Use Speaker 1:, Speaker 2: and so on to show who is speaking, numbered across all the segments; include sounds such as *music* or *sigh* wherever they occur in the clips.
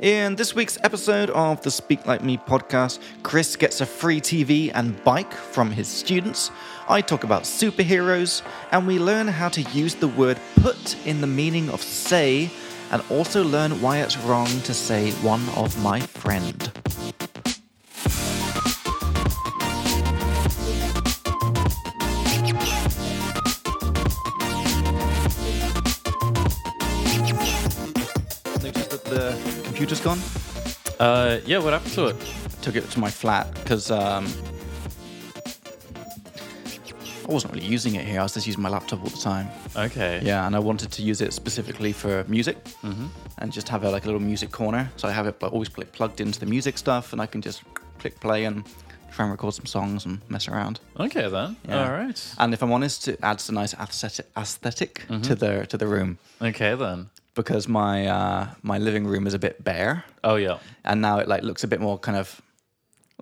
Speaker 1: In this week's episode of the Speak Like Me podcast, Chris gets a free TV and bike from his students. I talk about superheroes, and we learn how to use the word put in the meaning of say, and also learn why it's wrong to say one of my friend. Noticed that the computer's gone?
Speaker 2: Uh, yeah, what happened to it?
Speaker 1: took it to my flat because um, I wasn't really using it here. I was just using my laptop all the time.
Speaker 2: Okay. Mm-hmm.
Speaker 1: Yeah, and I wanted to use it specifically for music and just have a, like a little music corner. So I have it like, always pl- plugged into the music stuff, and I can just click play and try and record some songs and mess around.
Speaker 2: Okay then.
Speaker 1: Yeah.
Speaker 2: All right.
Speaker 1: And if I'm honest, it adds a nice aesthetic, aesthetic
Speaker 2: Mm-hmm.
Speaker 1: to the to the room
Speaker 2: Okay then.
Speaker 1: because my uh, my living room is a bit bare.
Speaker 2: Oh yeah.
Speaker 1: and now it like looks a bit more kind of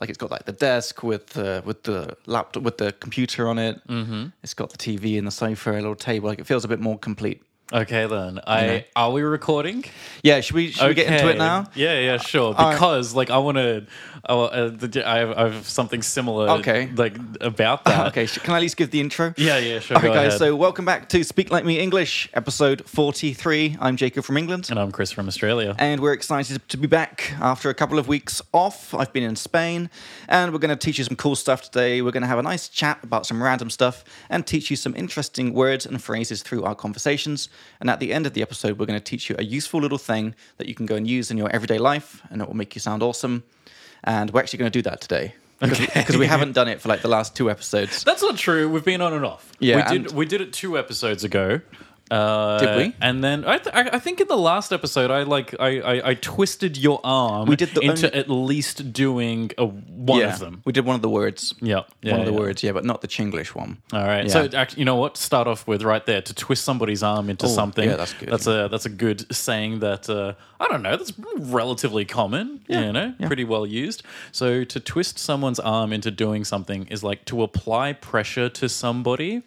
Speaker 1: like it's got like the desk with the with the laptop with the computer on it. Mm-hmm. It's got the TV and the sofa, a little table. Like it feels a bit more complete.
Speaker 2: Okay then. I are we recording?
Speaker 1: Yeah, should we should we get into it
Speaker 2: Okay.
Speaker 1: now? Uh,
Speaker 2: Yeah, yeah, sure.
Speaker 1: right.
Speaker 2: Because like I want to, I, wa- uh, the- I, have, I have something similar.
Speaker 1: Okay.
Speaker 2: Like about
Speaker 1: *laughs*
Speaker 2: that.
Speaker 1: Okay, sh- can I at least give the intro?
Speaker 2: Yeah, yeah, sure.
Speaker 1: Okay,
Speaker 2: go
Speaker 1: guys.
Speaker 2: ahead.
Speaker 1: So welcome back to Speak Like Me English, episode forty-three. I'm Jacob from England.
Speaker 2: and I'm Chris from Australia.
Speaker 1: and we're excited to be back after a couple of weeks off. I've been in Spain, and we're going to teach you some cool stuff today. We're going to have a nice chat about some random stuff and teach you some interesting words and phrases through our conversations. And at the end of the episode, we're going to teach you a useful little thing that you can go and use in your everyday life, and it will make you sound awesome. And we're actually going to do that today because we haven't done it for like the last two episodes.
Speaker 2: That's not true. We've been on and off.
Speaker 1: Yeah,
Speaker 2: we did.
Speaker 1: and-
Speaker 2: We did it two episodes ago. Uh,
Speaker 1: Did we?
Speaker 2: And then I, th- I, I think in the last episode, I like I, I, I twisted your arm. We
Speaker 1: did the
Speaker 2: into
Speaker 1: only-
Speaker 2: at least doing a, one
Speaker 1: yeah,
Speaker 2: of them.
Speaker 1: we did one of the words.
Speaker 2: Yeah, yeah,
Speaker 1: one of the
Speaker 2: yeah.
Speaker 1: words, yeah, but not the Chinglish one.
Speaker 2: All right.
Speaker 1: Yeah.
Speaker 2: So act- you know what? Start off with right there to twist somebody's arm into something.
Speaker 1: yeah, that's good.
Speaker 2: That's a that's a good saying that uh, I don't know. That's relatively common. you know,
Speaker 1: yeah.
Speaker 2: pretty well used. So to twist someone's arm into doing something is like to apply pressure to somebody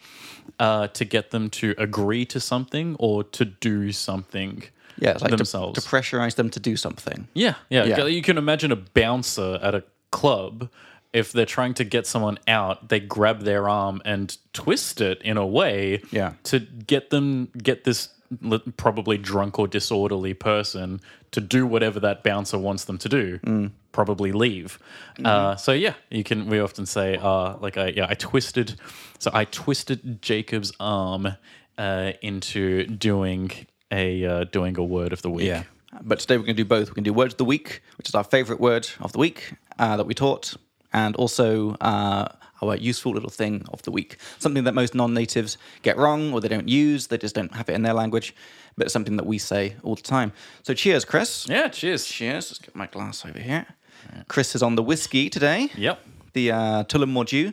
Speaker 2: uh, to get them to agree to something or to do something.
Speaker 1: Yeah, it's like to-
Speaker 2: themselves.
Speaker 1: to pressurize them to do something.
Speaker 2: Yeah, yeah,
Speaker 1: Yeah.
Speaker 2: You can imagine a bouncer at a club. If they're trying to get someone out, they grab their arm and twist it in a way
Speaker 1: Yeah.
Speaker 2: to get them get this li- probably drunk or disorderly person to do whatever that bouncer wants them to do.
Speaker 1: Mm.
Speaker 2: Probably leave.
Speaker 1: Mm-hmm.
Speaker 2: Uh, so yeah, you can. We often say, uh, like, I, yeah, I twisted. So I twisted Jacob's arm uh, into doing a uh, doing a word of the week.
Speaker 1: Yeah. But today we're going to do both. We're going to do word of the week, which is our favorite word of the week uh, that we taught, and also uh, our useful little thing of the week. Something that most non natives get wrong or they don't use, they just don't have it in their language, but it's something that we say all the time. So cheers, Chris.
Speaker 2: Yeah. Cheers.
Speaker 1: Cheers. Let's get my glass over here. Chris is on the whiskey today,
Speaker 2: Yep.
Speaker 1: the uh, Tullamore Dew,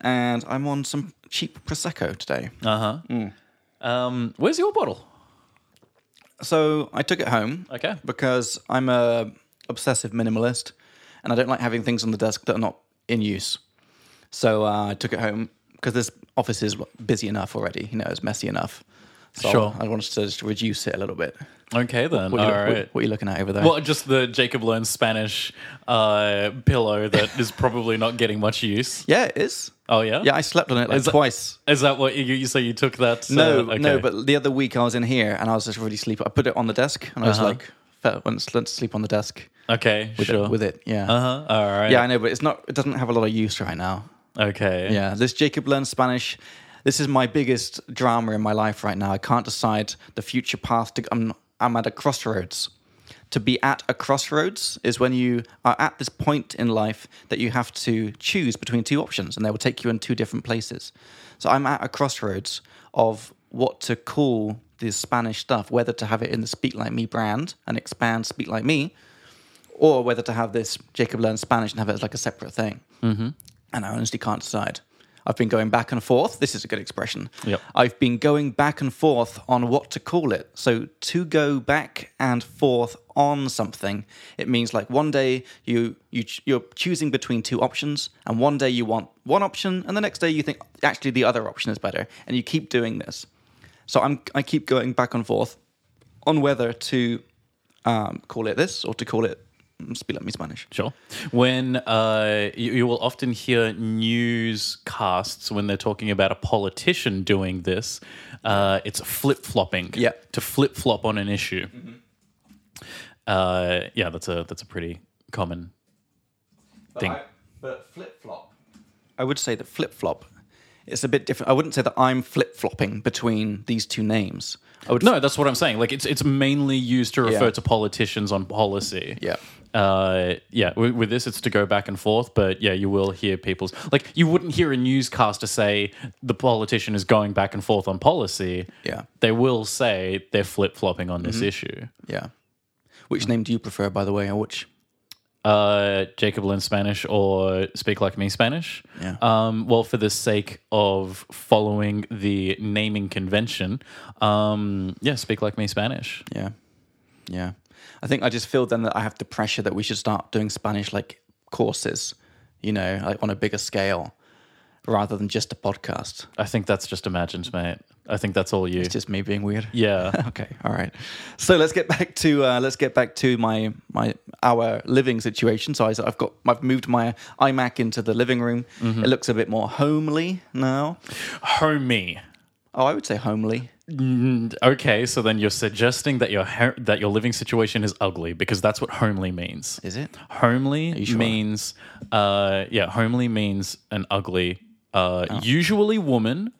Speaker 1: and I'm on some cheap Prosecco today.
Speaker 2: Uh huh. Um, where's your bottle?
Speaker 1: So I took it home.
Speaker 2: Okay.
Speaker 1: Because I'm a obsessive minimalist, and I don't like having things on the desk that are not in use. So uh, I took it home because this office is busy enough already. You know, it's messy enough. So
Speaker 2: Sure.
Speaker 1: I wanted to just reduce it a little bit.
Speaker 2: Okay then.
Speaker 1: What are
Speaker 2: All
Speaker 1: you,
Speaker 2: right.
Speaker 1: what- what are you looking at over there?
Speaker 2: well, just the Jacob learns Spanish uh, pillow that is probably not getting much use.
Speaker 1: Yeah, it is.
Speaker 2: Oh yeah.
Speaker 1: Yeah, I slept on it like
Speaker 2: Is that-
Speaker 1: twice.
Speaker 2: Is that what you, you so you took that? uh,
Speaker 1: No, no,
Speaker 2: okay.
Speaker 1: but the other week I was in here and I was just really sleepy. I put it on the desk and I was
Speaker 2: Uh-huh.
Speaker 1: like, fell- went to sl- sleep on the desk
Speaker 2: okay,
Speaker 1: with
Speaker 2: sure.
Speaker 1: it. With it, yeah.
Speaker 2: uh huh. All right.
Speaker 1: Yeah, I know, but it's not. It doesn't have a lot of use right now.
Speaker 2: Okay.
Speaker 1: Yeah, this Jacob learns Spanish. This is my biggest drama in my life right now. I can't decide the future path. To, I'm I'm at a crossroads. To be at a crossroads is when you are at this point in life that you have to choose between two options, and they will take you in two different places. So I'm at a crossroads of what to call this Spanish stuff, whether to have it in the Speak Like Me brand and expand Speak Like Me, or whether to have this Jacob learns Spanish and have it as like a separate thing and I honestly can't decide. I've been going back and forth. This is a good expression.
Speaker 2: Yep.
Speaker 1: I've been going back and forth on what to call it. So to go back and forth on something, it means like one day you you ch- you're choosing between two options, and one day you want one option, and the next day you think actually the other option is better, and you keep doing this. So I'm I keep going back and forth on whether to um, call it this or to call it mm, Spila mi Spanish.
Speaker 2: Sure. When uh, you, you will often hear newscasts when they're talking about a politician doing this, uh, it's flip flopping.
Speaker 1: Yeah.
Speaker 2: To flip flop on an issue. Uh, yeah, that's a that's a pretty common thing.
Speaker 1: But flip flop. I would say that flip flop is a bit different. I wouldn't say that I'm flip flopping between these two names. I would
Speaker 2: no, that's what I'm saying. Like it's it's mainly used to refer
Speaker 1: Yeah.
Speaker 2: to politicians on policy.
Speaker 1: Yeah.
Speaker 2: Uh, yeah. With, with this, it's to go back and forth. But yeah, you will hear people's like you wouldn't hear a newscaster say the politician is going back and forth on policy.
Speaker 1: Yeah. Mm-hmm.
Speaker 2: They will say they're flip flopping on this issue.
Speaker 1: Yeah. Which name do you prefer, by the way, or which?
Speaker 2: Uh, Jacob Lynn Spanish or Speak Like Me Spanish.
Speaker 1: Yeah.
Speaker 2: Um, well, for the sake of following the naming convention, um, yeah, Speak Like Me Spanish.
Speaker 1: Yeah. Yeah. I think I just feel then that I have the pressure that we should start doing Spanish like courses, you know, like on a bigger scale rather than just a podcast.
Speaker 2: I think that's just imagined, mate. I think that's all you.
Speaker 1: It's just me being weird.
Speaker 2: yeah. *laughs*
Speaker 1: Okay, all right. So let's get back to uh, let's get back to my my our living situation. So I, I've got I've moved my iMac into the living room. It looks a bit more homely now.
Speaker 2: Homey.
Speaker 1: Oh, I would say homely.
Speaker 2: Okay, so then you're suggesting that your ha- that your living situation is ugly because that's what homely means.
Speaker 1: Is it?
Speaker 2: Homely
Speaker 1: sure?
Speaker 2: means uh yeah, homely means an ugly uh usually woman.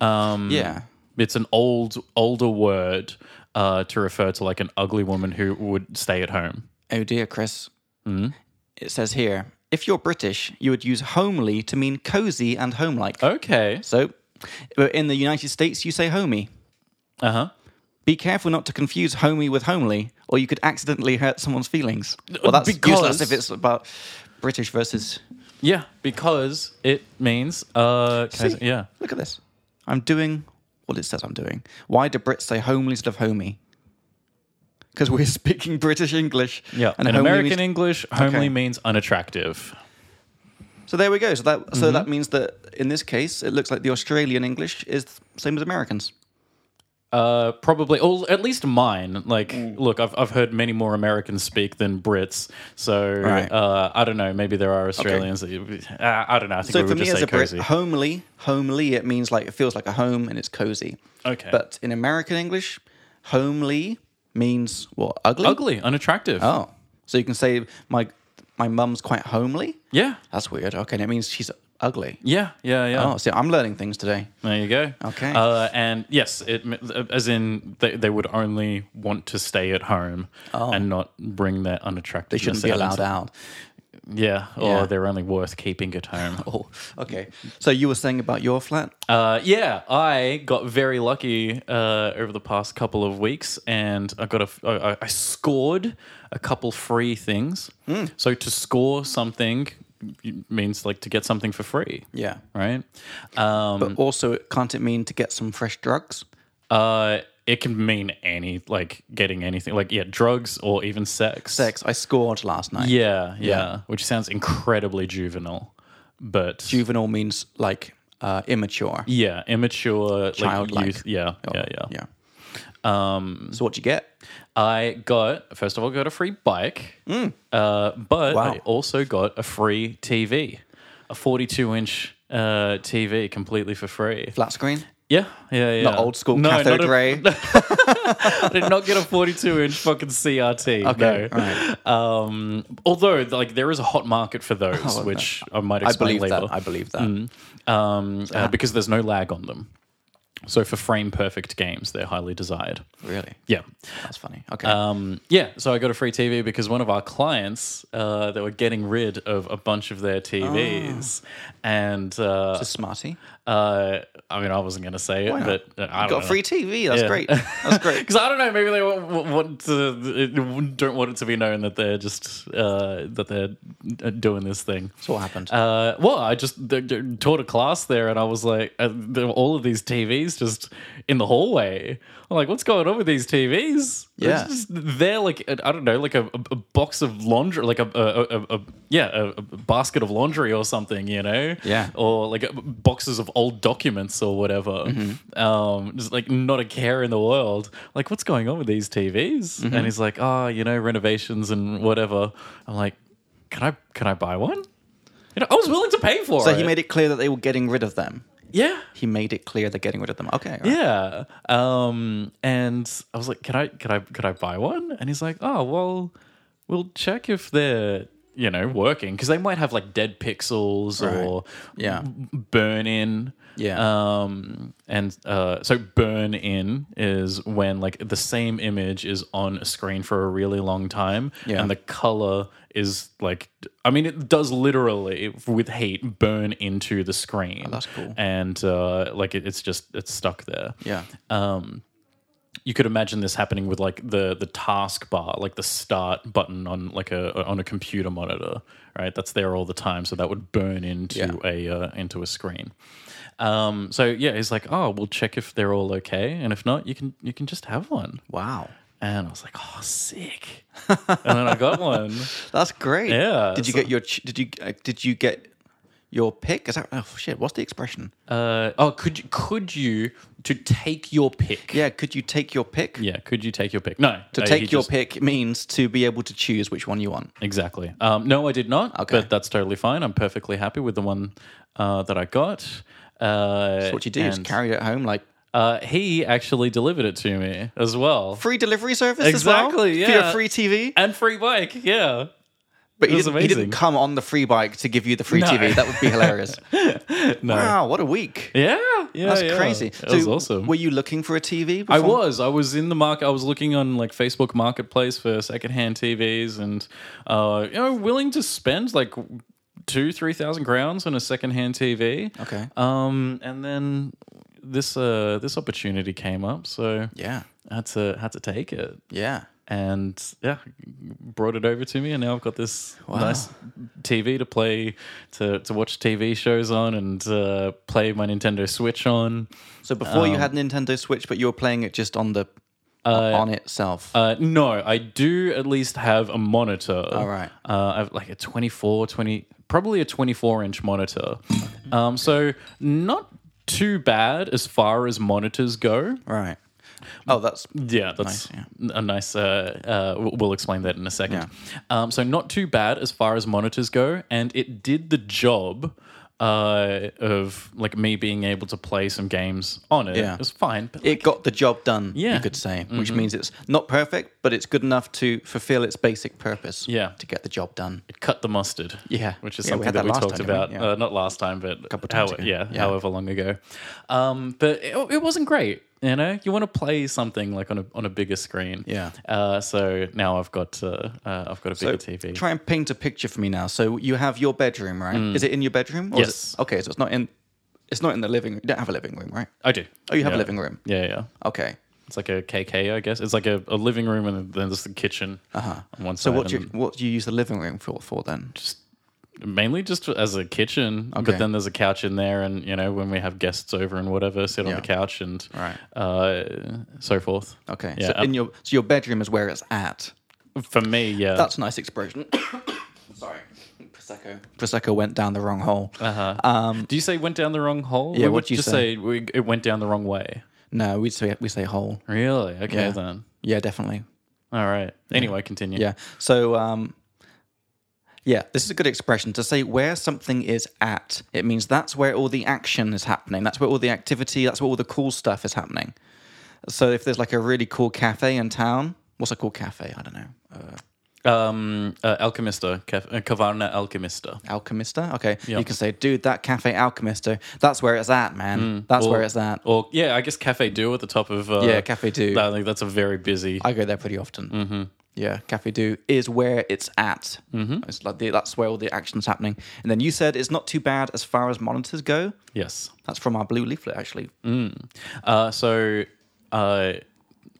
Speaker 2: Um
Speaker 1: Oh. Yeah.
Speaker 2: it's an old older word uh to refer to like an ugly woman who would stay at home.
Speaker 1: Oh dear, Chris. Mm-hmm. It says here, if you're British, you would use homely to mean cozy and homelike.
Speaker 2: Okay.
Speaker 1: So, but in the United States, you say homey.
Speaker 2: Uh-huh.
Speaker 1: Be careful not to confuse homey with homely, or you could accidentally hurt someone's feelings. Well, that's
Speaker 2: Because-
Speaker 1: useless if it's about British versus.
Speaker 2: Yeah, because it means uh
Speaker 1: See?
Speaker 2: yeah.
Speaker 1: Look at this. I'm doing what it says I'm doing. Why do Brits say homely instead of homey? Because we're *laughs* speaking British English.
Speaker 2: Yeah, in
Speaker 1: homely
Speaker 2: American
Speaker 1: means-
Speaker 2: English, homely
Speaker 1: Okay.
Speaker 2: means unattractive.
Speaker 1: So there we go. So that so
Speaker 2: Mm-hmm.
Speaker 1: that means that in this case, it looks like the Australian English is same as Americans.
Speaker 2: Uh, probably, or at least mine. Like,
Speaker 1: Mm.
Speaker 2: look, I've, I've heard many more Americans speak than Brits. So
Speaker 1: Right.
Speaker 2: uh, I don't know. Maybe there are Australians. That, uh, I don't know. I think
Speaker 1: So
Speaker 2: we
Speaker 1: for
Speaker 2: would
Speaker 1: me
Speaker 2: just
Speaker 1: as
Speaker 2: say
Speaker 1: a Brit,
Speaker 2: cozy.
Speaker 1: homely, homely, it means like it feels like a home and it's cozy.
Speaker 2: Okay.
Speaker 1: But in American English, homely means what? Ugly.
Speaker 2: Ugly, unattractive.
Speaker 1: Oh, so you can say my my mum's quite homely.
Speaker 2: Yeah,
Speaker 1: That's weird. Okay, and it means she's ugly.
Speaker 2: yeah, yeah, yeah.
Speaker 1: Oh, see, I'm learning things today.
Speaker 2: There you go.
Speaker 1: Okay.
Speaker 2: Uh, and yes, it m- as in they, they would only want to stay at home and not bring their
Speaker 1: Oh. They
Speaker 2: unattractiveness.
Speaker 1: shouldn't be
Speaker 2: out
Speaker 1: allowed
Speaker 2: into-
Speaker 1: out.
Speaker 2: Yeah, or
Speaker 1: Yeah.
Speaker 2: they're only worth keeping at
Speaker 1: *laughs*
Speaker 2: home.
Speaker 1: Oh, okay. So you were saying about your flat?
Speaker 2: Uh, yeah, I got very lucky uh, over the past couple of weeks, and I got a f- I- I- I scored a couple free things.
Speaker 1: Hmm.
Speaker 2: So to score something means like to get something for free,
Speaker 1: Yeah.
Speaker 2: right? Um,
Speaker 1: But also, can't it mean to get some fresh drugs?
Speaker 2: uh, it can mean any like getting anything, like yeah, drugs or even sex.
Speaker 1: Sex. I scored last night.
Speaker 2: Yeah, yeah, which sounds incredibly juvenile, but
Speaker 1: Juvenile means like uh, immature.
Speaker 2: yeah, immature,
Speaker 1: Childlike. Oh,
Speaker 2: like youth. Yeah, yeah, yeah.
Speaker 1: Yeah. Um, so what you get?
Speaker 2: I got first of all got a free bike,
Speaker 1: Mm.
Speaker 2: uh, but
Speaker 1: Wow.
Speaker 2: I also got a free TV, a 42 inch uh, TV completely for free.
Speaker 1: Flat screen.
Speaker 2: Yeah, yeah, yeah.
Speaker 1: Not old school
Speaker 2: Uh, No, not
Speaker 1: cathode
Speaker 2: a-
Speaker 1: ray.
Speaker 2: *laughs* I did not get a 42 inch fucking CRT.
Speaker 1: Okay,
Speaker 2: no. Um, although like there is a hot
Speaker 1: *laughs*
Speaker 2: market for those,
Speaker 1: no.
Speaker 2: which I might
Speaker 1: I
Speaker 2: explain
Speaker 1: believe
Speaker 2: later Mm.
Speaker 1: that. I believe that.
Speaker 2: um, uh, because there's no lag on them. So for frame perfect games, they're highly desired.
Speaker 1: Really?
Speaker 2: Yeah.
Speaker 1: That's funny. Okay.
Speaker 2: Um, yeah, so I got a free TV because one of our clients uh, they were getting rid of a bunch of their TVs,
Speaker 1: Ah.
Speaker 2: and uh,
Speaker 1: a smarty.
Speaker 2: uh, I mean I wasn't going to say it,
Speaker 1: Why not?
Speaker 2: but uh, I don't
Speaker 1: Got free TV. That's
Speaker 2: Yeah.
Speaker 1: great. That's
Speaker 2: *laughs*
Speaker 1: great.
Speaker 2: because I don't know, maybe they want, want- want to, don't want it to be known that they're just uh, that they're uh, doing this thing.
Speaker 1: That's what happened.
Speaker 2: Uh, well, I just th- th- taught a class there, and I was like, uh, there were all of these TVs just in the hallway. I'm like, what's going on with these TVs? They're
Speaker 1: Yeah.
Speaker 2: just- they're like, I don't know, like a, a- a box of laundry, like a, a, a, a yeah, a, a basket of laundry or something, you know?
Speaker 1: Yeah.
Speaker 2: or like uh, boxes of old documents or whatever.
Speaker 1: Mm-hmm.
Speaker 2: Um, just like not a care in the world. Like, what's going on with these TVs?
Speaker 1: Mm-hmm.
Speaker 2: And he's like, ah, you know, renovations and whatever. I'm like, can I can I buy one? You know, I was willing to pay for it.
Speaker 1: So he made it clear that they were getting rid of them.
Speaker 2: yeah.
Speaker 1: He made it clear they're getting rid of them. Okay. all right.
Speaker 2: Yeah. Um, and I was like, "Can I? Could I? Could I buy one?" And he's like, "Oh, well, we'll check if they're." You know, working because they might have like dead pixels or
Speaker 1: Yeah.
Speaker 2: burn in.
Speaker 1: Yeah.
Speaker 2: Um, and uh, so burn in is when like the same image is on a screen for a really long time
Speaker 1: Yeah.
Speaker 2: and the color is like, I mean, it does literally with heat burn into the screen.
Speaker 1: Oh, that's cool.
Speaker 2: And uh, like it, it's just, it's stuck there
Speaker 1: Yeah.
Speaker 2: Uh, you could imagine this happening with like the the task bar, like the start button on like a on a computer monitor, right? That's there all the time, so that would burn into
Speaker 1: Yeah.
Speaker 2: a uh, into a screen. Um, so yeah, he's like, oh, we'll check if they're all okay, and if not, you can you can just have one.
Speaker 1: Wow.
Speaker 2: And I was like, oh,
Speaker 1: *laughs*
Speaker 2: sick. and then I got one.
Speaker 1: That's great.
Speaker 2: Yeah,
Speaker 1: Did you
Speaker 2: so-
Speaker 1: get your? ch- Did you? Uh, did you get your pick? Is that? Oh shit! What's the expression?
Speaker 2: Uh, oh, could you- could you to take your pick?
Speaker 1: Yeah. Could you take your pick?
Speaker 2: Yeah, could you take your pick? No, uh,
Speaker 1: To take your pick means to be able to choose which one you want.
Speaker 2: Exactly. Um, no, I did not.
Speaker 1: Okay.
Speaker 2: But that's totally fine. I'm perfectly happy with the one uh, that I got. Uh,
Speaker 1: So what you do is
Speaker 2: and,
Speaker 1: carry it home, like
Speaker 2: uh, he actually delivered it to me as well.
Speaker 1: free delivery service as well.
Speaker 2: Exactly,
Speaker 1: For your
Speaker 2: yeah.
Speaker 1: free TV,
Speaker 2: And free bike, yeah.
Speaker 1: but he
Speaker 2: was
Speaker 1: didn't, he didn't
Speaker 2: amazing.
Speaker 1: come on the free bike to give you the free
Speaker 2: No.
Speaker 1: TV. That would be hilarious.
Speaker 2: *laughs* No.
Speaker 1: Wow, what a week!
Speaker 2: Yeah, yeah.
Speaker 1: That's
Speaker 2: yeah.
Speaker 1: crazy.
Speaker 2: That was awesome.
Speaker 1: Were you looking for a TV? Before?
Speaker 2: I was. I was in the market. I was looking on like Facebook Marketplace for secondhand TVs, and uh, you know, willing to spend like two, three thousand crowns on a secondhand TV.
Speaker 1: Okay.
Speaker 2: Um, and then this uh this opportunity came up, so
Speaker 1: Yeah.
Speaker 2: I had to had to take it,
Speaker 1: Yeah.
Speaker 2: and yeah, brought it over to me, and now I've got this nice TV to play to to watch TV shows on and uh, play my Nintendo Switch on.
Speaker 1: So before
Speaker 2: Um,
Speaker 1: you had Nintendo Switch, but you were playing it just on the on itself.
Speaker 2: Uh, no, I do at least have a monitor. All
Speaker 1: right.
Speaker 2: Uh, I have like a 24, 20, probably a 24 inch monitor. Um, so not too bad as far as monitors go.
Speaker 1: Right. Oh, that's
Speaker 2: Yeah, that's
Speaker 1: Nice,
Speaker 2: a nice. Uh, uh, we'll- we'll explain that in a second. Um, so not too bad as far as monitors go, and it did the job uh, of like me being able to play some games on it.
Speaker 1: Yeah.
Speaker 2: It was fine. But
Speaker 1: it got the job done.
Speaker 2: Yeah. Mm-hmm.
Speaker 1: you could say, which means it's not perfect, but it's good enough to fulfill its basic purpose.
Speaker 2: Yeah.
Speaker 1: to get the job done.
Speaker 2: cut the mustard.
Speaker 1: Yeah.
Speaker 2: which is
Speaker 1: Yeah, we
Speaker 2: something
Speaker 1: had
Speaker 2: that
Speaker 1: that
Speaker 2: we
Speaker 1: last
Speaker 2: talked
Speaker 1: time,
Speaker 2: about
Speaker 1: didn't we? Yeah.
Speaker 2: uh, not last time, but a
Speaker 1: couple times ago.
Speaker 2: Yeah,
Speaker 1: Yeah.
Speaker 2: however long ago. Um, but it, it wasn't great. You know, you want to play something like on a on a bigger screen.
Speaker 1: Yeah.
Speaker 2: Uh, so now I've got uh, uh, I've got a bigger TV.
Speaker 1: Try and paint a picture for me now. So you have your bedroom, right? Is it in your bedroom? Or Is
Speaker 2: Mm. Yes.
Speaker 1: it, okay, so it's not in. It's not in the living. You don't have a living room, right?
Speaker 2: I do.
Speaker 1: Oh, you have a
Speaker 2: Yeah.
Speaker 1: living room.
Speaker 2: Yeah, yeah.
Speaker 1: Okay.
Speaker 2: It's like a KK, I guess. It's like a, a living room and then there's the kitchen on one
Speaker 1: Uh-huh. So
Speaker 2: side.
Speaker 1: what do you,
Speaker 2: and
Speaker 1: what do you use the living room for? For then?
Speaker 2: mainly just as a kitchen,
Speaker 1: Okay.
Speaker 2: but then there's a couch in there, and you know when we have guests over and whatever, sit on
Speaker 1: Yeah.
Speaker 2: the couch and
Speaker 1: Right.
Speaker 2: uh, so forth.
Speaker 1: Okay.
Speaker 2: Yeah.
Speaker 1: so in your so your bedroom is where it's at.
Speaker 2: For me, yeah,
Speaker 1: That's a nice expression. *coughs* Sorry. Prosecco. Prosecco went down the wrong hole.
Speaker 2: Uh-huh. do you say went down the wrong hole?
Speaker 1: Yeah,
Speaker 2: We would
Speaker 1: what'd you
Speaker 2: just
Speaker 1: say?
Speaker 2: we, it went down the wrong way.
Speaker 1: No, we say we say hole.
Speaker 2: Really? Okay
Speaker 1: Yeah.
Speaker 2: then.
Speaker 1: Yeah, definitely.
Speaker 2: All right. Anyway, continue.
Speaker 1: Yeah. So um yeah, this is a good expression to say where something is at. It means that's where all the action is happening. That's where all the activity, that's where all the cool stuff is happening. So if there's like a really cool cafe in town, what's a cool cafe? I don't know. Uh,
Speaker 2: Um, uh, Alchemista, Caf- uh, Caverna Alchemista.
Speaker 1: Alchemista? Okay. You can say, dude, that cafe Alchemista, that's where it's at, man. that's where it's at.
Speaker 2: Or yeah, I guess Cafe Du at the top of uh,
Speaker 1: Yeah, Cafe Du.
Speaker 2: I think that's a very busy.
Speaker 1: I go there pretty often. Mm-hmm. Yeah, Cafe Du is where it's at. Mm-hmm. It's like the, that's where all the action's happening. And then you said it's not too bad as far as monitors go.
Speaker 2: yes.
Speaker 1: That's from our blue leaflet, actually.
Speaker 2: Uh, so uh,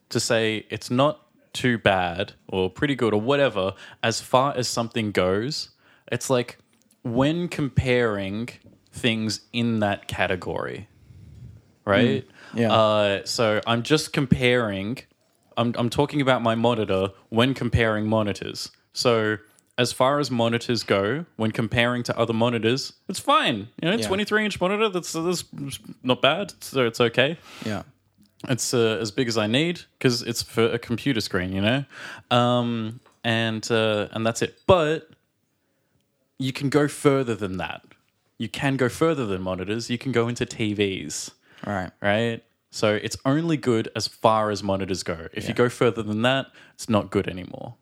Speaker 2: to say it's not too bad or pretty good or whatever, as far as something goes, it's like when comparing things in that category, right?
Speaker 1: Mm, yeah.
Speaker 2: Uh, so I'm just comparing. I'm I'm talking about my monitor when comparing monitors. So as far as monitors go, when comparing to other monitors, it's fine. You know,
Speaker 1: Yeah.
Speaker 2: 23 inch monitor, that's, that's not bad. So it's okay.
Speaker 1: Yeah.
Speaker 2: It's uh, as big as I need because it's for a computer screen, you know, um, and uh, and that's it. But you can go further than that. You can go further than monitors. You can go into TVs,
Speaker 1: All right.
Speaker 2: right? So it's only good as far as monitors go. If you go further than that, it's not good anymore.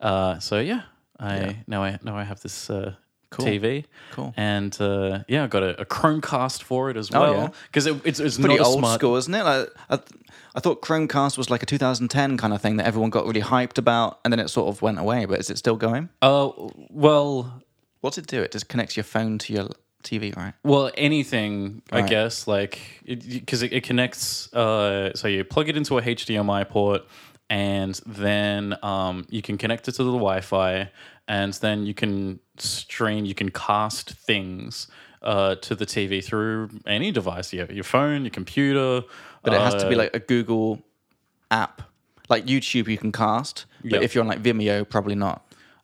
Speaker 2: Uh, so yeah, I now I now I have this. Uh, TV,
Speaker 1: Cool. Oh,
Speaker 2: and uh, yeah, I got a, a Chromecast for it as
Speaker 1: yeah.
Speaker 2: well because it, it's it's
Speaker 1: Pretty
Speaker 2: not a
Speaker 1: old
Speaker 2: smart.
Speaker 1: school, isn't it? Like, I, th- I thought Chromecast was like a 2010 kind of thing that everyone got really hyped about, and then it sort of went away. But is it still going?
Speaker 2: Uh, well,
Speaker 1: What's it do? It just connects your phone to your TV, right?
Speaker 2: well, anything, I
Speaker 1: Right.
Speaker 2: guess, like because it, it connects. Uh, so you plug it into a HDMI port, and then um, you can connect it to the Wi-Fi, and then you can stream, you can cast things uh, to the TV through any device, your your phone, your computer.
Speaker 1: But it has to be
Speaker 2: Uh,
Speaker 1: like a Google app, like YouTube. You can cast, but
Speaker 2: Yep.
Speaker 1: if you're on like Vimeo, probably
Speaker 2: *laughs*
Speaker 1: not.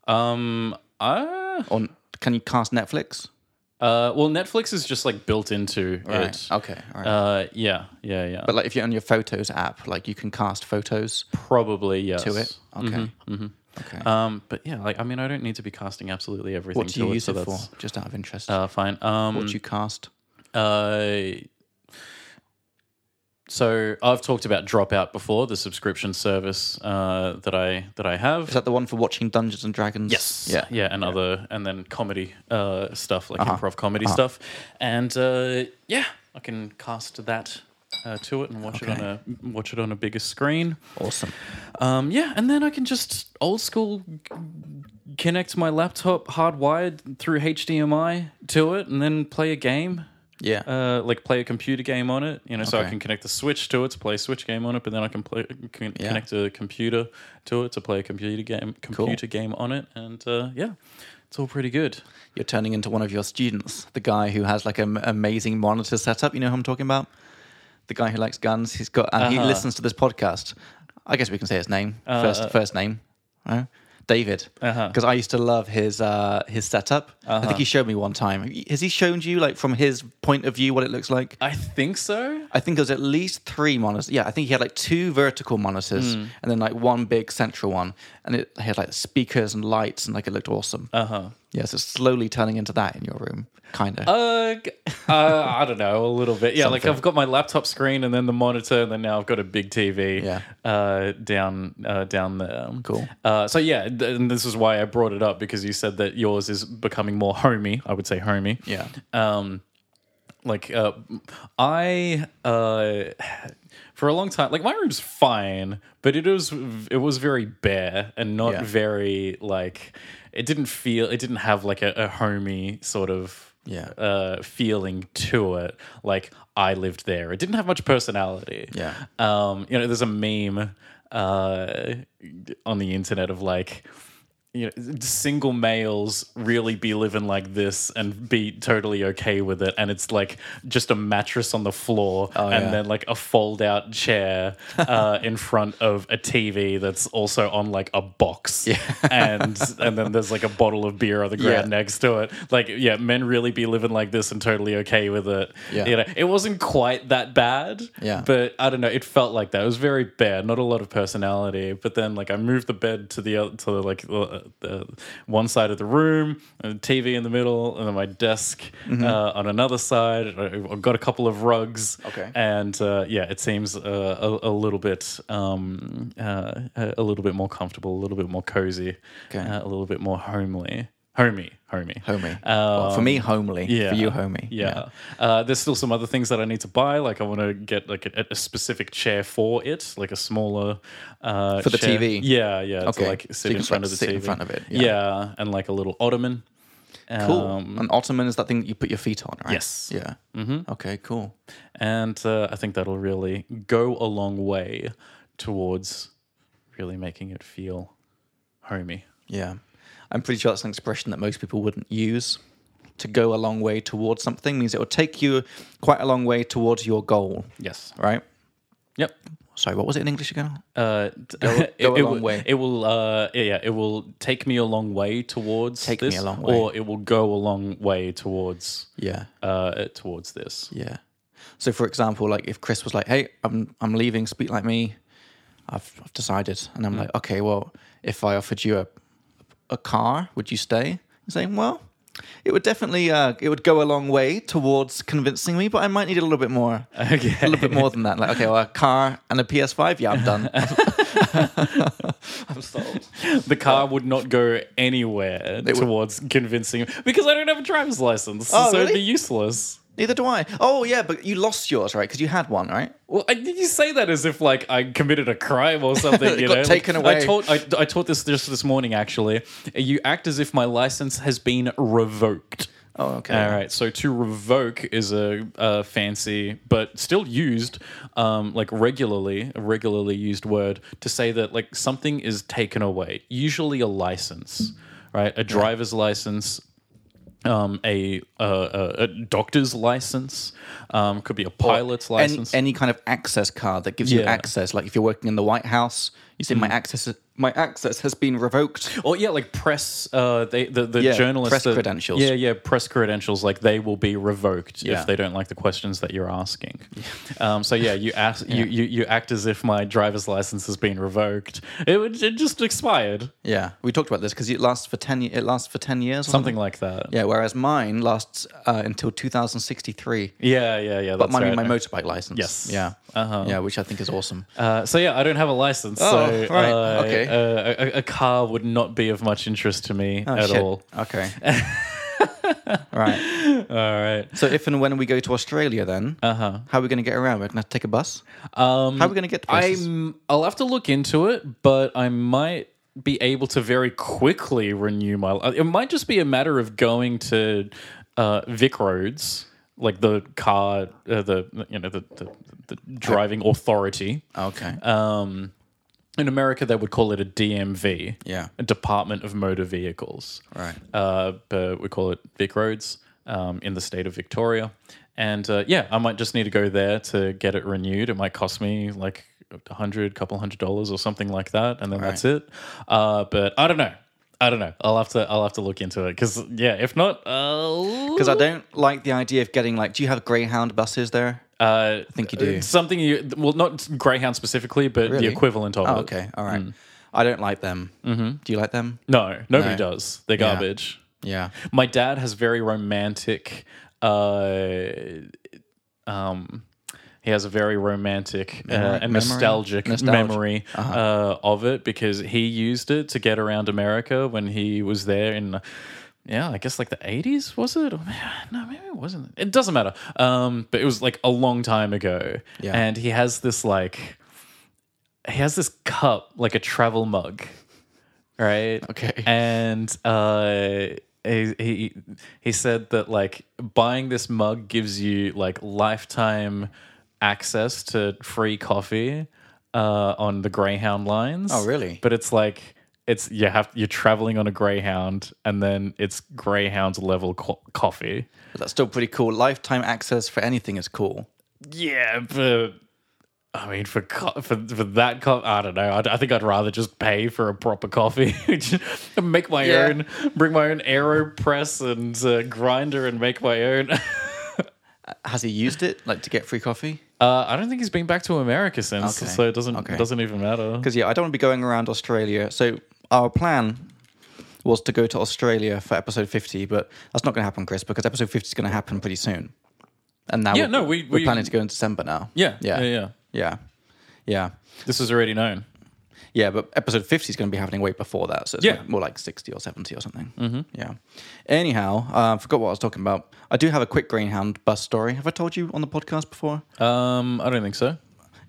Speaker 2: um, uh,
Speaker 1: Or can you cast Netflix?
Speaker 2: uh, well, Netflix is just like built into it.
Speaker 1: Right. Okay. All right.
Speaker 2: Uh, yeah, yeah, yeah.
Speaker 1: but like if you're on your Photos app, like you can cast photos
Speaker 2: Probably yes. Mm-hmm.
Speaker 1: to it. Okay. Okay.
Speaker 2: Um, but yeah, like I mean, I don't need to be casting absolutely everything.
Speaker 1: what do you
Speaker 2: to
Speaker 1: use
Speaker 2: it, Mm-hmm. so
Speaker 1: it for?
Speaker 2: that's,
Speaker 1: Just out of interest.
Speaker 2: Uh, fine. Um,
Speaker 1: what do you cast?
Speaker 2: uh, so I've talked about Dropout before, the subscription service uh, that I that I have.
Speaker 1: Is that the one for watching Dungeons and Dragons?
Speaker 2: Yes.
Speaker 1: Yeah. Uh-huh.
Speaker 2: Yeah, and other and then comedy uh, stuff like improv comedy stuff, and uh, yeah, I can cast that uh, to it and watch it on a watch it on a bigger screen.
Speaker 1: Awesome.
Speaker 2: Um, yeah, and then I can just old school g- connect my laptop hardwired through HDMI to it, and then play a game.
Speaker 1: Yeah.
Speaker 2: Uh, like play a computer game on it, you know. So I
Speaker 1: Okay.
Speaker 2: can connect the Switch to it to play a Switch game on it, but then I can play can connect a computer to it to play a computer game computer game on it, and uh, yeah, it's all pretty good.
Speaker 1: you're turning into one of your students, the guy who has like an amazing monitor setup. You know who I'm talking about? The guy who likes guns. He's got and he
Speaker 2: Uh-huh. Uh,
Speaker 1: listens to this podcast. I guess we can say his name first. First name, no? David.
Speaker 2: Uh-huh.
Speaker 1: Because I used to love his uh, his setup. I think he showed me one time. Has he shown you like from his point of view what it looks like?
Speaker 2: I think so.
Speaker 1: I think it was at least three monitors. Yeah, I think he had like two vertical monitors
Speaker 2: Hmm.
Speaker 1: and then like one big central one, and it had like speakers and lights and like it looked awesome.
Speaker 2: Uh huh.
Speaker 1: Yeah, so it's slowly turning into that in your room, kind of.
Speaker 2: Uh, g- uh, I don't know, a little bit. Yeah, like
Speaker 1: Something.
Speaker 2: I've got my laptop screen and then the monitor, and then now I've got a big TV.
Speaker 1: Yeah.
Speaker 2: Uh, down, uh, down there.
Speaker 1: Cool.
Speaker 2: Uh, so yeah, th- and this is why I brought it up because you said that yours is becoming more homey. I would say homey.
Speaker 1: Yeah.
Speaker 2: Um, like uh, I uh, for a long time, like my room's fine, but it was it was very bare and not
Speaker 1: Yeah.
Speaker 2: very like it didn't feel it didn't have like a, a homey sort of
Speaker 1: Yeah.
Speaker 2: uh, feeling to it. Like I lived there, it didn't have much personality.
Speaker 1: Yeah.
Speaker 2: um, you know, there's a meme uh, on the internet of like you know, single males really be living like this and be totally okay with it. And it's like just a mattress on the floor and
Speaker 1: Oh, yeah.
Speaker 2: then like a fold out chair
Speaker 1: *laughs*
Speaker 2: uh, in front of a TV that's also on like a box. and and then there's like a bottle of beer on the ground
Speaker 1: Yeah.
Speaker 2: next to it. Like, yeah, men really be living like this and totally okay with it.
Speaker 1: Yeah.
Speaker 2: You know, it wasn't quite that bad.
Speaker 1: Yeah.
Speaker 2: But I don't know. It felt like that. It was very bare. Not a lot of personality. But then, like, I moved the bed to the other, to like uh, the one side of the room, and the TV in the middle, and then my desk
Speaker 1: Mm-hmm.
Speaker 2: uh, on another side. and I- I've got a couple of rugs.
Speaker 1: Okay.
Speaker 2: And uh, yeah, it seems uh, a, a little bit, um, uh, a a little bit more comfortable, a little bit more cozy,
Speaker 1: Okay.
Speaker 2: uh, a little bit more homely, homey, homey,
Speaker 1: Homey.
Speaker 2: Um,
Speaker 1: Well, for me, homely.
Speaker 2: yeah.
Speaker 1: For you, homey.
Speaker 2: yeah. Uh, there's still some other things that I need to buy. Like I want to get like a, a specific chair for it, like a smaller uh,
Speaker 1: For the
Speaker 2: chair.
Speaker 1: TV?
Speaker 2: Yeah, yeah.
Speaker 1: Okay.
Speaker 2: To like sit
Speaker 1: So you
Speaker 2: in
Speaker 1: can sort
Speaker 2: front of
Speaker 1: of
Speaker 2: the
Speaker 1: sit
Speaker 2: TV.
Speaker 1: in front of it,
Speaker 2: Yeah.
Speaker 1: yeah.
Speaker 2: and like a little ottoman.
Speaker 1: Cool.
Speaker 2: Um,
Speaker 1: An ottoman is that thing that you put your feet on, right?
Speaker 2: Yes.
Speaker 1: Yeah. Mm-hmm. Okay. Cool.
Speaker 2: and uh, I think that'll really go a long way towards really making it feel homey.
Speaker 1: Yeah. I'm pretty sure that's an expression that most people wouldn't use. To go a long way towards something means it will take you quite a long way towards your goal,
Speaker 2: Yes.
Speaker 1: right?
Speaker 2: Yep.
Speaker 1: Sorry, what was it in English again?
Speaker 2: Uh, t-
Speaker 1: *laughs*
Speaker 2: it,
Speaker 1: go a
Speaker 2: it
Speaker 1: long
Speaker 2: will-
Speaker 1: way.
Speaker 2: It will, uh, yeah, yeah, it will take me a long way towards
Speaker 1: Take me
Speaker 2: this,
Speaker 1: a long way.
Speaker 2: or it will go a long way towards
Speaker 1: Yeah.
Speaker 2: uh,
Speaker 1: *laughs*
Speaker 2: towards this.
Speaker 1: Yeah. So, for example, like if Chris was like, "Hey, I'm I'm leaving. Speak like me. I've, I've decided," and I'm like, "Okay, well, if I offered you a a car, would you stay?" He's saying, "Well, it would definitely uh, it would go a long way towards convincing me, but I might need a little bit more,
Speaker 2: Okay.
Speaker 1: a little bit more than that. Like, okay, well, a car and a PS5. Yeah, I'm done. *laughs* I'm sold.
Speaker 2: The car would not go anywhere towards convincing because I don't have a driver's license,
Speaker 1: Oh,
Speaker 2: so it'd
Speaker 1: really?
Speaker 2: be useless.
Speaker 1: Neither do I. Oh yeah, but you lost yours, right? Because you had one, right?
Speaker 2: Well, I, did you say that as if like I committed a crime or something? You
Speaker 1: *laughs* It got
Speaker 2: know,
Speaker 1: taken
Speaker 2: Like,
Speaker 1: away.
Speaker 2: I taught I, I taught this just this morning. Actually, you act as if my license has been revoked.
Speaker 1: Oh okay.
Speaker 2: All right. So to revoke is a, a fancy but still used, um, like regularly, a regularly used word to say that like something is taken away. Usually a license, right? A driver's license. Um, a, a, a a doctor's license um, could be a pilot's
Speaker 1: any,
Speaker 2: license.
Speaker 1: any kind of access card that gives you
Speaker 2: Yeah. Hmm.
Speaker 1: access. Like if you're working in the White House, you say my access my access has been revoked.
Speaker 2: Or yeah, like press. Uh, they the the
Speaker 1: Yeah,
Speaker 2: journalists
Speaker 1: press
Speaker 2: that-
Speaker 1: credentials.
Speaker 2: Yeah, yeah, press credentials. Like they will be revoked
Speaker 1: Yeah.
Speaker 2: if they don't like the questions that you're asking. Um, so yeah, you ask You, you you act as if my driver's license has been revoked. It would it just expired.
Speaker 1: Yeah, we talked about this because it lasts for ten. ye- It lasts for ten years. Or something.
Speaker 2: Something like that.
Speaker 1: Yeah, whereas mine lasts uh, until 2063.
Speaker 2: Yeah, yeah, yeah.
Speaker 1: But
Speaker 2: That's
Speaker 1: my,
Speaker 2: right.
Speaker 1: my motorbike license.
Speaker 2: Yes.
Speaker 1: Yeah.
Speaker 2: Uh-huh.
Speaker 1: Yeah, which I think is awesome.
Speaker 2: Uh, so yeah, I don't have a license.
Speaker 1: Oh,
Speaker 2: so
Speaker 1: right,
Speaker 2: uh,
Speaker 1: okay.
Speaker 2: uh, a, a car would not be of much interest to me at
Speaker 1: Oh, Shit.
Speaker 2: all. *laughs*
Speaker 1: Okay. right.
Speaker 2: All right.
Speaker 1: So if and when we go to Australia, then
Speaker 2: Uh-huh.
Speaker 1: how are we going to get around? We're going to have to take a bus.
Speaker 2: Um,
Speaker 1: How are we going to get to places?
Speaker 2: I'm. I'll have to look into it, but I might be able to very quickly renew my. It might just be a matter of going to uh, Vic Roads, like the car, uh, the you know the the, the driving authority.
Speaker 1: okay.
Speaker 2: Um, in America, they would call it a DMV,
Speaker 1: Yeah.
Speaker 2: a Department of Motor Vehicles.
Speaker 1: Right.
Speaker 2: Uh, but we call it Vic Roads um, in the state of Victoria. And uh, yeah, I might just need to go there to get it renewed. It might cost me like a hundred, couple hundred dollars or something like that, and then that's it. Uh, but I don't know. I don't know. I'll have to. I'll have to look into it because yeah, if not, uh,
Speaker 1: Because
Speaker 2: because
Speaker 1: I don't like the idea of getting like, do you have Greyhound buses there?
Speaker 2: uh,
Speaker 1: I think you do.
Speaker 2: something you well not Greyhound specifically, but
Speaker 1: Really?
Speaker 2: the equivalent of
Speaker 1: Oh,
Speaker 2: it.
Speaker 1: okay. All right.
Speaker 2: mm.
Speaker 1: I don't like them. Mm-hmm. Do you like them?
Speaker 2: No, nobody
Speaker 1: No.
Speaker 2: does. They're garbage.
Speaker 1: Yeah.
Speaker 2: My dad has very romantic. Uh, um, he has a very romantic uh, and nostalgic
Speaker 1: Nostalgia.
Speaker 2: memory uh of it because he used it to get around America when he was there in. Yeah, I guess like the eighties was it? Or maybe, no, maybe it wasn't. It doesn't matter. Um, but it was like a long time ago.
Speaker 1: Yeah.
Speaker 2: and he has this like, he has this cup like a travel mug right?
Speaker 1: Okay.
Speaker 2: And uh, he, he he said that like buying this mug gives you like lifetime access to free coffee uh, on the Greyhound lines.
Speaker 1: Oh, really?
Speaker 2: But it's like it's you have you're traveling on a Greyhound, and then it's Greyhound level co- coffee.
Speaker 1: But that's still pretty cool. Lifetime access for anything is cool.
Speaker 2: Yeah, but. I mean, for co- for for that, co- I don't know. I, I think I'd rather just pay for a proper coffee, *laughs* Just make my
Speaker 1: Yeah.
Speaker 2: own, bring my own AeroPress and uh, grinder, and make my own. *laughs* uh,
Speaker 1: Has he used it like to get free coffee?
Speaker 2: Uh, I don't think he's been back to America since,
Speaker 1: Okay.
Speaker 2: so it doesn't
Speaker 1: Okay.
Speaker 2: doesn't even matter.
Speaker 1: Because yeah, I don't want to be going around Australia. So our plan was to go to Australia for episode 50, but that's not going to happen, Chris, because episode 50 is going to happen pretty soon. And now
Speaker 2: Yeah,
Speaker 1: we're,
Speaker 2: no, we-
Speaker 1: we're
Speaker 2: we-
Speaker 1: planning to go in December now.
Speaker 2: Yeah,
Speaker 1: Yeah.
Speaker 2: yeah, yeah, yeah.
Speaker 1: Yeah. Yeah.
Speaker 2: This is already known.
Speaker 1: Yeah, but episode 50 is going to be happening way before that. So it's
Speaker 2: Yeah.
Speaker 1: more like 60 or 70 or something. Mm-hmm. Yeah. Anyhow, uh, I forgot what I was talking about. I do have a quick Greyhound bus story. Have I told you on the podcast before?
Speaker 2: Um, I don't think so.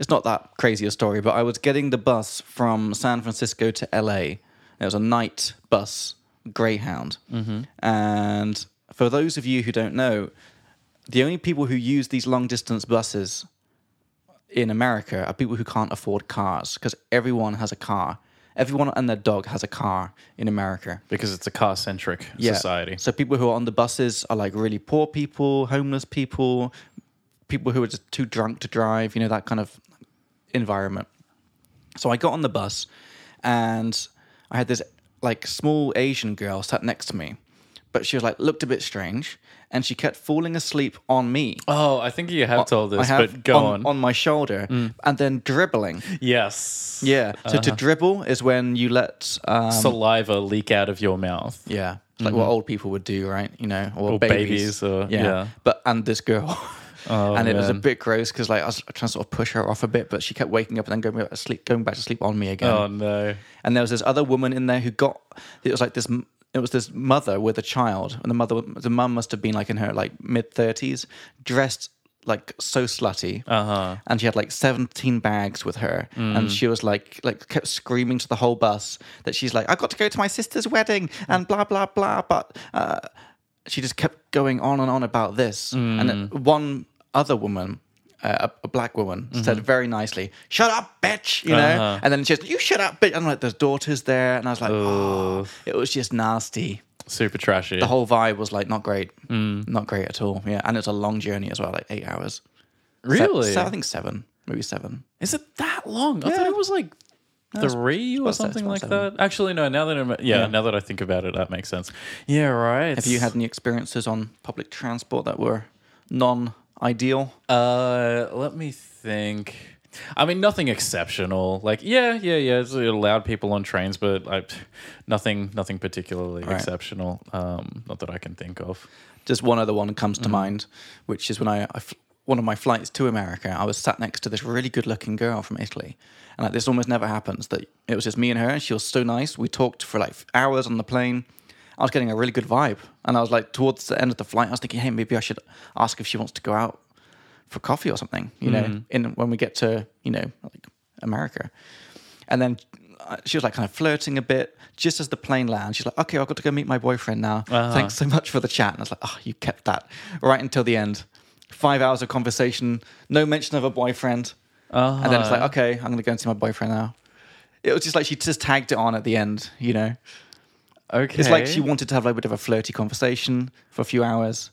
Speaker 1: It's not that crazy a story, but I was getting the bus from San Francisco to LA. It was a night bus, Greyhound. Mm-hmm. And for those of you who don't know, the only people who use these long distance buses in America are people who can't afford cars because everyone has a car. Everyone and their dog has a car in America.
Speaker 2: Because it's a car centric
Speaker 1: Yeah.
Speaker 2: society.
Speaker 1: So people who are on the buses are like really poor people, homeless people, people who are just too drunk to drive, you know, that kind of environment. So I got on the bus and I had this like small Asian girl sat next to me, but she was like looked a bit strange and she kept falling asleep on me.
Speaker 2: Oh, I think you have told
Speaker 1: I
Speaker 2: this,
Speaker 1: have
Speaker 2: but go on. Mm.
Speaker 1: on my shoulder and then dribbling.
Speaker 2: Yes.
Speaker 1: Yeah. So
Speaker 2: Uh-huh.
Speaker 1: to dribble is when you let um,
Speaker 2: Saliva leak out of your mouth.
Speaker 1: yeah, it's like what old people would do, right? You know, or,
Speaker 2: Mm-hmm. Or
Speaker 1: babies.
Speaker 2: babies, or- yeah.
Speaker 1: But and this girl. *laughs*
Speaker 2: Oh,
Speaker 1: and it was a
Speaker 2: man.
Speaker 1: bit gross because like I was trying to sort of push her off a bit, but she kept waking up and then going back to sleep, going back to sleep on me again.
Speaker 2: Oh no.
Speaker 1: and there was this other woman in there who got it was like this it was this mother with a child and the mother the mum must have been like in her like mid 30s dressed like so slutty
Speaker 2: Uh-huh.
Speaker 1: and she had like 17 bags with her and she was like like kept screaming to the whole bus that she's like i've got to go to my sister's wedding and blah blah blah but uh, she just kept going on and on about this and then one other woman uh, a, a black woman said very nicely, "Shut up, bitch!" You know,
Speaker 2: Mm-hmm. Uh-huh.
Speaker 1: and then she says, "You shut up, bitch!" And like, "There's daughters there," and I was like, "Oh, it was just nasty."
Speaker 2: Super trashy.
Speaker 1: The whole vibe was like not great,
Speaker 2: Mm.
Speaker 1: not great at all. Yeah, and it's a long journey as well, like eight hours. Se-
Speaker 2: really?
Speaker 1: So I think seven, maybe seven.
Speaker 2: Is it that long? I thought it was like three or
Speaker 1: about se-
Speaker 2: something
Speaker 1: about
Speaker 2: like
Speaker 1: seven.
Speaker 2: that. Actually, no. Now that I'm, yeah, now that I think about it, that makes sense. Yeah, right.
Speaker 1: Have you had any experiences on public transport that were non-ideal?
Speaker 2: Uh, let me think. I mean, nothing exceptional. Like, yeah, yeah, yeah. It's it allowed people on trains, but I, nothing, nothing particularly exceptional. Um, not that I can think of.
Speaker 1: Just one other one comes to mind, which is when I, I fl- one of my flights to America, I was sat next to this really good-looking girl from Italy, and like this almost never happens. That it was just me and her, and she was so nice. We talked for like hours on the plane. I was getting a really good vibe, and I was like towards the end of the flight, I was thinking, hey, maybe I should ask if she wants to go out for coffee or something, you know, in when we get to you know like America. And then uh, she was like kind of flirting a bit. Just as the plane lands, she's like, "Okay, I've got to go meet my boyfriend now.
Speaker 2: Uh-huh.
Speaker 1: Thanks so much for the chat." And I was like, "Oh, you kept that right until the end. Five hours of conversation, no mention of a boyfriend." And then it's
Speaker 2: Uh-huh.
Speaker 1: like, "Okay, I'm going to go and see my boyfriend now." It was just like she just tagged it on at the end, you know.
Speaker 2: Uh-huh. Okay,
Speaker 1: It's like she wanted to have like a bit of a flirty conversation for a few hours,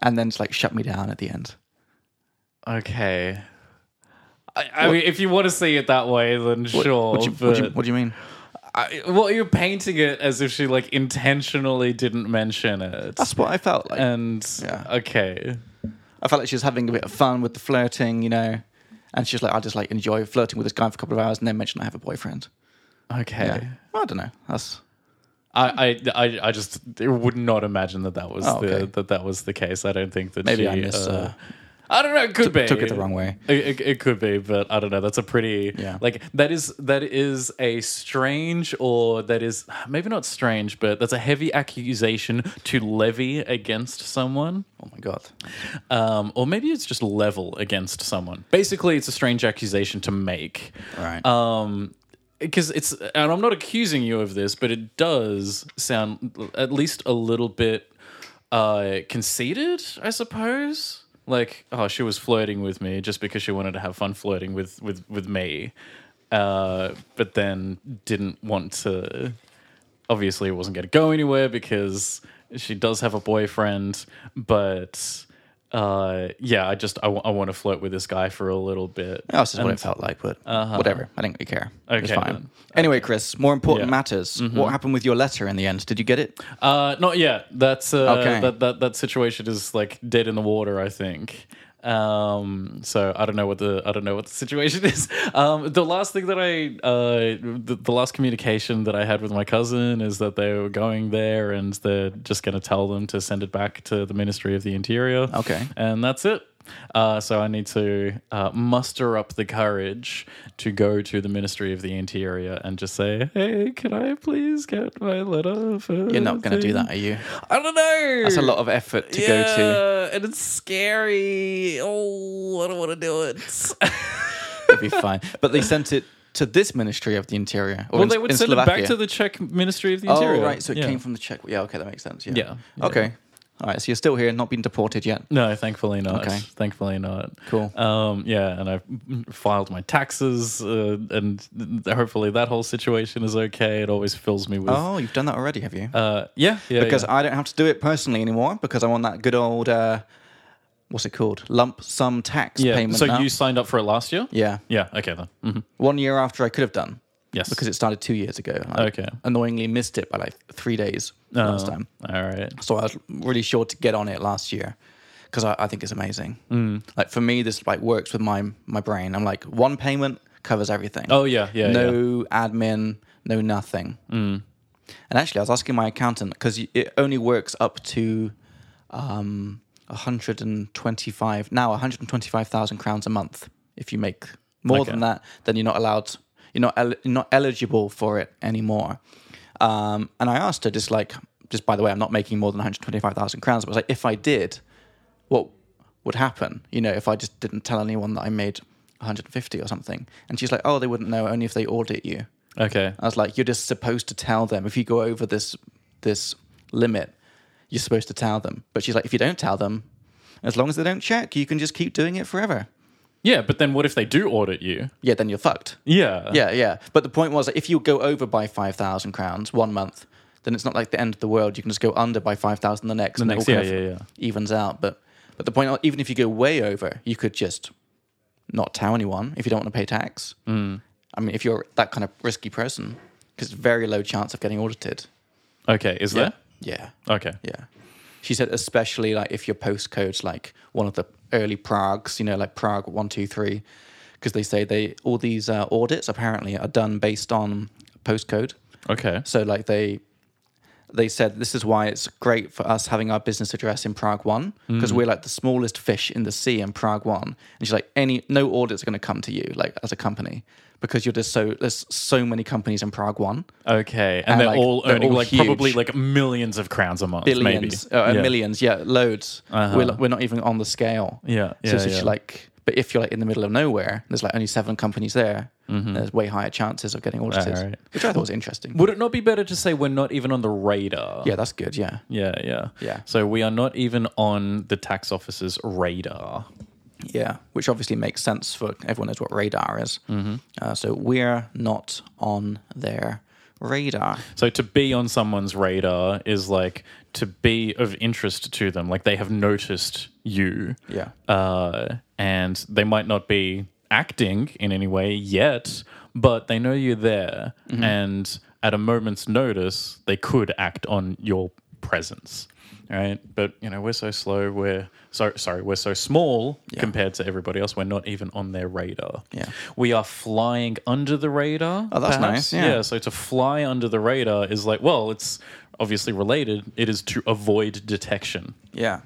Speaker 1: and then just like shut me down at the end.
Speaker 2: Okay. I, I mean, if you want to see it that way, then
Speaker 1: What-
Speaker 2: sure.
Speaker 1: What do you,
Speaker 2: but
Speaker 1: what do you, what do you mean?
Speaker 2: I, well, you're painting it as if she like intentionally didn't mention it,
Speaker 1: That's what I felt like.
Speaker 2: and
Speaker 1: Yeah.
Speaker 2: okay,
Speaker 1: I felt like she was having a bit of fun with the flirting, you know. And she's like, I just like enjoy flirting with this guy for a couple of hours and then mention I have a boyfriend.
Speaker 2: okay.
Speaker 1: Yeah. Well, I don't know. That's
Speaker 2: I, I, I, I just would not imagine that that was
Speaker 1: Oh, okay.
Speaker 2: the, that that was the case. I don't think that
Speaker 1: maybe
Speaker 2: she,
Speaker 1: I miss uh,
Speaker 2: I don't know. It could be
Speaker 1: took it the wrong way.
Speaker 2: It, it, it could be, but I don't know. That's a pretty
Speaker 1: Yeah.
Speaker 2: like that is that is a strange or that is maybe not strange, but that's a heavy accusation to levy against someone,
Speaker 1: Oh my god.
Speaker 2: um, or maybe it's just level against someone. Basically, it's a strange accusation to make
Speaker 1: Right.
Speaker 2: um because it's and i'm not accusing you of this but it does sound at least a little bit uh conceited i suppose like oh she was flirting with me just because she wanted to have fun flirting with with with me uh but then didn't want to obviously it wasn't going to go anywhere because she does have a boyfriend but uh yeah i just i, w- I want to flirt with this guy for a little bit
Speaker 1: That's just what it felt like, but whatever. I didn't really care. it was
Speaker 2: Uh-huh. Okay,
Speaker 1: fine.
Speaker 2: then.
Speaker 1: Anyway, Chris, more important
Speaker 2: Yeah. Mm-hmm.
Speaker 1: matters. What happened with your letter in the end? Did you get it?
Speaker 2: Uh, not yet. That's uh,
Speaker 1: Okay.
Speaker 2: that, that that situation is like dead in the water. I think. Um, so I don't know what the I don't know what the *laughs* situation is. Um, the last thing that I uh, the, the last communication that I had with my cousin is that they were going there and they're just going to tell them to send it back to the Ministry of the Interior.
Speaker 1: Okay.
Speaker 2: and that's it. Uh, so I need to uh, muster up the courage to go to the Ministry of the Interior and just say, "Hey, can I please get my letter?" For
Speaker 1: You're not going to do that, are you?
Speaker 2: I don't know.
Speaker 1: That's a lot of effort to go to.
Speaker 2: and it's scary. Oh, I don't want to do it.
Speaker 1: It'd be fine. But they sent it to this Ministry of the Interior. Or
Speaker 2: *laughs* well,
Speaker 1: in,
Speaker 2: they would
Speaker 1: in
Speaker 2: send
Speaker 1: Slovakia.
Speaker 2: it back to the Czech Ministry of the
Speaker 1: Oh,
Speaker 2: Interior.
Speaker 1: right. So it
Speaker 2: Yeah.
Speaker 1: came from the Czech. Yeah, okay, that makes sense. Yeah.
Speaker 2: Yeah, yeah.
Speaker 1: Okay. All right. So you're still here, not been deported yet.
Speaker 2: No, thankfully not.
Speaker 1: Okay.
Speaker 2: Thankfully not.
Speaker 1: Cool.
Speaker 2: Um, yeah, and I filed my taxes, uh, and th- hopefully that whole situation is okay. It always fills me with.
Speaker 1: Oh, you've done that already, have you?
Speaker 2: Uh, yeah, yeah.
Speaker 1: because
Speaker 2: yeah.
Speaker 1: I don't have to do it personally anymore because I'm on that good old uh, what's it called? Lump sum tax
Speaker 2: Yeah.
Speaker 1: payment.
Speaker 2: so
Speaker 1: now.
Speaker 2: you signed up for it last year?
Speaker 1: yeah,
Speaker 2: Yeah. Okay then. hmm
Speaker 1: one year after I could have done
Speaker 2: Yes.
Speaker 1: because it started two years ago. I
Speaker 2: Okay.
Speaker 1: annoyingly missed it by like three days last
Speaker 2: Oh,
Speaker 1: time.
Speaker 2: All right.
Speaker 1: So I was really sure to get on it last year because I, I think it's amazing. Mm. Like for me, this like works with my my brain. I'm like one payment covers everything.
Speaker 2: Oh yeah. Yeah. Mm. yeah.
Speaker 1: no admin, no nothing. And actually, I was asking my accountant because it only works up to um, 125 now 125,000 crowns a month. If you make more
Speaker 2: Okay.
Speaker 1: than that, then you're not allowed. You're not el- you're not eligible for it anymore. Um, and I asked her just like just by the way, I'm not making more than 125,000 crowns. But I was like, if I did, what would happen, you know, if I just didn't tell anyone that I made 150 or something. And she's like, oh, they wouldn't know, only if they audit you.
Speaker 2: Okay.
Speaker 1: I was like, you're just supposed to tell them if you go over this this limit, you're supposed to tell them. But she's like, if you don't tell them, as long as they don't check, you can just keep doing it forever.
Speaker 2: Yeah, but then what if they do audit you?
Speaker 1: Yeah, then you're fucked.
Speaker 2: Yeah.
Speaker 1: Yeah, yeah. But the point was, that if you go over by five thousand crowns one month, then it's not like the end of the world. You can just go under by five thousand the next. The
Speaker 2: next, yeah, yeah, yeah.
Speaker 1: evens out. But but the point, even if you go way over, you could just not tell anyone if you don't want to pay tax.
Speaker 2: Hmm.
Speaker 1: Mm. I mean, if you're that kind of risky person, because very low chance of getting audited.
Speaker 2: Okay. Is
Speaker 1: Yeah,
Speaker 2: there? Okay.
Speaker 1: yeah. She said, especially like if your postcode's like one of the early Pragues, you know, like Prague one two three, because they say they all these uh, audits apparently are done based on postcode.
Speaker 2: Okay.
Speaker 1: So like they they said this is why it's great for us having our business address in Prague one because we're like the smallest fish in the sea in Prague one. And she's like, any no audits are going to come to you like as a company because you're just so there's so many companies in Prague one.
Speaker 2: Okay. And,
Speaker 1: And,
Speaker 2: they're
Speaker 1: like,
Speaker 2: all
Speaker 1: they're
Speaker 2: earning
Speaker 1: all
Speaker 2: like probably
Speaker 1: huge.
Speaker 2: like millions of crowns a month.
Speaker 1: billions,
Speaker 2: Maybe.
Speaker 1: uh, uh,
Speaker 2: yeah.
Speaker 1: millions, yeah, loads.
Speaker 2: Uh-huh.
Speaker 1: We're, we're not even on the scale.
Speaker 2: Yeah.
Speaker 1: So
Speaker 2: yeah,
Speaker 1: it's just
Speaker 2: yeah.
Speaker 1: like, but if you're like in the middle of nowhere, there's like only seven companies there. There's way higher chances of getting audited,
Speaker 2: Mm-hmm. All right.
Speaker 1: which I thought was interesting.
Speaker 2: Would it not be better to say we're not even on the radar?
Speaker 1: yeah, that's good. Yeah,
Speaker 2: Yeah, yeah.
Speaker 1: Yeah.
Speaker 2: So we are not even on the tax officer's radar.
Speaker 1: yeah, which obviously makes sense for everyone knows what radar is.
Speaker 2: Mm-hmm.
Speaker 1: Uh, so we're not on their radar.
Speaker 2: So to be on someone's radar is like to be of interest to them. Like they have noticed you.
Speaker 1: Yeah.
Speaker 2: Uh, and they might not be acting in any way yet, but they know you're there.
Speaker 1: Mm-hmm.
Speaker 2: And at a moment's notice, they could act on your presence. Right. But, you know, we're so slow. We're so, sorry, we're so small compared to everybody else. We're not even on their radar.
Speaker 1: Yeah.
Speaker 2: We are flying under the radar.
Speaker 1: Oh, that's nice,
Speaker 2: perhaps.
Speaker 1: yeah.
Speaker 2: So to fly under the radar is like, well, it's obviously related. It is to avoid detection.
Speaker 1: Yeah.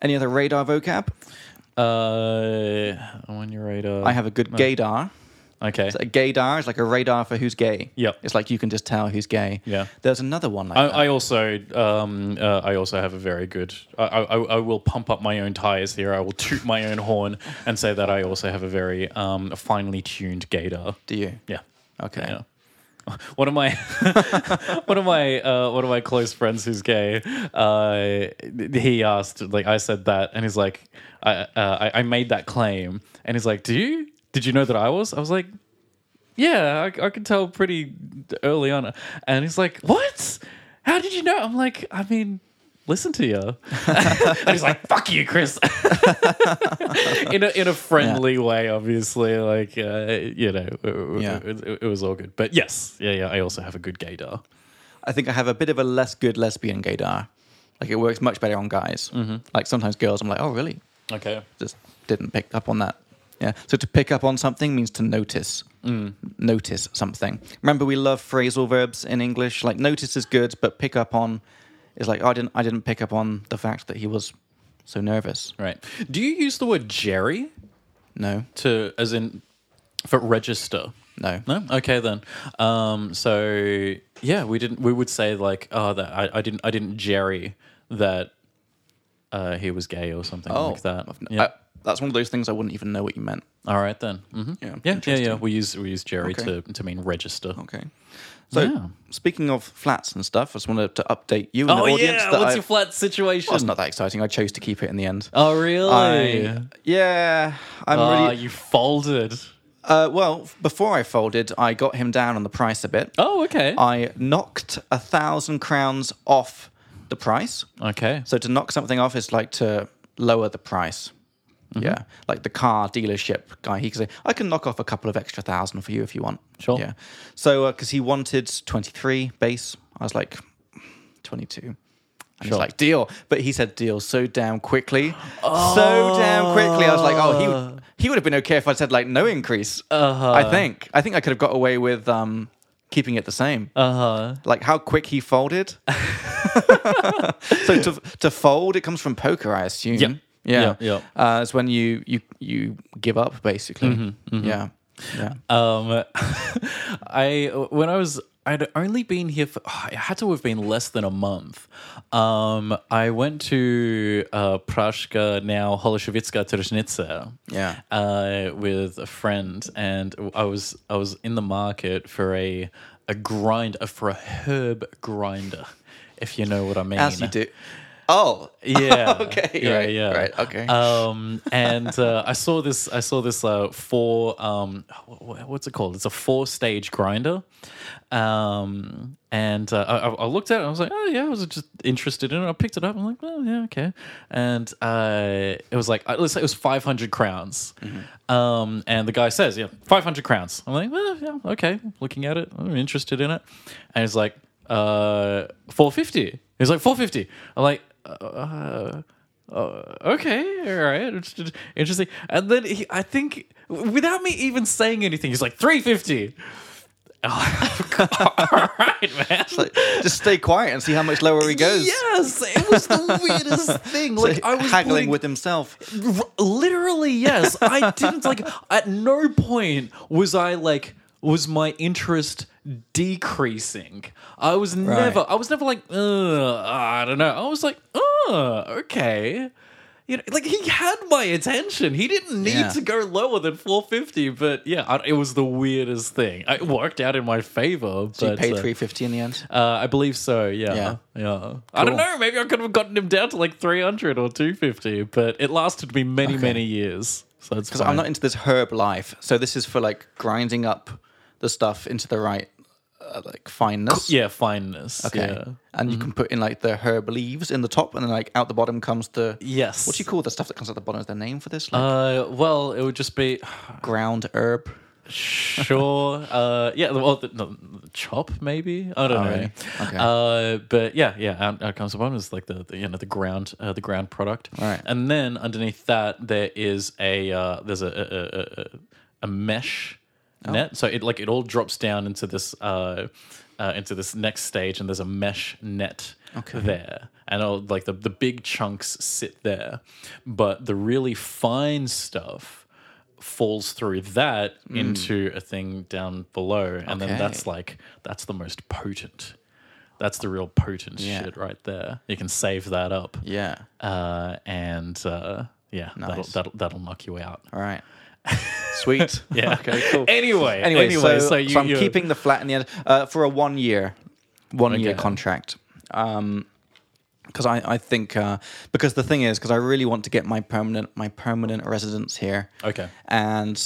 Speaker 1: Any other radar vocab?
Speaker 2: Uh, I'm on your radar.
Speaker 1: I have a good gaydar.
Speaker 2: Okay.
Speaker 1: A gaydar is like a radar for who's gay.
Speaker 2: Yep.
Speaker 1: It's like you can just tell who's gay.
Speaker 2: Yeah.
Speaker 1: There's another one like
Speaker 2: I,
Speaker 1: that.
Speaker 2: I also, um, uh, I also have a very good. I, I, I will pump up my own tires here. I will toot my own horn and say that I also have a very um, finely tuned gator.
Speaker 1: Do you?
Speaker 2: Yeah.
Speaker 1: Okay.
Speaker 2: Yeah. One of my *laughs* one of my uh, one of my close friends who's gay, uh, he asked like I said that, and he's like, I, uh, I I made that claim, and he's like, do you did you know that I was? I was like, yeah, I, I could tell pretty early on, and he's like, what? How did you know? I'm like, I mean, listen to you. *laughs* and he's like, fuck you, Chris. *laughs* in a in a friendly way, obviously. Like uh, you know,
Speaker 1: Yeah.
Speaker 2: yeah. it, it- it was all good. But yes, yeah, yeah. I also have a good gaydar.
Speaker 1: I think I have a bit of a less good lesbian gaydar. Like it works much better on guys.
Speaker 2: Mm-hmm.
Speaker 1: Like sometimes girls, I'm like, oh really?
Speaker 2: Okay.
Speaker 1: Just didn't pick up on that. Yeah. So to pick up on something means to notice.
Speaker 2: Mm.
Speaker 1: Notice something. Remember, we love phrasal verbs in English. Like notice is good, but pick up on is like oh, I didn't. I didn't pick up on the fact that he was so nervous.
Speaker 2: Right. Do you use the word Jerry
Speaker 1: No,
Speaker 2: to as in for register?
Speaker 1: no.
Speaker 2: No. Okay then. Um. So yeah, we didn't. We would say like, oh, that I, I didn't. I didn't Jerry that. Uh, he was gay or something like that.
Speaker 1: Oh, I've-
Speaker 2: Yeah.
Speaker 1: I- that's one of those things I wouldn't even know what you meant.
Speaker 2: All right then. hmm
Speaker 1: Yeah,
Speaker 2: Yeah. Yeah. Yeah.
Speaker 1: interesting.
Speaker 2: We use we use Jerry
Speaker 1: Okay. Oh,
Speaker 2: to, to mean register.
Speaker 1: Okay. So
Speaker 2: Yeah.
Speaker 1: speaking of flats and stuff, I just wanted to update you
Speaker 2: Oh,
Speaker 1: and the audience that I,
Speaker 2: flat situation?
Speaker 1: Well, it's not that exciting. I chose to keep it in the end.
Speaker 2: Oh, really?
Speaker 1: I, yeah, I'm
Speaker 2: Ah,
Speaker 1: really.
Speaker 2: you folded.
Speaker 1: Uh, well, f- before I folded, I got him down on the price a bit.
Speaker 2: Oh, okay.
Speaker 1: I knocked a thousand crowns off the price.
Speaker 2: okay.
Speaker 1: So to knock something off is like to lower the price.
Speaker 2: Mm-hmm.
Speaker 1: Yeah, like the car dealership guy, he could say, "I can knock off a couple of extra thousand for you if you want."
Speaker 2: Sure.
Speaker 1: Yeah. So because he wanted twenty three base, I was like twenty two. And he's
Speaker 2: Sure.
Speaker 1: like, deal. But he said deal so damn
Speaker 2: *gasps*
Speaker 1: quickly. So damn quickly. I was like, oh, he
Speaker 2: Uh.
Speaker 1: would, he would have been okay if I said, like, no increase. Uh-huh. I think. I think I could have got away with um, keeping it the same
Speaker 2: Uh huh.
Speaker 1: like how quick he
Speaker 2: *laughs*
Speaker 1: folded. so to to fold, it comes from poker, I assume.
Speaker 2: Yeah.
Speaker 1: Yeah.
Speaker 2: Yeah,
Speaker 1: Uh, it's when you you you give up basically.
Speaker 2: Mm-hmm,
Speaker 1: Yeah. Yeah.
Speaker 2: Um, *laughs* I when I was I'd only been here for oh, it had to have been less than a month. Um, I went to uh, Prashka now Holoshevitska Tereshnice.
Speaker 1: Yeah.
Speaker 2: uh, with a friend, and I was I was in the market for a a grind uh, for a herb grinder, if you know what I mean. uh,
Speaker 1: As you do. *laughs* Oh. *laughs*
Speaker 2: Yeah.
Speaker 1: Okay,
Speaker 2: Yeah.
Speaker 1: right,
Speaker 2: Yeah.
Speaker 1: right, okay.
Speaker 2: Um, and uh, I saw this. I saw this uh, four. Um, wh- wh- what's it called? It's a four-stage grinder. Um, and uh, I, I- I looked at it. and I was like, oh yeah. I was just interested in it. I picked it up. I'm like, oh yeah, okay. And uh, it was like, uh, let's say it was 500 crowns. Um, and the guy says, yeah, 500 crowns. I'm like, well, yeah, okay. Looking at it, I'm interested in it. And he's like, uh, 450. He's like, 450. I'm like. Uh, uh, okay, all right, it's just interesting. And then he, I think, w- without me even saying anything, he's like three fifty. all right, man.
Speaker 1: Like, just stay quiet and see how much lower he goes.
Speaker 2: Yes, it was the weirdest *laughs* thing. Like I was
Speaker 1: *laughs* haggling
Speaker 2: putting-
Speaker 1: with himself.
Speaker 2: R- *laughs* literally yes i didn't like at no point was i like was my interest decreasing i was never i was never like Ugh, i don't know i was like oh okay you know, like he had my attention. He didn't need
Speaker 1: Yeah.
Speaker 2: to go lower than 450, but yeah, I, it was the weirdest thing. It worked out in my favor.
Speaker 1: So you
Speaker 2: but,
Speaker 1: paid
Speaker 2: uh,
Speaker 1: three fifty in the end.
Speaker 2: uh, I believe so. Yeah,
Speaker 1: Yeah.
Speaker 2: yeah. I
Speaker 1: Cool.
Speaker 2: don't know. Maybe I could have gotten him down to like three hundred or two fifty, but it lasted me many, many years. So it's
Speaker 1: Because
Speaker 2: fine.
Speaker 1: I'm not into this herb life, so this is for like grinding up the stuff into the right uh, like fineness.
Speaker 2: yeah, fineness.
Speaker 1: Okay.
Speaker 2: Yeah. Mm-hmm.
Speaker 1: And you can put in like the herb leaves in the top, and then like out the bottom comes the
Speaker 2: Yes.
Speaker 1: What do you call the stuff that comes out the bottom? Is there a name for this? Like
Speaker 2: Uh, well, it would just be *sighs*
Speaker 1: ground herb.
Speaker 2: sure. uh, yeah. Well, the, no, chop maybe. I don't know.
Speaker 1: Oh, really? Okay.
Speaker 2: Uh, but yeah, yeah. Out, out comes the bottom is like the, the you know the ground uh, the ground product.
Speaker 1: Right.
Speaker 2: And then underneath that there is a uh, there's a a, a, a, a mesh
Speaker 1: Oh.
Speaker 2: net. So it like it all drops down into this uh, uh, into this next stage, and there's a mesh net there. And all, like the the big chunks sit there, but the really fine stuff falls through that into a thing down below, and
Speaker 1: Hmm. Okay.
Speaker 2: then that's like that's the most potent. That's the real potent
Speaker 1: Yeah.
Speaker 2: shit right there. You can save that up
Speaker 1: Yeah.
Speaker 2: uh, and uh, yeah, that'll,
Speaker 1: Nice.
Speaker 2: that'll that'll knock you out.
Speaker 1: All right. *laughs* Sweet.
Speaker 2: *laughs* Yeah.
Speaker 1: Okay. Cool.
Speaker 2: Anyway,
Speaker 1: Anyway,
Speaker 2: anyway, so,
Speaker 1: so,
Speaker 2: you,
Speaker 1: so I'm
Speaker 2: you-
Speaker 1: keeping the flat in the end uh, for a one year, one year
Speaker 2: Okay.
Speaker 1: contract. Um, because I, I think uh, because the thing is because I really want to get my permanent my permanent residence here.
Speaker 2: Okay.
Speaker 1: And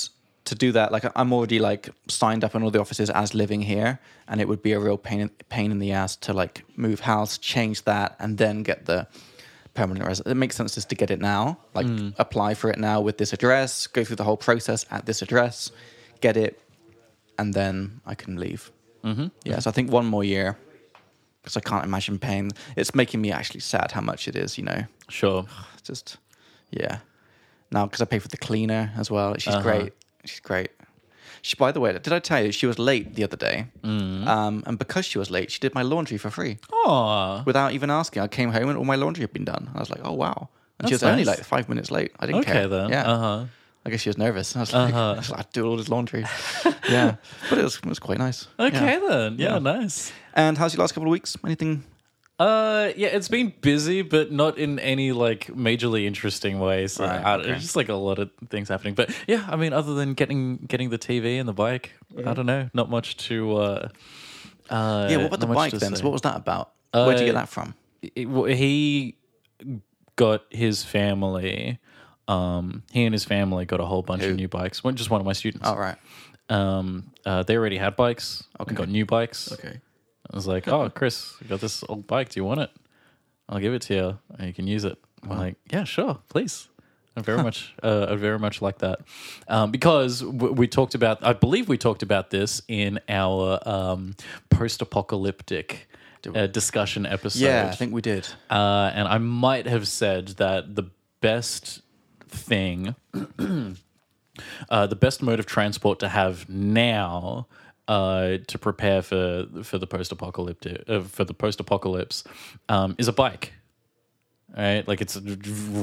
Speaker 1: to do that, like I'm already like signed up in all the offices as living here, and it would be a real pain pain in the ass to like move house, change that, and then get the permanent residence. It makes sense just to get it now, like apply for it now with this address, go through the whole process at this address, get it, and then I can leave. Mm-hmm. Yeah, so I think one more year because I can't imagine paying. It's making me actually sad how much it is. You know,
Speaker 2: sure.
Speaker 1: it's just yeah. Now because I pay for the cleaner as well. She's
Speaker 2: Uh-huh.
Speaker 1: great. She's great. She, by the way, did I tell you she was late the other day? Um, and because she was late, she did my laundry for free
Speaker 2: Mm. Oh,
Speaker 1: without even asking. I came home and all my laundry had been done. I was like, oh wow. And she was
Speaker 2: That's
Speaker 1: only
Speaker 2: nice.
Speaker 1: like five minutes late. I didn't
Speaker 2: okay
Speaker 1: care.
Speaker 2: then. Uh-huh.
Speaker 1: Yeah.
Speaker 2: Uh huh.
Speaker 1: I guess she was nervous. I was like, *laughs* I was like, I do all this
Speaker 2: *laughs*
Speaker 1: laundry. yeah. But it was, it was quite nice. Yeah.
Speaker 2: Okay then. Yeah, nice.
Speaker 1: And how's your last couple of weeks? Anything?
Speaker 2: Uh, yeah, it's been busy, but not in any like majorly interesting way. So
Speaker 1: Right,
Speaker 2: I don't-
Speaker 1: okay.
Speaker 2: it's just like a lot of things happening. But yeah, I mean, other than getting getting the TV and the bike, I don't know, not much to. uh uh,
Speaker 1: Mm-hmm. Yeah. What about
Speaker 2: not
Speaker 1: the
Speaker 2: much
Speaker 1: bike
Speaker 2: to
Speaker 1: then?
Speaker 2: say.
Speaker 1: So what was that about? Where'd you get
Speaker 2: Uh,
Speaker 1: that from?
Speaker 2: it- well, he got his family um he and his family got a whole bunch of new bikes one just one of my students
Speaker 1: All Oh, right.
Speaker 2: um uh, they already had bikes okay got new bikes
Speaker 1: Okay.
Speaker 2: i was like oh chris I got this old bike do you want it i'll give it to you and you can use it I'm like, yeah, sure, please. I very much, *laughs* uh, I very much like that, um, because w- we talked about. I believe we talked about this in our um, post-apocalyptic uh, discussion episode.
Speaker 1: Yeah, I think we did.
Speaker 2: Uh, and I might have said that the best thing, *clears throat* uh, the best mode of transport to have now uh, to prepare for for the post apocalyptic uh, for the post apocalypse um, is a bike. Right, like it's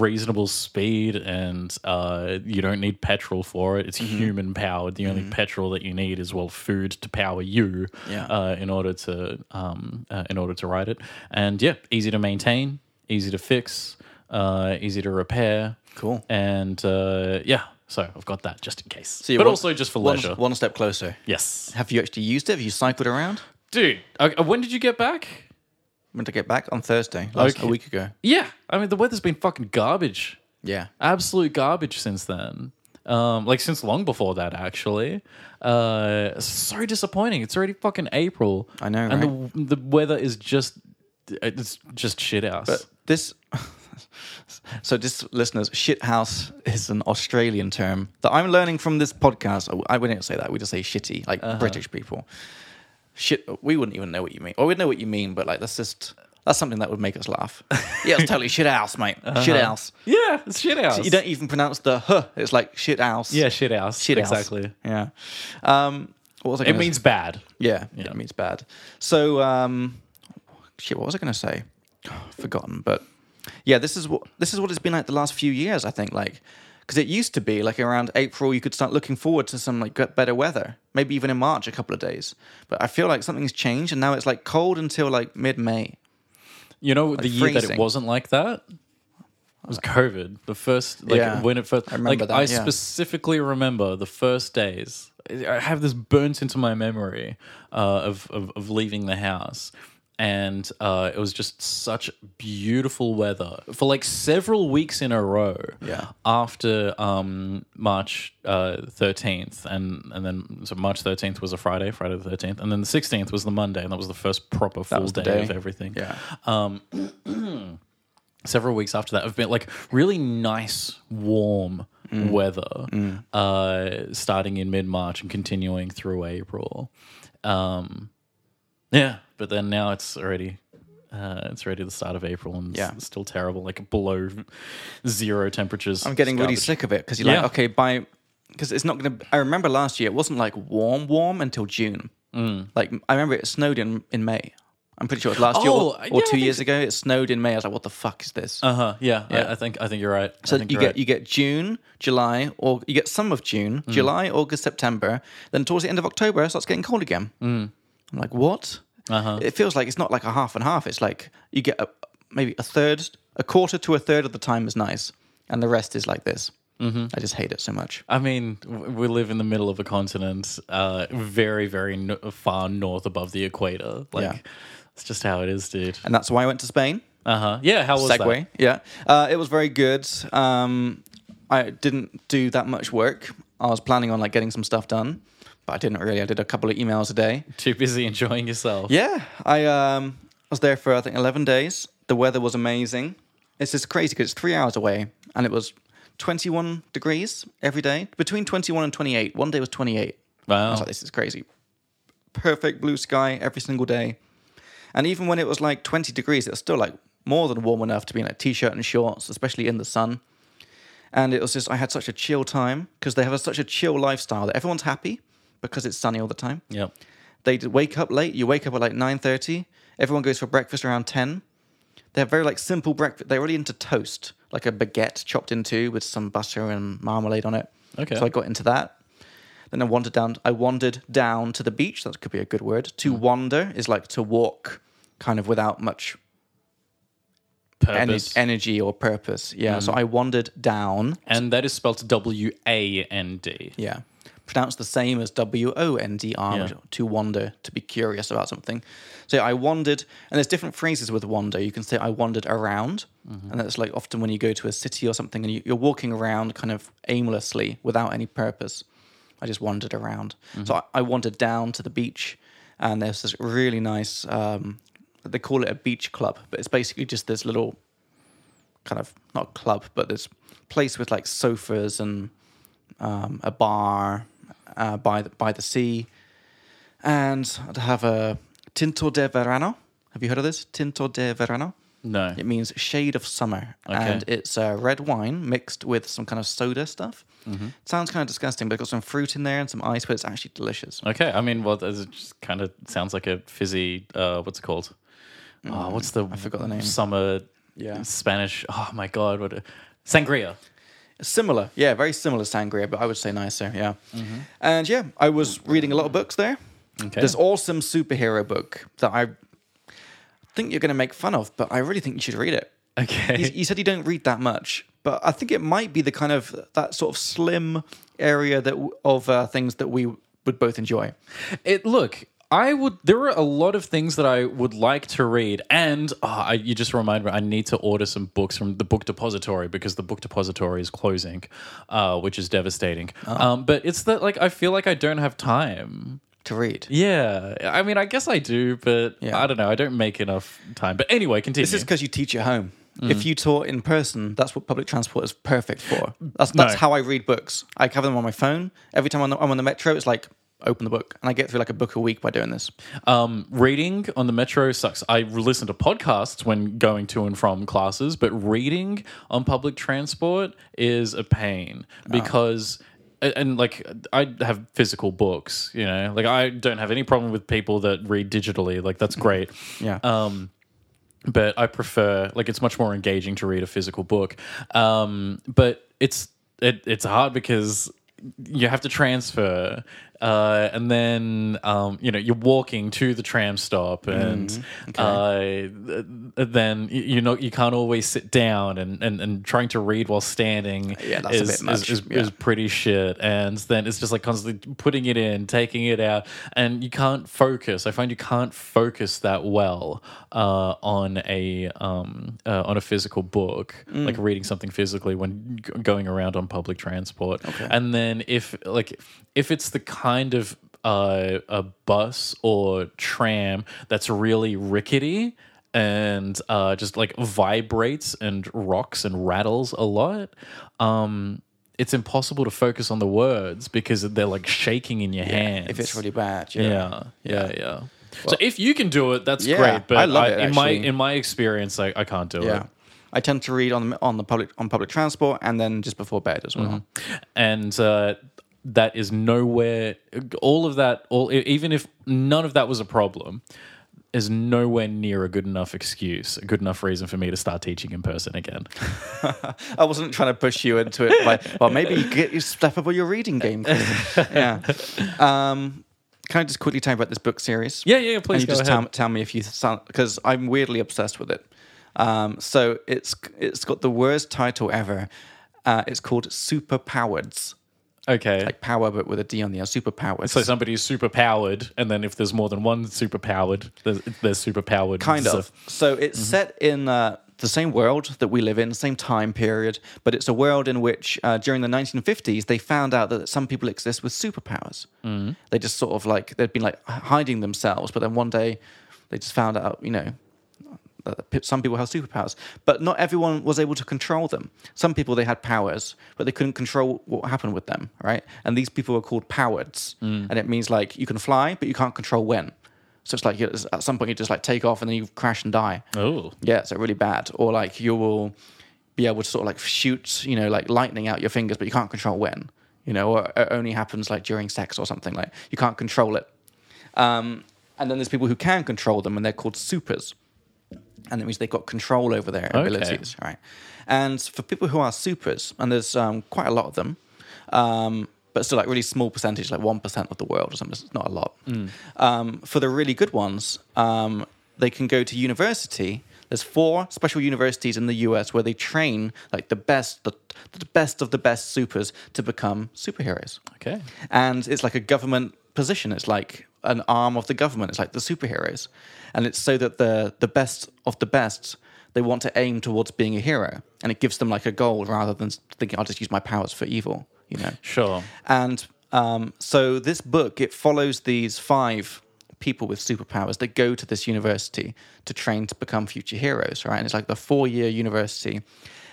Speaker 2: reasonable speed, and uh, you don't need petrol for it. It's human powered. The only petrol that you need is well, food to power you
Speaker 1: Yeah.
Speaker 2: uh, in order to um, uh, in order to ride it. And yeah, easy to maintain, easy to fix, uh, easy to repair.
Speaker 1: Cool.
Speaker 2: And uh, yeah, so I've got that just in case,
Speaker 1: you're
Speaker 2: but
Speaker 1: one-
Speaker 2: also just for
Speaker 1: one,
Speaker 2: leisure.
Speaker 1: One step closer.
Speaker 2: Yes,
Speaker 1: Have you actually used it? Have you cycled around?
Speaker 2: dude. Uh, when did you get back?
Speaker 1: Meant to get back on Thursday, last,
Speaker 2: Okay.
Speaker 1: a week ago.
Speaker 2: Yeah, I mean the weather's been fucking garbage.
Speaker 1: Yeah.
Speaker 2: absolute garbage since then. Um, like since long before that, actually. Uh, so disappointing. It's already fucking April.
Speaker 1: I know,
Speaker 2: and the the weather is just it's just shit house.
Speaker 1: But this, *laughs* so just listeners, shithouse is an Australian term that I'm learning from this podcast. Oh, I we didn't say that. We just say shitty, like
Speaker 2: Uh-huh.
Speaker 1: British people. Shit, we wouldn't even know what you mean. Or we'd know what you mean, but like that's just that's something that would make us
Speaker 2: *laughs*
Speaker 1: laugh. yeah, it's totally shithouse, mate.
Speaker 2: Uh-huh.
Speaker 1: Shithouse.
Speaker 2: yeah, it's shit house.
Speaker 1: You don't even pronounce the huh. It's like shithouse.
Speaker 2: yeah, shit house.
Speaker 1: shithouse.
Speaker 2: exactly.
Speaker 1: Yeah. Um, what was I
Speaker 2: It
Speaker 1: gonna
Speaker 2: means bad.
Speaker 1: yeah, it means bad. So, um, shit. What was I going to say? *sighs* Forgotten. But yeah, this is what this is what it's been like the last few years. I think like because it used to be like around April, you could start looking forward to some like get better weather. Maybe even in March, a couple of days. But I feel like something's changed, and now it's like cold until like mid May.
Speaker 2: You know, the year that it
Speaker 1: freezing.
Speaker 2: wasn't like that was COVID. The first, like
Speaker 1: Yeah,
Speaker 2: when it first,
Speaker 1: I remember
Speaker 2: like
Speaker 1: that,
Speaker 2: I
Speaker 1: yeah.
Speaker 2: specifically remember the first days. I have this burnt into my memory uh, of, of of leaving the house, and uh, it was just such beautiful weather for like several weeks in a row.
Speaker 1: Yeah.
Speaker 2: After um, March uh, thirteenth, and and then so March thirteenth was a Friday, Friday the thirteenth, and then the sixteenth was the Monday, and that was the first proper full
Speaker 1: was
Speaker 2: day,
Speaker 1: the
Speaker 2: of
Speaker 1: day.
Speaker 2: everything
Speaker 1: Yeah.
Speaker 2: several weeks after that have been like really nice warm
Speaker 1: Mm.
Speaker 2: weather uh starting in mid-march and continuing through april um yeah but then now it's already uh, it's already the start of April and it's
Speaker 1: Yeah.
Speaker 2: still terrible, like below zero temperatures.
Speaker 1: I'm getting really
Speaker 2: Garbage.
Speaker 1: sick of it because you're
Speaker 2: Yeah.
Speaker 1: like, okay, by because it's not going to. I remember last year it wasn't like warm, warm until June.
Speaker 2: Mm.
Speaker 1: Like I remember it snowed in in May. I'm pretty sure it was last year
Speaker 2: Oh,
Speaker 1: or,
Speaker 2: yeah,
Speaker 1: or
Speaker 2: I
Speaker 1: two
Speaker 2: think
Speaker 1: years ago. It snowed in May. I was like, what the fuck is this?
Speaker 2: Uh-huh. Yeah, I, I think I think you're right. Mm.
Speaker 1: so
Speaker 2: I think
Speaker 1: you
Speaker 2: you're
Speaker 1: get you get June, July, or you get some of June, July, August, September. Then towards the end of October, it starts getting cold again. I'm like, what?
Speaker 2: Mm. Uh-huh.
Speaker 1: It feels like it's not like a half and half. It's like you get a, maybe a third, a quarter to a third of the time is nice, and the rest is like this. Mm-hmm. I just hate it so much.
Speaker 2: I mean, w- we live in the middle of a continent, uh, very, very no- far north above the equator. Like,
Speaker 1: Yeah.
Speaker 2: it's just how it is, dude.
Speaker 1: and that's why I went to Spain.
Speaker 2: Uh huh. Yeah. How was
Speaker 1: Segway, yeah. Uh, it was very good. Um, I didn't do that much work. I was planning on like getting some stuff done, but I didn't really. I did a couple of emails a day.
Speaker 2: that? Too busy enjoying yourself.
Speaker 1: Yeah, I um, was there for I think eleven days. The weather was amazing. It's just crazy because it's three hours away, and it was twenty-one degrees every day, between twenty-one and twenty-eight. One day was twenty-eight. I
Speaker 2: Wow.
Speaker 1: was like, this is crazy. Perfect blue sky every single day. And even when it was like 20 degrees, it was still like more than warm enough to be in like t shirt and shorts, especially in the sun. And it was just, I had such a chill time because they have a, such a chill lifestyle that everyone's happy because it's sunny all the time.
Speaker 2: Yep.
Speaker 1: They d- wake up late. You wake up at like 9.30. Everyone goes for breakfast around 10. They're very like simple breakfast. They're really into toast, like a baguette chopped into with some butter and marmalade on it.
Speaker 2: Okay.
Speaker 1: So I got into that. Then I wandered down. I wandered down to the beach. That could be a good word. To
Speaker 2: Mm.
Speaker 1: wander is like to walk, kind of without much ener-
Speaker 2: Purpose. Mm.
Speaker 1: energy or purpose. Yeah. So I wandered down.
Speaker 2: and that is spelled W A N D.
Speaker 1: Yeah. Pronounced the same as W O N D R,
Speaker 2: Yeah.
Speaker 1: which- to wander, to be curious about something. So I wandered, and there's different phrases with wander. You can say I wandered around, and that's like often when you go to a city or something and you, you're walking around kind of aimlessly without any purpose. I just wandered around. So I, I wandered down to the beach, and there's this really nice, um, they call it a beach club, but it's basically just this little kind of not a club, but this place with like sofas and um, a bar uh, by the by the sea, and I'd have a Tinto de Verano. Have you heard of this Tinto de Verano?
Speaker 2: No.
Speaker 1: It means shade of summer, and it's uh, red wine mixed with some kind of soda stuff. Sounds kind of disgusting, but it's got some fruit in there and some ice, but it's actually delicious.
Speaker 2: Okay. I mean, well, there's- it just kind of sounds like a fizzy. Uh, what's it called? oh, what's the? I
Speaker 1: Mm, forgot the name.
Speaker 2: Summer.
Speaker 1: Yeah.
Speaker 2: Spanish. Oh my god. What? A, sangria.
Speaker 1: Similar, yeah, very similar to sangria, but I would say nicer, yeah. And yeah, I was reading a lot of books there.
Speaker 2: Mm-hmm. Okay.
Speaker 1: This awesome superhero book that I think you're going to make fun of, but I really think you should read it.
Speaker 2: Okay.
Speaker 1: You, you said you don't read that much, but I think it might be the kind of that sort of slim area that w- of uh, things that we would both enjoy.
Speaker 2: It look, I would. There are a lot of things that I would like to read, and ah, I, you just remind me. I need to order some books from the book depository because the book depository is closing, uh, which is devastating.
Speaker 1: Oh.
Speaker 2: Um, but it's that like I feel like I don't have time.
Speaker 1: To read,
Speaker 2: Yeah, I mean, I guess I do, but
Speaker 1: Yeah.
Speaker 2: I don't know. I don't make enough time. But anyway, continue.
Speaker 1: This is because you teach at home. If you taught in person, that's what public transport is perfect for. That's, that's
Speaker 2: No.
Speaker 1: how I read books. I cover them on my phone. Every time I'm on, the, I'm on the metro, it's like, open the book. And I get through like a book a week by doing this.
Speaker 2: Um, reading on the metro sucks. I listen to podcasts when going to and from classes, but reading on public transport is a pain because. and- And like, I have physical books, you know. Like, I don't have any problem with people that read digitally. Like, that's great.
Speaker 1: Yeah.
Speaker 2: Um, but I prefer like it's much more engaging to read a physical book. Um, but it's it, it's hard because you have to transfer, uh, and then um, you know you're walking to the tram stop,
Speaker 1: Mm-hmm.
Speaker 2: and uh, th- then you, you know you can't always sit down, and, and, and trying to read while standing
Speaker 1: Yeah, that's a
Speaker 2: is,
Speaker 1: bit much,
Speaker 2: is, is,
Speaker 1: yeah.
Speaker 2: is pretty shit. And then it's just like constantly putting it in, taking it out, and you can't focus. I find you can't focus that well uh, on a um, uh, on a physical book, like reading something physically when g- going around on public transport. And then if like if it's the kind of uh, a bus or tram that's really rickety and uh, just like vibrates and rocks and rattles a lot. Um, it's impossible to focus on the words because they're like shaking in your hands.
Speaker 1: If it's really bad. Yeah.
Speaker 2: yeah, yeah, yeah. so if you can do it, that's
Speaker 1: Yeah,
Speaker 2: great. But
Speaker 1: I love it,
Speaker 2: in my
Speaker 1: actually.
Speaker 2: in my experience, I, I can't do
Speaker 1: Yeah. I tend to read on the, on the public on public transport and then just before bed as well.
Speaker 2: it, and uh, that is nowhere. All of that, all e, even if none of that was a problem, is nowhere near a good enough excuse, a good enough reason for me to start teaching in person again.
Speaker 1: I wasn't trying to push you into it. By, well, maybe you get you step up on your reading
Speaker 2: *laughs*
Speaker 1: game. yeah. Um, can I just quickly tell you about this book series?
Speaker 2: Yeah, yeah,
Speaker 1: And
Speaker 2: please
Speaker 1: you
Speaker 2: go
Speaker 1: just
Speaker 2: ahead.
Speaker 1: Tell, tell me if you sound because I'm weirdly obsessed with it. Um, so it's it's got the worst title ever. Uh, it's called Superpowers,
Speaker 2: Okay.
Speaker 1: like power but with a D on the end. Superpowers.
Speaker 2: so somebody is super powered, and then if there's more than one super powered, there's, there's super powered.
Speaker 1: kind of. So it's set in uh, the same world that we live in, same time period, but it's a world in which uh, during the 1950s they found out that some people exist with superpowers. Mm. They just sort of like they'd been like hiding themselves, but then one day they just found out, you know. That uh, p- some people have superpowers, but not everyone was able to control them. Some people they had powers, but they couldn't control what happened with them, right? And these people were called powards, and it means like you can fly, but you can't control when. So it's like you at some point you just like take off and then you crash and die.
Speaker 2: Oh,
Speaker 1: Yeah, so really bad. Or like you will be able to sort of like shoot, you know, like lightning out your fingers, but you can't control when. You know, or it only happens like during sex or something. Like you can't control it. Um, and then there's people who can control them, and they're called supers. And that means they've got control over their
Speaker 2: Okay.
Speaker 1: abilities, right? And for people who are supers, and there's um, quite a lot of them, um, but still like really small percentage, like one percent of the world or something. It's not a lot. Um, for the really good ones, um, they can go to university. There's four special universities in the U.S. where they train like the best, the, the best of the best supers to become superheroes
Speaker 2: okay.
Speaker 1: and it's like a government position. It's like an arm of the government. It's like the superheroes, and it's so that the the best of the best they want to aim towards being a hero, and it gives them like a goal rather than thinking I'll just use my powers for evil, you know.
Speaker 2: Sure.
Speaker 1: And um, so this book it follows these five people with superpowers that go to this university to train to become future heroes, right? And it's like the four year university.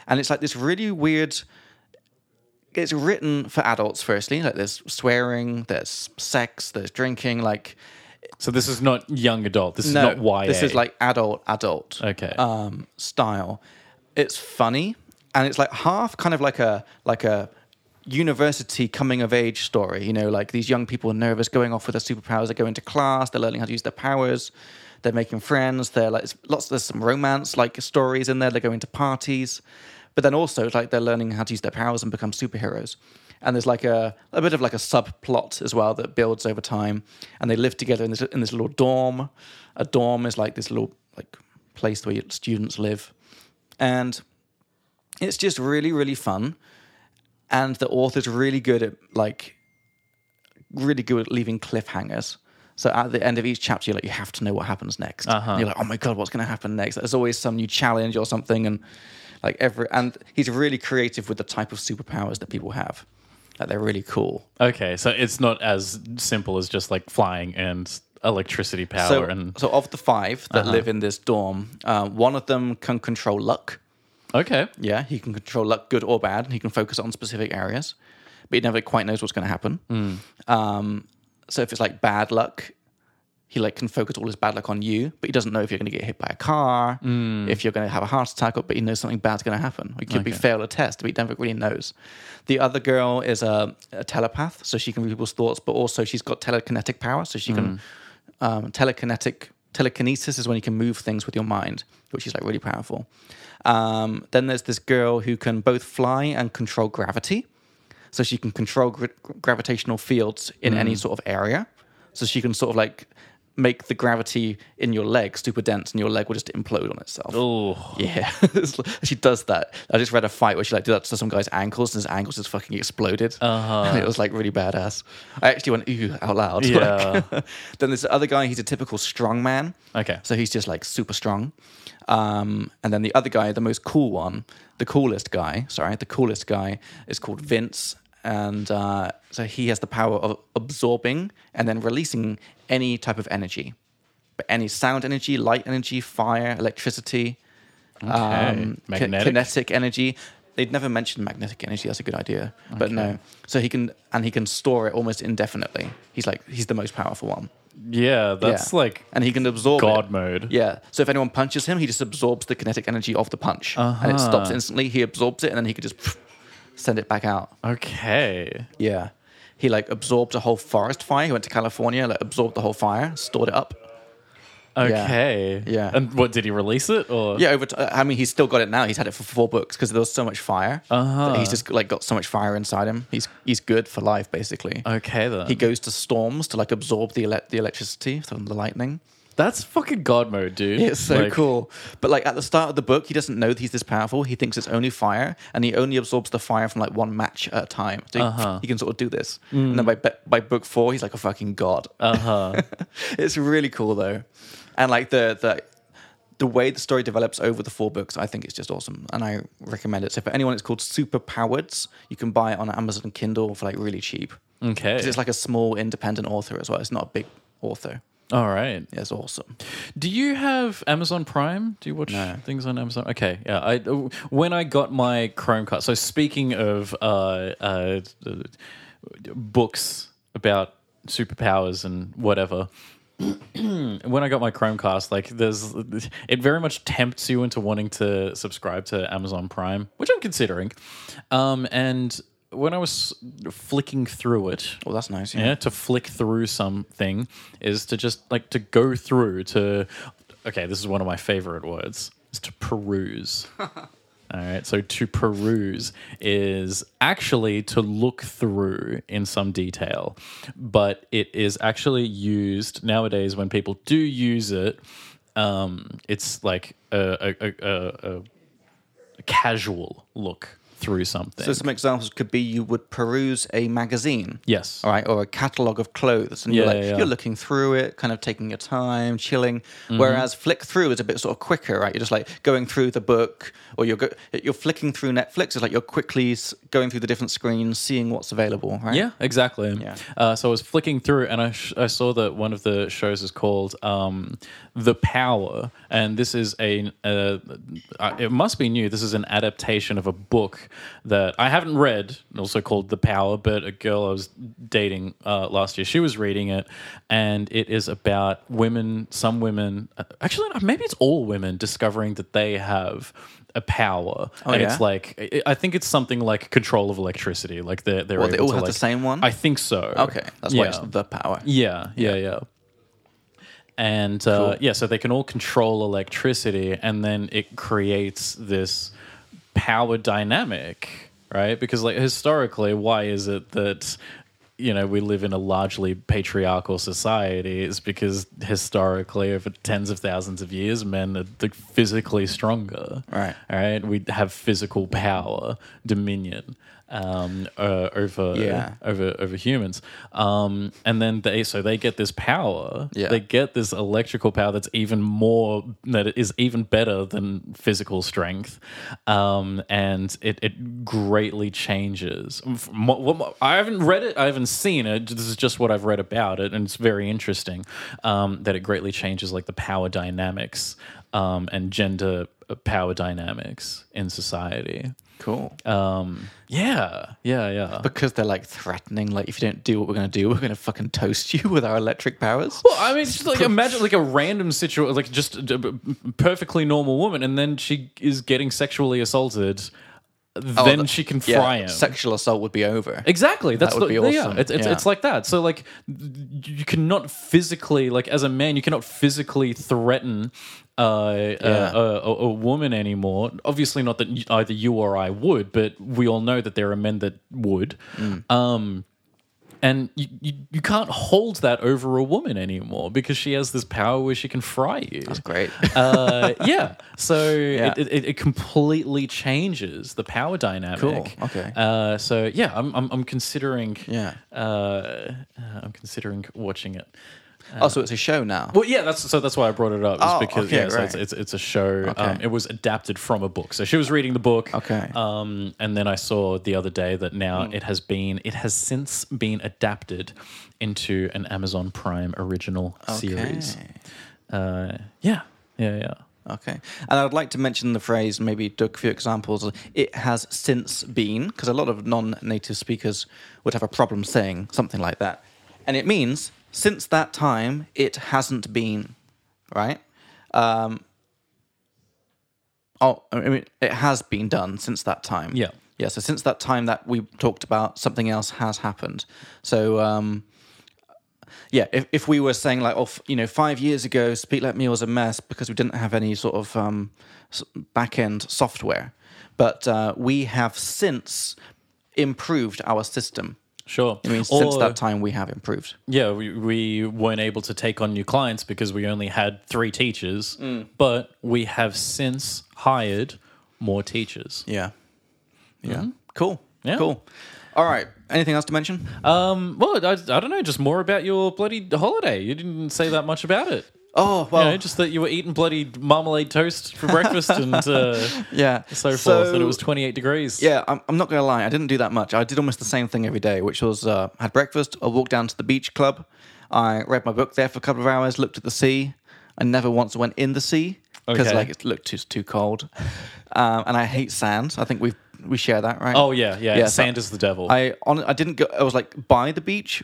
Speaker 1: And it's like this really weird. It's written for adults, firstly. Like there's swearing, there's sex, there's drinking. Like,
Speaker 2: So this is not young adult. This
Speaker 1: no,
Speaker 2: is not YA.
Speaker 1: this is like adult, adult
Speaker 2: okay.
Speaker 1: um, style. It's funny and it's like half kind of like a like a university coming of age story. You know, like these young people are nervous, going off with their superpowers. They go into class, they're learning how to use their powers. They're making friends. They're like it's lots. There's some romance like stories in there. They're going to parties, but then also it's like they're learning how to use their powers and become superheroes. And there's like a, a bit of like a subplot as well that builds over time. And they live together in this in this little dorm. A dorm is like this little like place where students live. And it's just really, really fun. And the author's really good at like really good at leaving cliffhangers. So at the end of each chapter, you're like, you have to know what happens next.
Speaker 2: Uh-huh.
Speaker 1: And You're like, oh my god, what's going to happen next? There's always some new challenge or something, and like every and he's really creative with the type of superpowers that people have. Like they're really cool.
Speaker 2: okay. So it's not as simple as just like flying and electricity power
Speaker 1: So,
Speaker 2: and Uh-huh.
Speaker 1: so of the five that live in this dorm, um, one of them can control luck.
Speaker 2: okay.
Speaker 1: Yeah, he can control luck, good or bad, and he can focus on specific areas, but he never quite knows what's going to happen. Um, so if it's like bad luck, he like can focus all his bad luck on you, but he doesn't know if you're going to get hit by a car, if you're going to have a heart attack, or, but he knows something bad's going to happen. He could be fail a test, but he never really knows. The other girl is a, a telepath, so she can read people's thoughts, but also she's got telekinetic power, so she can um, telekinetic telekinesis is when you can move things with your mind, which is like really powerful. Um, then there's this girl who can both fly and control gravity, so she can control gr- gravitational fields in any sort of area. So she can sort of like make the gravity in your leg super dense, and your leg will just implode on itself.
Speaker 2: Oh,
Speaker 1: Yeah, *laughs* It's like- she does that. I just read a fight where she like did that to some guy's ankles, and his ankles just fucking exploded.
Speaker 2: Uh-huh.
Speaker 1: And *laughs* it was like really badass. I actually went ooh out loud. *laughs*
Speaker 2: Yeah. Oh,
Speaker 1: Like, then there's the other guy. He's a typical strong man.
Speaker 2: okay.
Speaker 1: So he's just like super strong. Um, and then the other guy, the most cool one, the coolest guy, sorry, the coolest guy is called Vince. And uh, so he has the power of absorbing and then releasing any type of energy, but any sound energy, light energy, fire, electricity, um, ki-
Speaker 2: Magnetic?
Speaker 1: kinetic energy. They'd never mentioned magnetic energy. That's a good idea, but no. So he can and he can store it almost indefinitely. He's like he's the most powerful one.
Speaker 2: yeah,
Speaker 1: Yeah.
Speaker 2: that's like
Speaker 1: and he can absorb it.
Speaker 2: God mode.
Speaker 1: Yeah. So if anyone punches him, he just absorbs the kinetic energy of the punch, and
Speaker 2: Uh-huh.
Speaker 1: it stops instantly. He absorbs it, and then he could just *sniffs* pff, send it back out.
Speaker 2: Okay.
Speaker 1: Yeah. He like absorbed a whole forest fire. He went to California, like absorbed the whole fire, stored it up.
Speaker 2: Okay.
Speaker 1: Yeah.
Speaker 2: And what did he release it or?
Speaker 1: Yeah. Over. T- I mean, he's still got it now. He's had it for four books because there was so much fire.
Speaker 2: Uh-huh.
Speaker 1: that He's just like got so much fire inside him. He's he's good for life, basically.
Speaker 2: Okay then.
Speaker 1: He goes to storms to like absorb the ele- the electricity from the lightning.
Speaker 2: that's fucking God mode, dude.
Speaker 1: It's so
Speaker 2: Like,
Speaker 1: cool. But like at the start of the book, he doesn't know that he's this powerful. He thinks it's only fire, and he only absorbs the fire from like one match at a time. So he,
Speaker 2: Uh-huh. Mm.
Speaker 1: he can sort of do this. And then by be- by book four, he's like a fucking god.
Speaker 2: Uh-huh.
Speaker 1: *laughs* it's really cool though, and like the the the way the story develops over the four books, I think it's just awesome, and I recommend it. So for anyone, it's called Super Powered. You can buy it on Amazon Kindle for like really cheap. 'Cause *laughs*
Speaker 2: Okay.
Speaker 1: It's like a small independent author as well. It's not a big author.
Speaker 2: All right.
Speaker 1: Yeah, it's awesome.
Speaker 2: Do you have Amazon Prime? Do you watch things on Amazon? Okay, yeah. I when I got my Chromecast. So speaking of uh, uh, books about superpowers and whatever, *clears throat* when I got my Chromecast, like there's, it very much tempts you into wanting to subscribe to Amazon Prime, which I'm considering. Um, and when I was flicking through it,
Speaker 1: Well, that's nice.
Speaker 2: yeah, to flick through something is to just like to go through to okay this is one of my favorite words is to peruse all right so to peruse is actually to look through in some detail but it is actually used nowadays when people do use it um, it's like a, a, a, a, a casual look through something.
Speaker 1: So some examples could be you would peruse a magazine.
Speaker 2: yes.
Speaker 1: All right, or a catalog of clothes, and
Speaker 2: Yeah,
Speaker 1: you're like
Speaker 2: yeah, Mm-hmm. yeah.
Speaker 1: you're looking through it, kind of taking your time, chilling. Whereas flick through is a bit sort of quicker, right? You're just like going through the book, or you're go- you're flicking through Netflix. It's like you're quickly s- going through the different screens, seeing what's available, right?
Speaker 2: Yeah, exactly.
Speaker 1: Yeah.
Speaker 2: Uh, so I was flicking through, and I, sh- I saw that one of the shows is called um, "The Power," and this is a uh, uh, it must be new. This is an adaptation of a book that I haven't read, also called "The Power," but a girl I was dating uh, last year, she was reading it, and it is about women. Some women, uh, actually, no, maybe it's all women discovering that they have. A power, and
Speaker 1: Oh, yeah?
Speaker 2: it's like I- I think it's something like control of electricity. Like they're they're
Speaker 1: Well, they
Speaker 2: able
Speaker 1: all
Speaker 2: to,
Speaker 1: have the
Speaker 2: like-
Speaker 1: same one?
Speaker 2: I think so.
Speaker 1: Okay, that's why
Speaker 2: yeah.
Speaker 1: it's the power.
Speaker 2: yeah, yeah, yeah. And uh, yeah, so they can all control electricity, and then it creates this power dynamic, right? Because like historically, why is it that you know we live in a largely patriarchal society? It's because historically, over tens of thousands of years, men are the physically stronger,
Speaker 1: Right.
Speaker 2: All right, we have physical power, dominion um, uh, over
Speaker 1: Yeah.
Speaker 2: over over humans. Um, and then they so they get this power.
Speaker 1: Yeah.
Speaker 2: They get this electrical power that's even more that is even better than physical strength, um, and it it greatly changes. From what- what- I haven't read it. I haven't seen it. This is just what I've read about it, and it's very interesting um, that it greatly changes like the power dynamics um, and gender uh, power dynamics in society.
Speaker 1: Cool.
Speaker 2: Um, yeah, yeah, yeah.
Speaker 1: because they're like threatening, like if you don't do what we're gonna do, we're gonna fucking toast you with our electric powers.
Speaker 2: Well, I mean, just like imagine like a random situation, like just a a perfectly normal woman, and then she is getting sexually assaulted. then
Speaker 1: Oh, the-
Speaker 2: she can
Speaker 1: Yeah,
Speaker 2: fry him.
Speaker 1: Sexual assault would be over.
Speaker 2: Exactly. That's
Speaker 1: would
Speaker 2: the,
Speaker 1: be
Speaker 2: yeah,
Speaker 1: awesome.
Speaker 2: it's, it's,
Speaker 1: Yeah.
Speaker 2: it's like that. So like you cannot physically like as a man you cannot physically threaten uh,
Speaker 1: Yeah.
Speaker 2: a, a, a a woman anymore. Obviously not that you- either you or I would, but we all know that there are men that would.
Speaker 1: Mm.
Speaker 2: Um and you, you, you can't hold that over a woman anymore because she has this power where she can fry you.
Speaker 1: That's great.
Speaker 2: *laughs* Uh, yeah. So
Speaker 1: Yeah.
Speaker 2: It, it, it completely changes the power dynamic.
Speaker 1: Cool. Okay.
Speaker 2: Uh, so yeah, I'm I'm, I'm considering.
Speaker 1: Yeah.
Speaker 2: Uh, uh, I'm considering watching it.
Speaker 1: oh, so it's a show now.
Speaker 2: Well, yeah, that's so. That's why I brought it up. Is
Speaker 1: Oh,
Speaker 2: because
Speaker 1: okay,
Speaker 2: yeah, so
Speaker 1: right.
Speaker 2: it's, it's it's a show. Um,
Speaker 1: Okay.
Speaker 2: it was adapted from a book. So she was reading the book.
Speaker 1: Okay.
Speaker 2: Um, and then I saw the other day that now it has been it has since been adapted into an Amazon Prime original series.
Speaker 1: Okay.
Speaker 2: Uh, yeah, yeah, yeah.
Speaker 1: Okay. And I'd like to mention the phrase, maybe do a few examples. It has since been, because a lot of non native speakers would have a problem saying something like that. And it means, since that time, it hasn't been, right? Um, oh, I mean, it has been done since that time.
Speaker 2: Yeah.
Speaker 1: Yeah. So since that time that we talked about, something else has happened. So, um, yeah, if, if we were saying like, oh, f- you know, five years ago, Speak Like Me was a mess because we didn't have any sort of um, s- back end software, but uh, we have since improved our system.
Speaker 2: Sure.
Speaker 1: I mean, since that time, we have improved.
Speaker 2: yeah, we, we weren't able to take on new clients because we only had three teachers, but we have since hired more teachers.
Speaker 1: Yeah, yeah, cool,
Speaker 2: Mm-hmm. Yeah.
Speaker 1: cool. All right, anything else to mention?
Speaker 2: Um, well, I, I don't know, just more about your bloody holiday. You didn't say that much about it.
Speaker 1: oh
Speaker 2: You
Speaker 1: well,
Speaker 2: know, just that you were eating bloody marmalade toast for breakfast and *laughs* uh,
Speaker 1: yeah.
Speaker 2: so, forth, and it was 28 degrees.
Speaker 1: Yeah, I'm, I'm not going to lie. I didn't do that much. I did almost the same thing every day, which was uh, had breakfast, I walked down to the beach club, I read my book there for a couple of hours, looked at the sea. I never once went in the sea because
Speaker 2: Okay.
Speaker 1: like it looked too too cold, *laughs* um, and I hate sand. I think we we share that, right?
Speaker 2: Oh, yeah, yeah.
Speaker 1: Yeah, so
Speaker 2: sand is the devil.
Speaker 1: I on I didn't go. I was like by the beach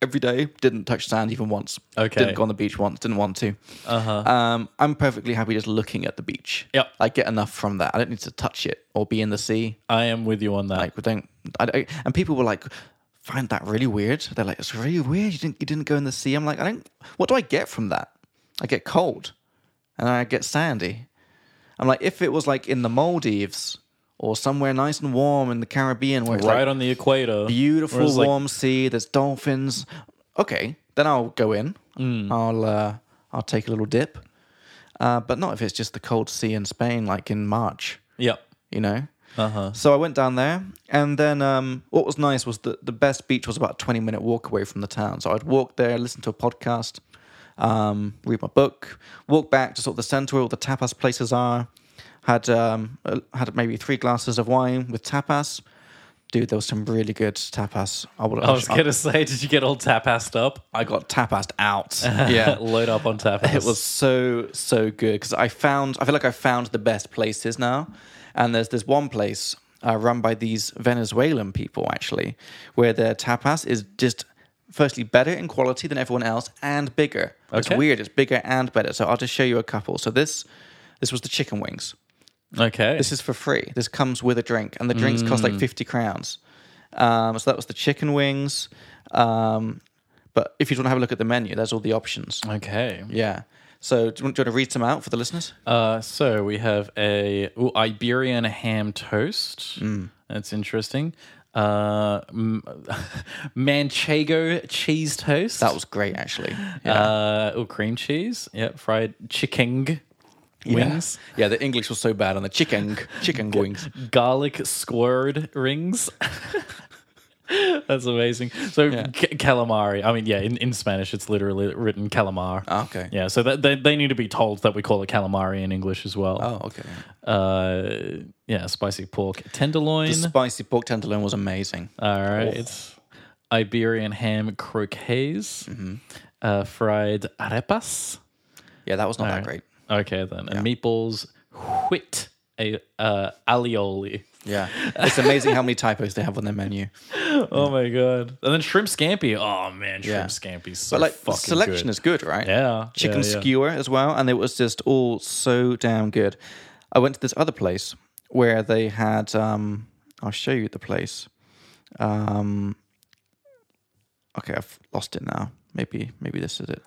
Speaker 1: every day. Didn't touch sand even once.
Speaker 2: Okay.
Speaker 1: Didn't go on the beach once. Didn't want to. Uh-huh. Um, I'm perfectly happy just looking at the beach.
Speaker 2: Yep.
Speaker 1: I get enough from that. I don't need to touch it or be in the sea.
Speaker 2: I am with you on that.
Speaker 1: Like we don't. I, I- and people were like, find that really weird. They're like, it's really weird. You didn't you didn't go in the sea. I'm like, I don't. What do I get from that? I get cold, and I get sandy. I'm like, if it was like in the Maldives or somewhere nice and warm in the Caribbean, where it's
Speaker 2: right
Speaker 1: like
Speaker 2: on the equator.
Speaker 1: beautiful
Speaker 2: Whereas, like,
Speaker 1: warm sea, there's dolphins. Okay, then I'll go in.
Speaker 2: Mm.
Speaker 1: I'll uh, I'll take a little dip, uh, but not if it's just the cold sea in Spain, like in March.
Speaker 2: Yep.
Speaker 1: You know.
Speaker 2: Uh-huh.
Speaker 1: So I went down there, and then um, what was nice was that the best beach was about a 20 minute walk away from the town. So I'd walk there, listen to a podcast, um, read my book, walk back to sort of the center where all the tapas places are. Had um, uh, had maybe three glasses of wine with tapas. Dude, there was some really good tapas. I, would,
Speaker 2: I was gonna say, did you get all tapassed up?
Speaker 1: I got tapased
Speaker 2: *laughs*
Speaker 1: out. Yeah,
Speaker 2: Load up *laughs* on tapas.
Speaker 1: it was so so good because I found I feel like I found the best places now, and there's this one place uh, run by these Venezuelan people actually, where their tapas is just firstly better in quality than everyone else and bigger. It's
Speaker 2: Okay.
Speaker 1: weird. It's bigger and better. So I'll just show you a couple. So this this was the chicken wings.
Speaker 2: okay.
Speaker 1: This is for free. This comes with a drink, and the drinks cost like fifty crowns. Um, so that was the chicken wings. Um, but if you want to have a look at the menu, there's all the options.
Speaker 2: okay.
Speaker 1: Yeah. So do you, want, do you want to read some out for the listeners?
Speaker 2: Uh, so we have a ooh, Iberian ham toast.
Speaker 1: Mm.
Speaker 2: That's interesting. Uh, m- *laughs* Manchego cheese toast.
Speaker 1: That was great, actually. Yeah.
Speaker 2: uh, ooh, cream cheese. Yep, fried chicken wings,
Speaker 1: Yeah, the English was so bad on the chicken chicken wings.
Speaker 2: garlic squirred rings. *laughs* That's amazing. So ca- calamari. I mean, yeah, in, in Spanish it's literally written calamar.
Speaker 1: Ah, Okay.
Speaker 2: Yeah, so that, they they need to be told that we call it calamari in English as well.
Speaker 1: Oh, okay.
Speaker 2: uh yeah spicy pork tenderloin
Speaker 1: The spicy pork tenderloin was amazing.
Speaker 2: all right iberian ham croquets
Speaker 1: Mm-hmm.
Speaker 2: uh fried arepas
Speaker 1: Yeah, that was not that great.
Speaker 2: okay then and meatballs wit a uh alioli
Speaker 1: Yeah, it's amazing how many typos they have on their menu.
Speaker 2: oh my god and then shrimp scampi oh man shrimp
Speaker 1: Yeah.
Speaker 2: scampi is *laughs* so
Speaker 1: But like, the
Speaker 2: fucking
Speaker 1: selection
Speaker 2: good.
Speaker 1: is good, right?
Speaker 2: yeah
Speaker 1: Chicken
Speaker 2: yeah, yeah.
Speaker 1: skewer as well, and it was just all so damn good. I went to this other place where they had. Um, I'll show you the place. Um, okay, I've lost it now. Maybe maybe this is it.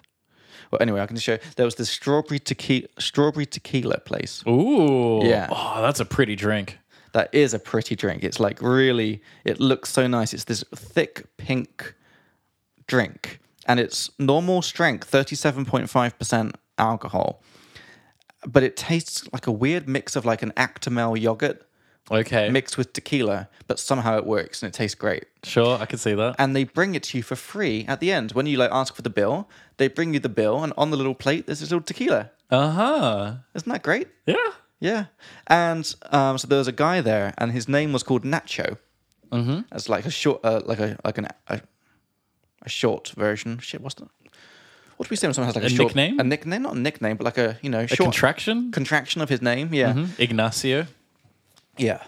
Speaker 1: Well, anyway, I can show. There was this strawberry tequila, strawberry tequila place.
Speaker 2: Ooh,
Speaker 1: Yeah.
Speaker 2: Oh, that's a pretty drink.
Speaker 1: That is a pretty drink. It's like really. It looks so nice. It's this thick pink drink, and it's normal strength, thirty-seven point five percent alcohol, but it tastes like a weird mix of like an Actimel yogurt
Speaker 2: Okay,
Speaker 1: mixed with tequila. But somehow it works, and it tastes great
Speaker 2: sure, I can see that.
Speaker 1: and they bring it to you for free at the end. When you like ask for the bill, they bring you the bill, and on the little plate there's this little tequila.
Speaker 2: Uh huh.
Speaker 1: Isn't that great?
Speaker 2: Yeah.
Speaker 1: Yeah. And um, so there was a guy there, and his name was called Nacho. Mm-hmm. It's like a short, uh, like a like an a, a short version. Shit, what's that? What do we say when someone has like a,
Speaker 2: A
Speaker 1: short,
Speaker 2: nickname?
Speaker 1: A nickname, not a nickname, but like a Mm-hmm. you know short
Speaker 2: Contraction. Hmm?
Speaker 1: contraction of his name. Yeah.
Speaker 2: Ignacio.
Speaker 1: Yeah.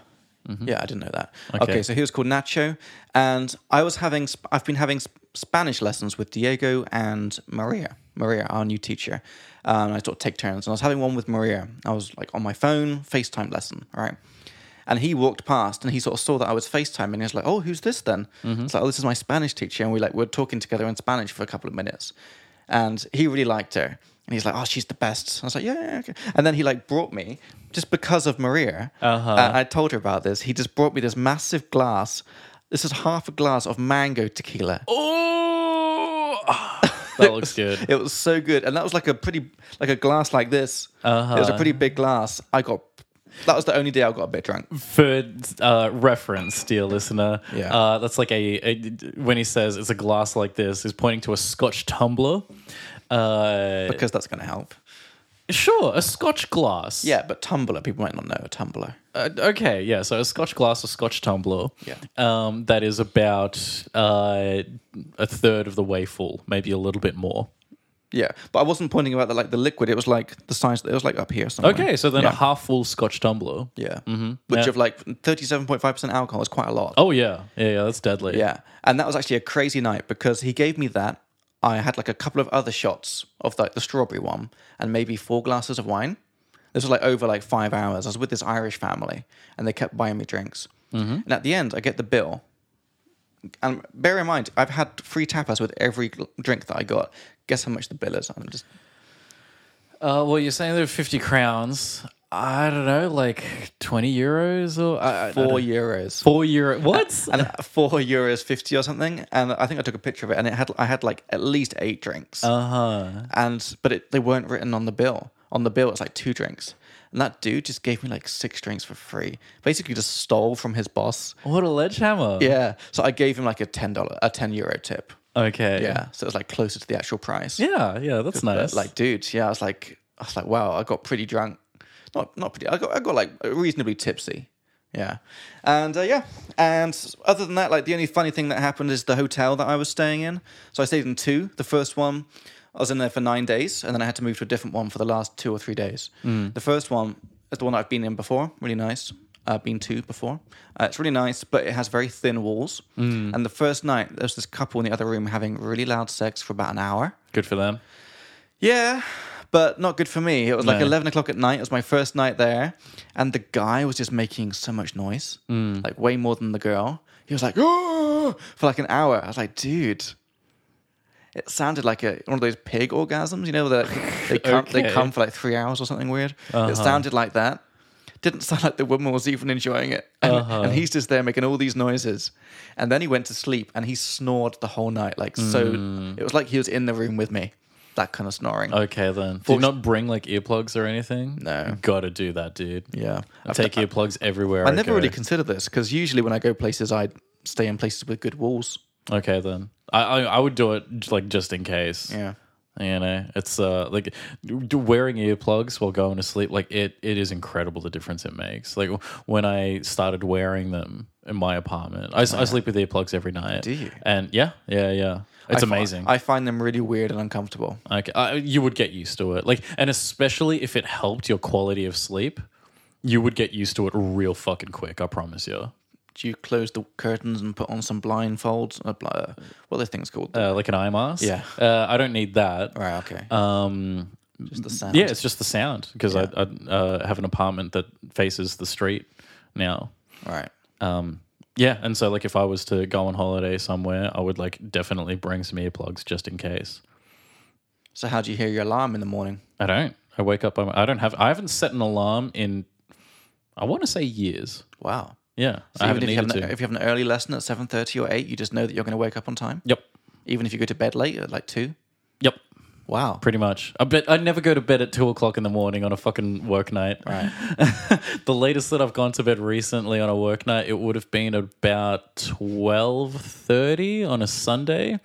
Speaker 1: Yeah, I didn't know that. Okay.
Speaker 2: Okay.
Speaker 1: so he was called Nacho, and I was having sp- I've been having sp- Spanish lessons with Diego and Maria. Maria, our new teacher, um, and I sort of take turns. And I was having one with Maria. I was like on my phone, FaceTime lesson, right? And he walked past, and he sort of saw that I was FaceTime, and he was like, "Oh, who's this then?" It's like, "Oh, this is my Spanish teacher," and we like we're talking together in Spanish for a couple of minutes, and he really liked her. And he's like, "Oh, she's the best." I was like, "Yeah, yeah, okay." And then he like brought me just because of Maria.
Speaker 2: Uh-huh.
Speaker 1: Uh, I told her about this. He just brought me this massive glass. This is half a glass of mango tequila.
Speaker 2: Oh, that looks good.
Speaker 1: It was so good, and that was like a pretty like a glass like this.
Speaker 2: Uh-huh.
Speaker 1: It was a pretty big glass. I got. That was the only day I got a bit drunk.
Speaker 2: For uh, reference, dear listener,
Speaker 1: Yeah.
Speaker 2: uh, that's like a, a when he says it's a glass like this, he's pointing to a Scotch tumbler. Uh,
Speaker 1: Because that's going to help.
Speaker 2: sure, a Scotch glass.
Speaker 1: Yeah, but tumbler. People might not know a tumbler.
Speaker 2: Uh, okay, yeah. So a Scotch glass or Scotch tumbler.
Speaker 1: Yeah.
Speaker 2: Um, that is about uh, a third of the way full, maybe a little bit more.
Speaker 1: Yeah, but I wasn't pointing about the like the liquid. It was like the size. It was like up here somewhere.
Speaker 2: Okay, so then
Speaker 1: Yeah.
Speaker 2: a half full Scotch tumbler.
Speaker 1: Yeah. Which
Speaker 2: Mm-hmm. Yeah.
Speaker 1: of like thirty-seven point five percent alcohol is quite a lot.
Speaker 2: Oh yeah, yeah, yeah. That's deadly.
Speaker 1: Yeah. And that was actually a crazy night because he gave me that. I had like a couple of other shots of like the strawberry one and maybe four glasses of wine. This was like over like five hours. I was with this Irish family and they kept buying me drinks.
Speaker 2: Mm-hmm.
Speaker 1: And at the end, I get the bill. And bear in mind, I've had free tapas with every gl- drink that I got. Guess how much the bill is? I'm just
Speaker 2: Uh, well, you're saying they're 50 crowns. I don't know, like 20 euros or I, I- I
Speaker 1: four
Speaker 2: don't-
Speaker 1: euros. Uh,
Speaker 2: four euro. What? *laughs*
Speaker 1: and four euros fifty or something. And I think I took a picture of it, and it had I had like at least
Speaker 2: Oh.
Speaker 1: uh-huh. eight drinks. Uh huh. And but it, they weren't written on the bill. On the bill, it's like two drinks. And that dude just gave me like six drinks for free. Basically, just stole from his boss.
Speaker 2: What a ledgehammer.
Speaker 1: Yeah. So I gave him like a ten dollar, a ten euro tip.
Speaker 2: Okay.
Speaker 1: Yeah. So it was like closer to the actual price.
Speaker 2: Yeah. Yeah. That's
Speaker 1: But,
Speaker 2: nice.
Speaker 1: like, dude, yeah, I was like, I was like, wow, I got pretty drunk. Not, not pretty. I got, I got like reasonably tipsy. Yeah, and uh, yeah, and other than that, like the only funny thing that happened is the hotel that I was staying in. So I stayed in two. The first one, I was in there for nine days, and then I had to move to a different one for the last two or three days.
Speaker 2: Mm.
Speaker 1: The first one is the one that I've been in before. Really nice. I've been to before. Uh, it's really nice, but it has very thin walls.
Speaker 2: Mm.
Speaker 1: And the first night, there's this couple in the other room having really loud sex for about an hour.
Speaker 2: Good for them.
Speaker 1: Yeah, but not good for me. It was like
Speaker 2: No.
Speaker 1: 11 o'clock at night. It was my first night there. And the guy was just making so much noise,
Speaker 2: Mm.
Speaker 1: like way more than the girl. He was like, "Ah!" for like an hour. I was like, dude. It sounded like a, one of those pig orgasms, you know, that they
Speaker 2: *laughs*
Speaker 1: come, they
Speaker 2: Okay. Uh-huh.
Speaker 1: come for like three hours or something weird. It sounded like that. Didn't sound like the woman was even enjoying it. *laughs* And,
Speaker 2: Uh-huh.
Speaker 1: and he's just there making all these noises. And then he went to sleep and he snored the whole night. Like, so
Speaker 2: Mm.
Speaker 1: it was like he was in the room with me. That kind of snoring.
Speaker 2: Okay then. Did you not bring like earplugs or anything?
Speaker 1: No.
Speaker 2: You gotta do that, dude.
Speaker 1: Yeah.
Speaker 2: I take earplugs everywhere.
Speaker 1: I never
Speaker 2: go.
Speaker 1: really consider this because usually when I go places, I stay in places with good walls.
Speaker 2: Okay then. I, I I would do it j- like just in case.
Speaker 1: Yeah.
Speaker 2: You know, it's uh like d- wearing earplugs while going to sleep. Like it, it is incredible the difference it makes. Like when I started wearing them in my apartment, I, s- I sleep with earplugs every night. Do
Speaker 1: you?
Speaker 2: And yeah, yeah, yeah. It's
Speaker 1: I fi-
Speaker 2: amazing.
Speaker 1: I find them really weird and uncomfortable.
Speaker 2: Okay, uh, you would get used to it, like, and especially if it helped your quality of sleep, you would get used to it real fucking quick. I promise you.
Speaker 1: Do you close the curtains and put on some blindfolds? Uh, bl- uh, what are those things called?
Speaker 2: Uh, like an eye mask.
Speaker 1: Yeah.
Speaker 2: uh, I don't need that.
Speaker 1: right, okay.
Speaker 2: Um,
Speaker 1: Just the sound.
Speaker 2: yeah, it's just the sound because I, I uh, have an apartment that faces the street now.
Speaker 1: Right.
Speaker 2: Um, yeah, and so like if I was to go on holiday somewhere, I would like definitely bring some earplugs just in case.
Speaker 1: So, how do you hear your alarm in the morning?
Speaker 2: I don't. I wake up. by my- I don't have. I haven't set an alarm in. I want to say years.
Speaker 1: Wow.
Speaker 2: Yeah,
Speaker 1: So even
Speaker 2: I haven't
Speaker 1: if you,
Speaker 2: needed
Speaker 1: have
Speaker 2: to.
Speaker 1: an, if you have an early lesson at 7.30 or 8, you just know that you're going to wake up on time?
Speaker 2: Yep.
Speaker 1: Even if you go to bed late at like 2?
Speaker 2: Yep.
Speaker 1: Wow.
Speaker 2: Pretty much. I bet I never go to bed at two o'clock in the morning on a fucking work night.
Speaker 1: Right.
Speaker 2: the latest that I've gone to bed recently on a work night, it would have been about twelve thirty on a Sunday,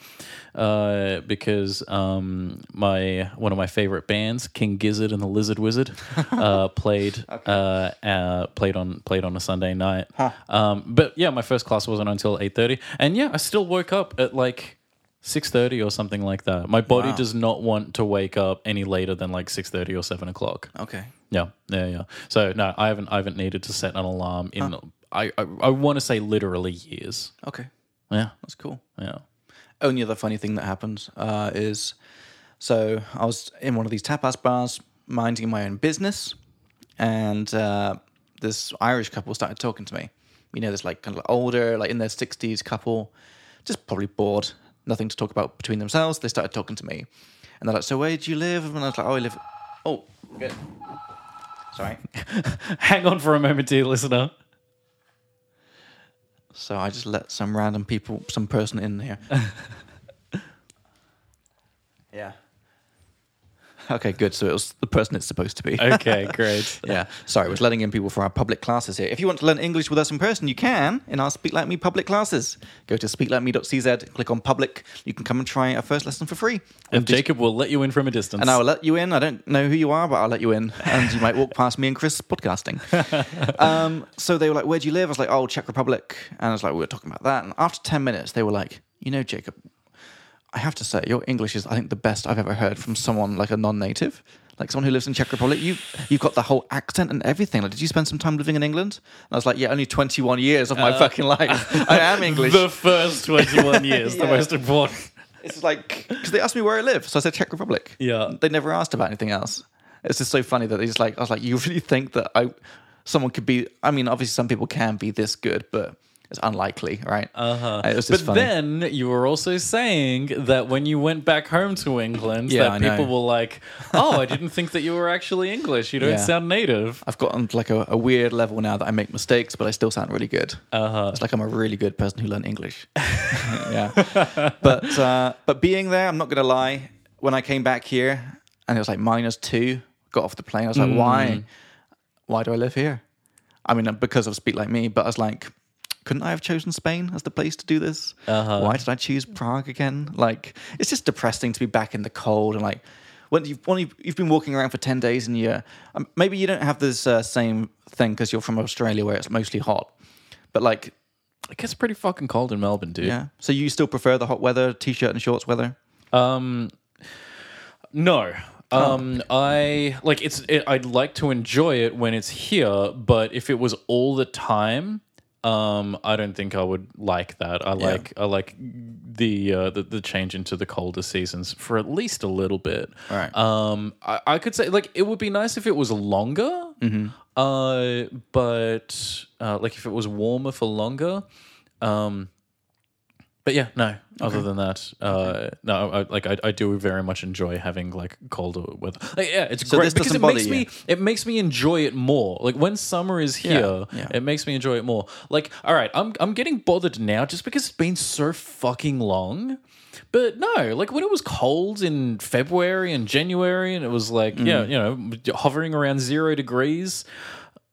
Speaker 2: uh, because um, my one of my favorite bands, King Gizzard and the Lizard Wizard, uh, played uh, uh, played on played on a Sunday night. Um, but yeah, my first class wasn't until eight thirty, and yeah, I still woke up at like six thirty or something like that. My body does not want to wake up any later than like six thirty or seven o'clock.
Speaker 1: Okay.
Speaker 2: Yeah, yeah, yeah. So no, I haven't, I haven't needed to set an alarm in. I, I, I want to say literally years.
Speaker 1: Okay.
Speaker 2: Yeah,
Speaker 1: That's cool.
Speaker 2: yeah.
Speaker 1: only other funny thing that happened uh, is so I was in one of these tapas bars minding my own business, and uh, this Irish couple started talking to me. You know, this like kind of older, like in their 60s couple, just probably bored, nothing to talk about between themselves. They started talking to me, and they're like, So, where do you live? And I was like, Oh, I live. Oh, good. Sorry.
Speaker 2: Hang on for a moment, dear listener.
Speaker 1: So I just let some random people, some person in
Speaker 2: *laughs*
Speaker 1: here. yeah. Okay, good. So it was the person it's supposed to be.
Speaker 2: Okay, *laughs* great.
Speaker 1: *laughs* yeah. Sorry, I was letting in people for our public classes here. If you want to learn English with us in person, you can in our Speak Like Me public classes. Go to speaklikeme.cz, click on public. You can come and try our first lesson for free.
Speaker 2: If Jacob will let you in from a distance,
Speaker 1: And I will let you in. I don't know who you are, but I'll let you in. And you might walk past me and Chris podcasting. Um, so they were like, Where do you live? I was like, Oh, Czech Republic. And I was like, We were talking about that. And after 10 minutes, they were like, You know, Jacob, I have to say, your English is, I think, the best I've ever heard from someone like a non native, like someone who lives in Czech Republic. You, you've got the whole accent and everything. Like, did you spend some time living in England? And I was like, Yeah, only 21 years of my fucking life. I am English.
Speaker 2: the first
Speaker 1: *laughs*
Speaker 2: twenty-one years,
Speaker 1: Yeah.
Speaker 2: the most important.
Speaker 1: It's like because they asked me where I live, so I said Czech Republic. *laughs*
Speaker 2: Yeah.
Speaker 1: they never asked about anything else. It's just so funny that they just like I was like, you really think that I someone could be? I mean, obviously some people can be this good, but it's unlikely, right? Uh huh. It was
Speaker 2: uh-huh. But
Speaker 1: just funny.
Speaker 2: then you were also saying that when you went back home to England,
Speaker 1: Yeah,
Speaker 2: that
Speaker 1: I know.
Speaker 2: people were like, "Oh,
Speaker 1: *laughs*
Speaker 2: I didn't think that you were actually English. You don't
Speaker 1: Yeah.
Speaker 2: sound native."
Speaker 1: I've gotten to like a, a weird level now that I make mistakes, but I still sound really good. Uh-huh. It's like I'm a really good person who learned English. yeah, but uh, but being there, I'm not gonna lie. When I came back here, and it was like minus two, got off the plane. I was like, why? why do I live here? I mean, uh, because of Speak Like Me, but I was like, couldn't I have chosen Spain as the place to do this?
Speaker 2: Uh-huh.
Speaker 1: Why did I choose Prague again? Like, it's just depressing to be back in the cold and like when you've when you've, you've been walking around for ten days and you um, maybe you don't have this uh, same thing because you're from Australia where it's mostly hot, but like
Speaker 2: It gets pretty fucking cold in Melbourne, dude.
Speaker 1: yeah, so you still prefer the hot weather, t-shirt and shorts weather?
Speaker 2: Um, no. Um, I like it's. It, I'd like to enjoy it when it's here, but if it was all the time, um, I don't think I would like that. I like I like the, uh, the the change into the colder seasons for at least a little bit.
Speaker 1: All right.
Speaker 2: Um, I, I could say like it would be nice if it was longer. Uh, but uh, like if it was warmer for longer. Um, but yeah, no. Other than that, uh, no. I, like I, I do very much enjoy having like colder weather. Like, yeah, it's great
Speaker 1: this
Speaker 2: because
Speaker 1: doesn't
Speaker 2: it makes
Speaker 1: bother
Speaker 2: me it makes me enjoy it more. Like when summer is here,
Speaker 1: yeah.
Speaker 2: it makes me enjoy it more. Like all right, I'm I'm getting bothered now just because it's been so fucking long. But no, like when it was cold in February and January, and it was like yeah,
Speaker 1: Mm.
Speaker 2: you know, hovering around zero degrees.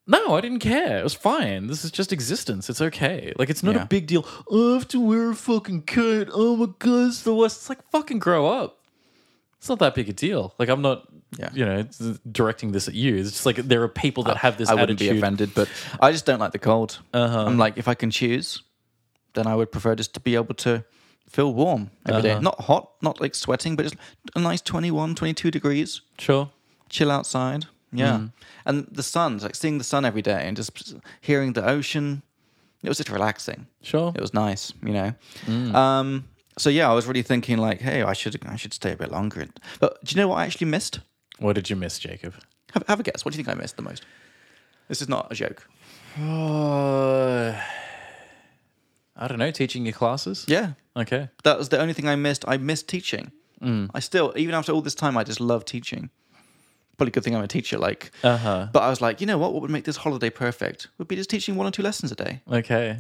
Speaker 2: No, I didn't care. It was fine. This is just existence. It's okay. Like it's not
Speaker 1: Yeah.
Speaker 2: a big deal. I have to wear a fucking coat. Oh my god, it's the worst. It's like fucking grow up. It's not that big a deal. Like I'm not,
Speaker 1: Yeah. Uh,
Speaker 2: you know, it's- it's directing this at you. It's just like there are people that have this
Speaker 1: I wouldn't
Speaker 2: attitude. Uh-huh.
Speaker 1: be offended, but I just don't like the cold. I'm like, if I can choose, then I would prefer just to be able to feel warm every day.
Speaker 2: Uh-huh.
Speaker 1: Not hot, not like sweating, but just a nice 21, 22 degrees,
Speaker 2: Sure.
Speaker 1: chill outside. Yeah.
Speaker 2: Mm.
Speaker 1: And the sun, like seeing the sun every day and just hearing the ocean, it was just relaxing.
Speaker 2: Sure.
Speaker 1: It was nice, you know.
Speaker 2: Mm.
Speaker 1: Um, so yeah, I was really thinking like, hey, I should I should stay a bit longer. But do you know what I actually missed?
Speaker 2: What did you miss, Jacob? *sighs*
Speaker 1: Have, have a guess. What do you think I missed the most? This is not a joke.
Speaker 2: Uh, I don't know. Teaching your classes.
Speaker 1: Yeah,
Speaker 2: Okay.
Speaker 1: That was the only thing I missed. I missed teaching. I still, even after all this time, I just love teaching. Probably a good thing I'm a teacher. Like,
Speaker 2: Uh huh.
Speaker 1: but I was like, you know what? What would make this holiday perfect would be just teaching one or two lessons a day.
Speaker 2: Okay.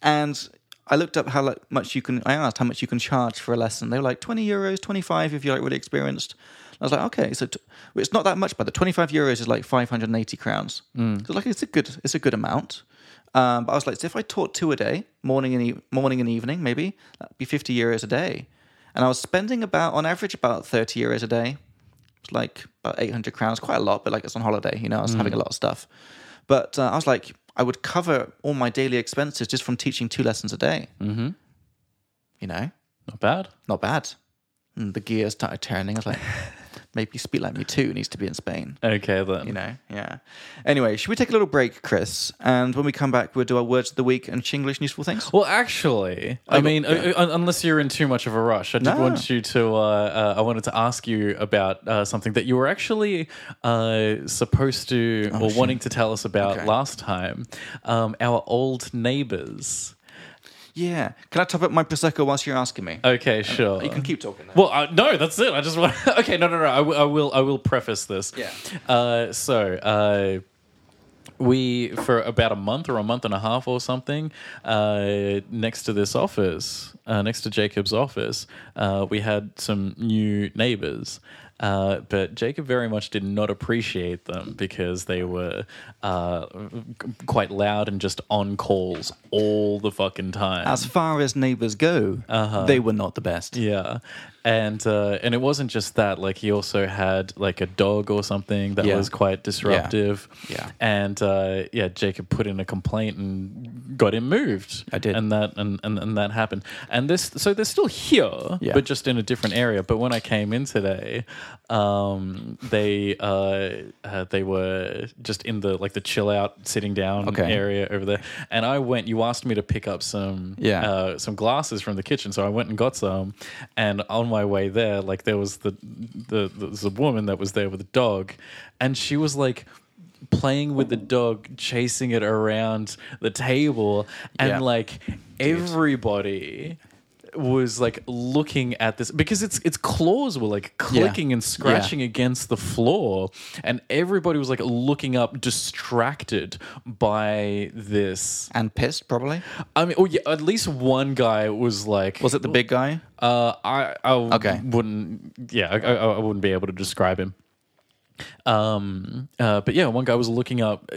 Speaker 1: And I looked up how like, much you can. I asked how much you can charge for a lesson. They were like twenty euros, twenty five if you're like really experienced. And I was like, okay, so t- well, it's not that much, but the twenty five euros is like five hundred and eighty crowns. So like, it's a good, it's a good amount. Um, but I was like, so if I taught two a day, morning and e- morning and evening, maybe that'd be fifty euros a day. And I was spending about, on average, about thirty euros a day. It's like about eight hundred crowns, quite a lot, but like it's on holiday, you know. I was having a lot of stuff, but uh, I was like, I would cover all my daily expenses just from teaching two lessons a day.
Speaker 2: Mm.
Speaker 1: Mm-hmm. You know,
Speaker 2: Not bad.
Speaker 1: not bad. And the gears started turning. I
Speaker 2: *laughs*
Speaker 1: was like, maybe Speak Like Me Too needs to be in Spain.
Speaker 2: Okay then.
Speaker 1: You know, yeah. Anyway, should we take a little break, Chris? And when we come back, we'll do our words of the week and Chinglish and useful things.
Speaker 2: Well, actually, I,
Speaker 1: got-
Speaker 2: mean,
Speaker 1: yeah.
Speaker 2: uh, uh, unless you're in too much of a rush, I did
Speaker 1: No.
Speaker 2: want you to. Uh, uh, I wanted to ask you about uh, something that you were actually uh, supposed to or wanting to tell us about
Speaker 1: Oh, Okay.
Speaker 2: last time. Um, our old neighbors.
Speaker 1: Yeah. Can I top up my prosecco whilst you're asking me?
Speaker 2: Okay, sure.
Speaker 1: Uh, you can keep talking. Now.
Speaker 2: Oh, Well, uh, no, that's it. I just want. *laughs* okay, no, no, no. I, w- I will. I will preface this.
Speaker 1: Yeah.
Speaker 2: Uh, so. Uh, we for about a month or a month and a half or something uh, next to this office uh, next to jacob's office uh, we had some new neighbors uh, but jacob very much did not appreciate them because they were uh, quite loud and just on calls all the fucking time
Speaker 1: as far as neighbors go, they were not the best.
Speaker 2: Uh-huh. yeah, and uh, and it wasn't just that. Like he also had like a dog or something that
Speaker 1: Yeah.
Speaker 2: was quite disruptive.
Speaker 1: Yeah.
Speaker 2: and uh, yeah, Jacob put in a complaint and got him moved.
Speaker 1: I did.
Speaker 2: and that and, and, and that happened. And this, so they're still here,
Speaker 1: Yeah.
Speaker 2: but just in a different area. But when I came in today, um, they uh, uh, they were just in the like the chill out, sitting down
Speaker 1: Okay.
Speaker 2: area over there. And I went. You asked me to pick up some
Speaker 1: Yeah.
Speaker 2: uh, uh, some glasses from the kitchen, so I went and got some. And on my way there, like there was the the there was a woman that was there with a dog, and she was like playing with the dog, chasing it around the table, and
Speaker 1: Yeah.
Speaker 2: like everybody was like looking at this because its its claws were like clicking and scratching against the floor and everybody was like looking up distracted by this
Speaker 1: And pissed, probably.
Speaker 2: I mean, oh yeah, at least one guy was like,
Speaker 1: Was it the big guy?
Speaker 2: Uh, I, I w-
Speaker 1: Okay.
Speaker 2: wouldn't. Yeah, I, I, I wouldn't be able to describe him. Um, uh, but yeah, one guy was looking up.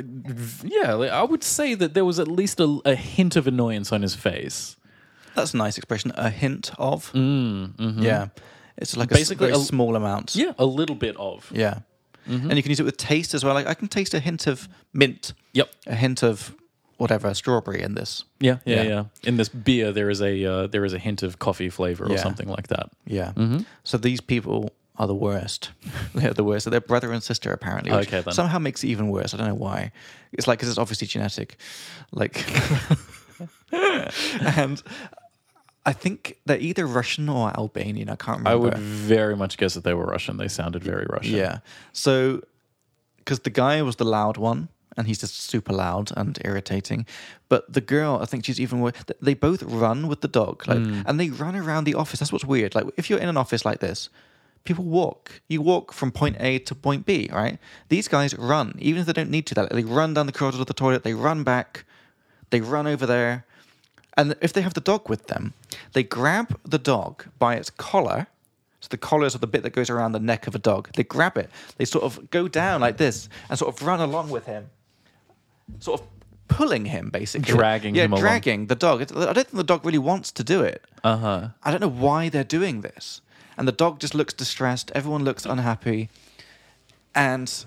Speaker 2: Yeah, like, I would say that there was at least a, a hint of annoyance on his face.
Speaker 1: That's a nice expression. A hint of. Yeah. It's like
Speaker 2: Mm, mm-hmm. Basically
Speaker 1: basically a, s- very
Speaker 2: a-
Speaker 1: small amount.
Speaker 2: Yeah, Mm-hmm. a little bit of.
Speaker 1: Yeah. And you can use it with taste as well. Like I can taste a hint of mint,
Speaker 2: Yep.
Speaker 1: a hint of whatever strawberry in this.
Speaker 2: Yeah, yeah,
Speaker 1: Yeah.
Speaker 2: yeah, In this beer, there is a uh, there is a hint of coffee flavor or
Speaker 1: Yeah.
Speaker 2: something like that.
Speaker 1: Yeah.
Speaker 2: Mm-hmm.
Speaker 1: So these people are the worst. *laughs* They're the worst. They're brother and sister apparently. which
Speaker 2: Okay, then.
Speaker 1: Somehow makes it even worse. I don't know why. It's like because it's obviously genetic.
Speaker 2: *laughs*
Speaker 1: Like, *laughs* and I think they're either Russian or Albanian. I can't remember.
Speaker 2: I would very much guess that they were Russian. They sounded very Russian.
Speaker 1: Yeah. So, because the guy was the loud one, and he's just super loud and irritating. But the girl, I think she's even worse. th- They both run with the dog, like, and they run around the office. That's what's weird. Like, if you're in an office like this, people walk. You walk from point A to point B, right? These guys run, even if they don't need to. That they run down the corridor to the toilet. They run back. They run over there. And if they have the dog with them, they grab the dog by its collar. So the collar is the bit that goes around the neck of a dog. They grab it. They sort of go down like this and sort of run along with him, sort of pulling him basically,
Speaker 2: Dragging
Speaker 1: yeah,
Speaker 2: him along.
Speaker 1: dragging the dog. It's- I don't think the dog really wants to do it.
Speaker 2: Uh huh.
Speaker 1: I don't know why they're doing this. And the dog just looks distressed. Everyone looks unhappy. And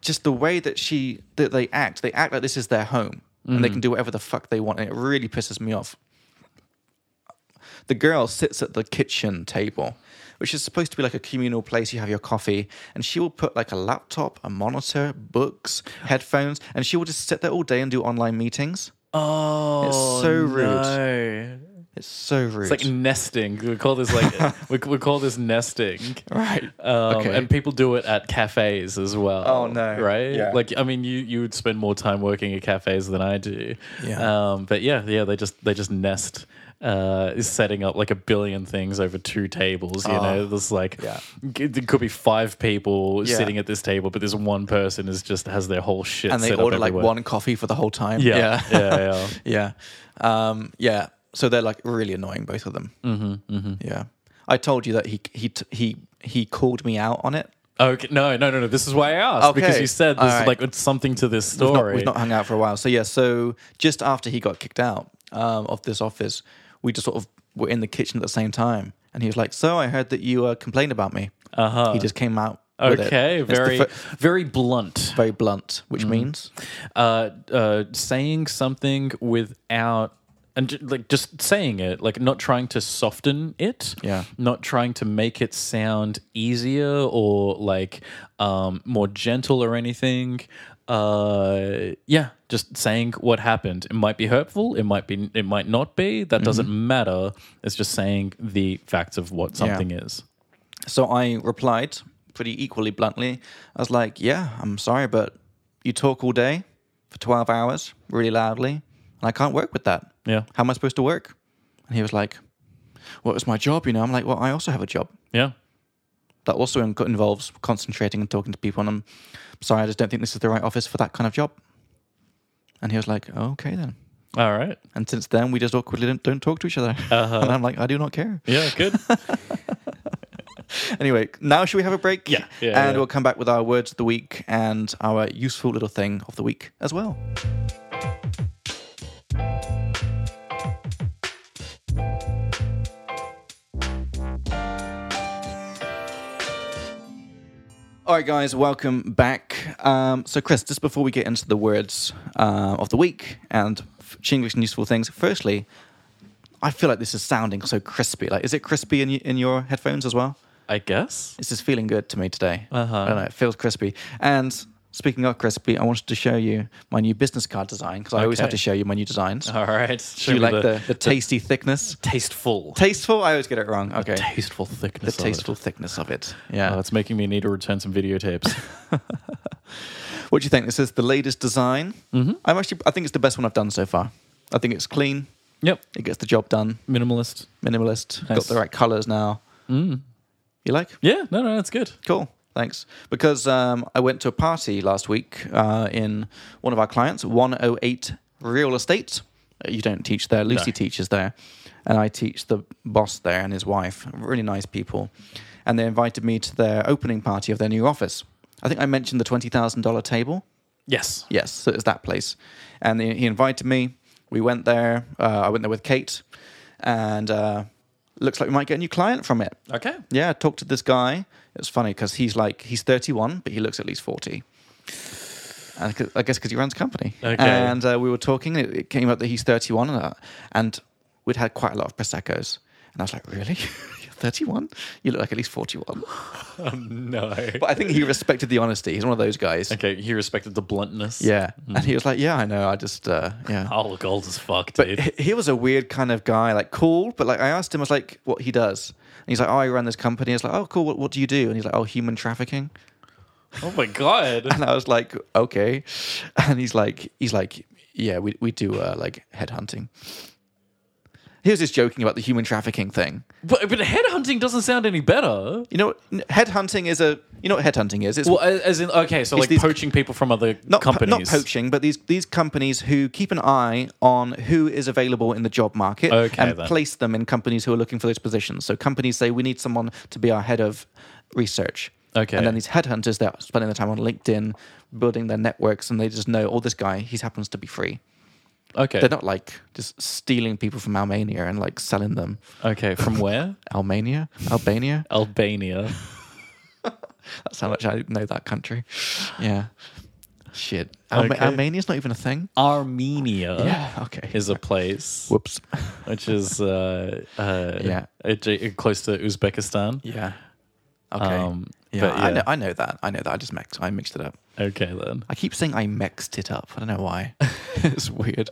Speaker 1: just the way that she that they act, they act like this is their home and they
Speaker 2: Mm.
Speaker 1: can do whatever the fuck they want. And it really pisses me off. The girl sits at the kitchen table, which is supposed to be like a communal place. You have your coffee, and she will put like a laptop, a monitor, books, headphones, and she will just sit there all day and do online meetings.
Speaker 2: Oh,
Speaker 1: It's so rude.
Speaker 2: no.
Speaker 1: It's so rude.
Speaker 2: It's like nesting. We call this
Speaker 1: *laughs*
Speaker 2: like we, we call this nesting. *laughs*
Speaker 1: right.
Speaker 2: Um,
Speaker 1: Okay.
Speaker 2: And people do it at cafes as well.
Speaker 1: Oh, no.
Speaker 2: Right?
Speaker 1: Yeah.
Speaker 2: Like I mean, you you would spend more time working at cafes than I do.
Speaker 1: Yeah.
Speaker 2: Um, but yeah, yeah, they just they just nest. Uh, is setting up like a billion things over two tables. You know, there's like
Speaker 1: Oh. Yeah.
Speaker 2: it, it could be five people
Speaker 1: Yeah.
Speaker 2: sitting at this table, but this one person is just has their whole shit.
Speaker 1: and they
Speaker 2: set
Speaker 1: order
Speaker 2: up
Speaker 1: like
Speaker 2: everywhere.
Speaker 1: one coffee for the whole time.
Speaker 2: Yeah,
Speaker 1: yeah,
Speaker 2: yeah, yeah.
Speaker 1: yeah. Um, yeah. So they're like really annoying, both of them. Mm-hmm, mm-hmm. Yeah, I told you that he he t- he he called me out on it.
Speaker 2: Okay, no, no, no, no. This is why I asked because
Speaker 1: Okay.
Speaker 2: you said
Speaker 1: All
Speaker 2: this
Speaker 1: right.
Speaker 2: like it's something to this
Speaker 1: We've not,
Speaker 2: story.
Speaker 1: we've not hung out for a while. So yeah, so just after he got kicked out um, of this office, we just sort of were in the kitchen at the same time, and he was like, "So I heard that you uh, complained about me." Uh huh. He just came out. with it.
Speaker 2: okay,
Speaker 1: It's the
Speaker 2: very,
Speaker 1: fir-
Speaker 2: very blunt.
Speaker 1: very blunt, which means
Speaker 2: Uh, uh, saying something without and ju- like just saying it, like not trying to soften it.
Speaker 1: Yeah.
Speaker 2: not trying to make it sound easier or like um, more gentle or anything. Uh, yeah, just saying what happened. It might be hurtful. It might be. It might not be.
Speaker 1: Mm-hmm.
Speaker 2: That doesn't matter. It's just saying the facts of what something is.
Speaker 1: So I replied pretty equally bluntly. I was like, Yeah, I'm sorry, but you talk all day for 12 hours really loudly, and I can't work with that.
Speaker 2: Yeah.
Speaker 1: How am I supposed to work? And he was like, Well, it's my job, you know. I'm like, Well, I also have a job
Speaker 2: Yeah.
Speaker 1: that also in- involves concentrating and talking to people. And I'm sorry, I just don't think this is the right office for that kind of job. And he was like, Okay, then.
Speaker 2: All right.
Speaker 1: And since then, we just awkwardly don't, don't talk to each other. *laughs* and I'm like, I do not care.
Speaker 2: Yeah,
Speaker 1: *laughs*
Speaker 2: good.
Speaker 1: Anyway, now should we have a break?
Speaker 2: Yeah,
Speaker 1: and
Speaker 2: yeah, yeah.
Speaker 1: we'll come back with our words of the week and our useful little thing of the week as well. All right, guys, welcome back. Um, so, Chris, just before we get into the words uh, of the week and f- Chinglish and useful things, firstly, I feel like this is sounding so crispy. Like, is it crispy in, y- in your headphones as well?
Speaker 2: I guess.
Speaker 1: This is feeling good to me today.
Speaker 2: Uh-huh.
Speaker 1: I don't know. It feels crispy. And speaking of crispy, I wanted to show you my new business card design because I always have
Speaker 2: Okay.
Speaker 1: to show you my new designs.
Speaker 2: All right.
Speaker 1: Do
Speaker 2: Show
Speaker 1: you
Speaker 2: me
Speaker 1: like the, the, tasty thickness?
Speaker 2: tasteful,
Speaker 1: Tasteful? I always get it wrong. Okay.
Speaker 2: tasteful
Speaker 1: The
Speaker 2: thickness. of it.
Speaker 1: tasteful thickness of it. Yeah.
Speaker 2: Oh, it's making me need to return some videotapes.
Speaker 1: What do you think? This is the latest design. Mm-hmm. I'm actually, I think it's the best one I've done so far. I think it's clean.
Speaker 2: *laughs* yep.
Speaker 1: It gets the job done.
Speaker 2: Minimalist.
Speaker 1: Minimalist. Got
Speaker 2: Nice. Mm.
Speaker 1: the right colors now. You like?
Speaker 2: Yeah. No, no, that's good.
Speaker 1: Cool. Thanks. Because um, I went to a party last week uh, in one of our clients, 108 Real Estate. Uh, You don't teach there. Lucy
Speaker 2: No.
Speaker 1: teaches there. And I teach the boss there and his wife. Really nice people. And they invited me to their opening party of their new office. I think I mentioned the twenty thousand dollar table.
Speaker 2: Yes.
Speaker 1: Yes, so it's that place. And he he invited me. We went there. Uh, I went there with Kate, and uh, looks like we might get a new client from it.
Speaker 2: Okay.
Speaker 1: Yeah, I talked to this guy. It's funny because he's like he's 31, but he looks at least 40. And I c- I guess because he runs a company.
Speaker 2: Okay.
Speaker 1: And uh, we were talking. It, it came up that he's 31, and, uh, and we'd had quite a lot of proseccos. And I was like, really? *laughs* You're 31? You look like at least 41.
Speaker 2: Oh, No.
Speaker 1: But I think he respected the honesty. He's one of those guys.
Speaker 2: okay, Mm. he respected the bluntness.
Speaker 1: Yeah. And he was like, yeah, I know. I just, uh, yeah.
Speaker 2: I Oh, look old as fuck,
Speaker 1: But
Speaker 2: dude.
Speaker 1: he- he was a weird kind of guy, like cool. But like I asked him, I was like, what he does, and he's like, oh, I run this company. It's like, oh, cool. What, what do you do? And he's like, oh, human trafficking.
Speaker 2: oh my god.
Speaker 1: *laughs* And I was like, okay. *laughs* And he's like, he's like, yeah, we we do uh, like headhunting. He was just joking about the human trafficking thing.
Speaker 2: *laughs* but, but headhunting doesn't sound any better.
Speaker 1: You know, what- n- headhunting is a you know what headhunting is. It's
Speaker 2: Well, a- as in, okay, so like
Speaker 1: these-
Speaker 2: poaching people from other
Speaker 1: not po-
Speaker 2: companies.
Speaker 1: not poaching, but these these companies who keep an eye on who is available in the job market
Speaker 2: Okay,
Speaker 1: and
Speaker 2: then.
Speaker 1: place them in companies who are looking for those positions. So companies say we need someone to be our head of research.
Speaker 2: Okay.
Speaker 1: And then these headhunters they're spending their time on LinkedIn, building their networks, and they just know, oh, this guy, he happens to be free.
Speaker 2: Okay.
Speaker 1: They're not like just stealing people from Albania and like selling them.
Speaker 2: okay, from where?
Speaker 1: Albania? Albania?
Speaker 2: *laughs* Albania.
Speaker 1: That's how much I know that country. Yeah. Shit. Alma-
Speaker 2: Okay.
Speaker 1: Albania's not even a thing?
Speaker 2: Armenia
Speaker 1: Yeah. Okay.
Speaker 2: is a place *laughs*
Speaker 1: Whoops.
Speaker 2: which is uh, uh,
Speaker 1: Yeah.
Speaker 2: adj- close to Uzbekistan.
Speaker 1: Yeah. Okay.
Speaker 2: Um,
Speaker 1: yeah,
Speaker 2: but
Speaker 1: I,
Speaker 2: yeah.
Speaker 1: know, I know that. I know that. I just mixed. I mixed it up.
Speaker 2: Okay, then.
Speaker 1: I keep saying I mixed it up. I don't know why. it's weird.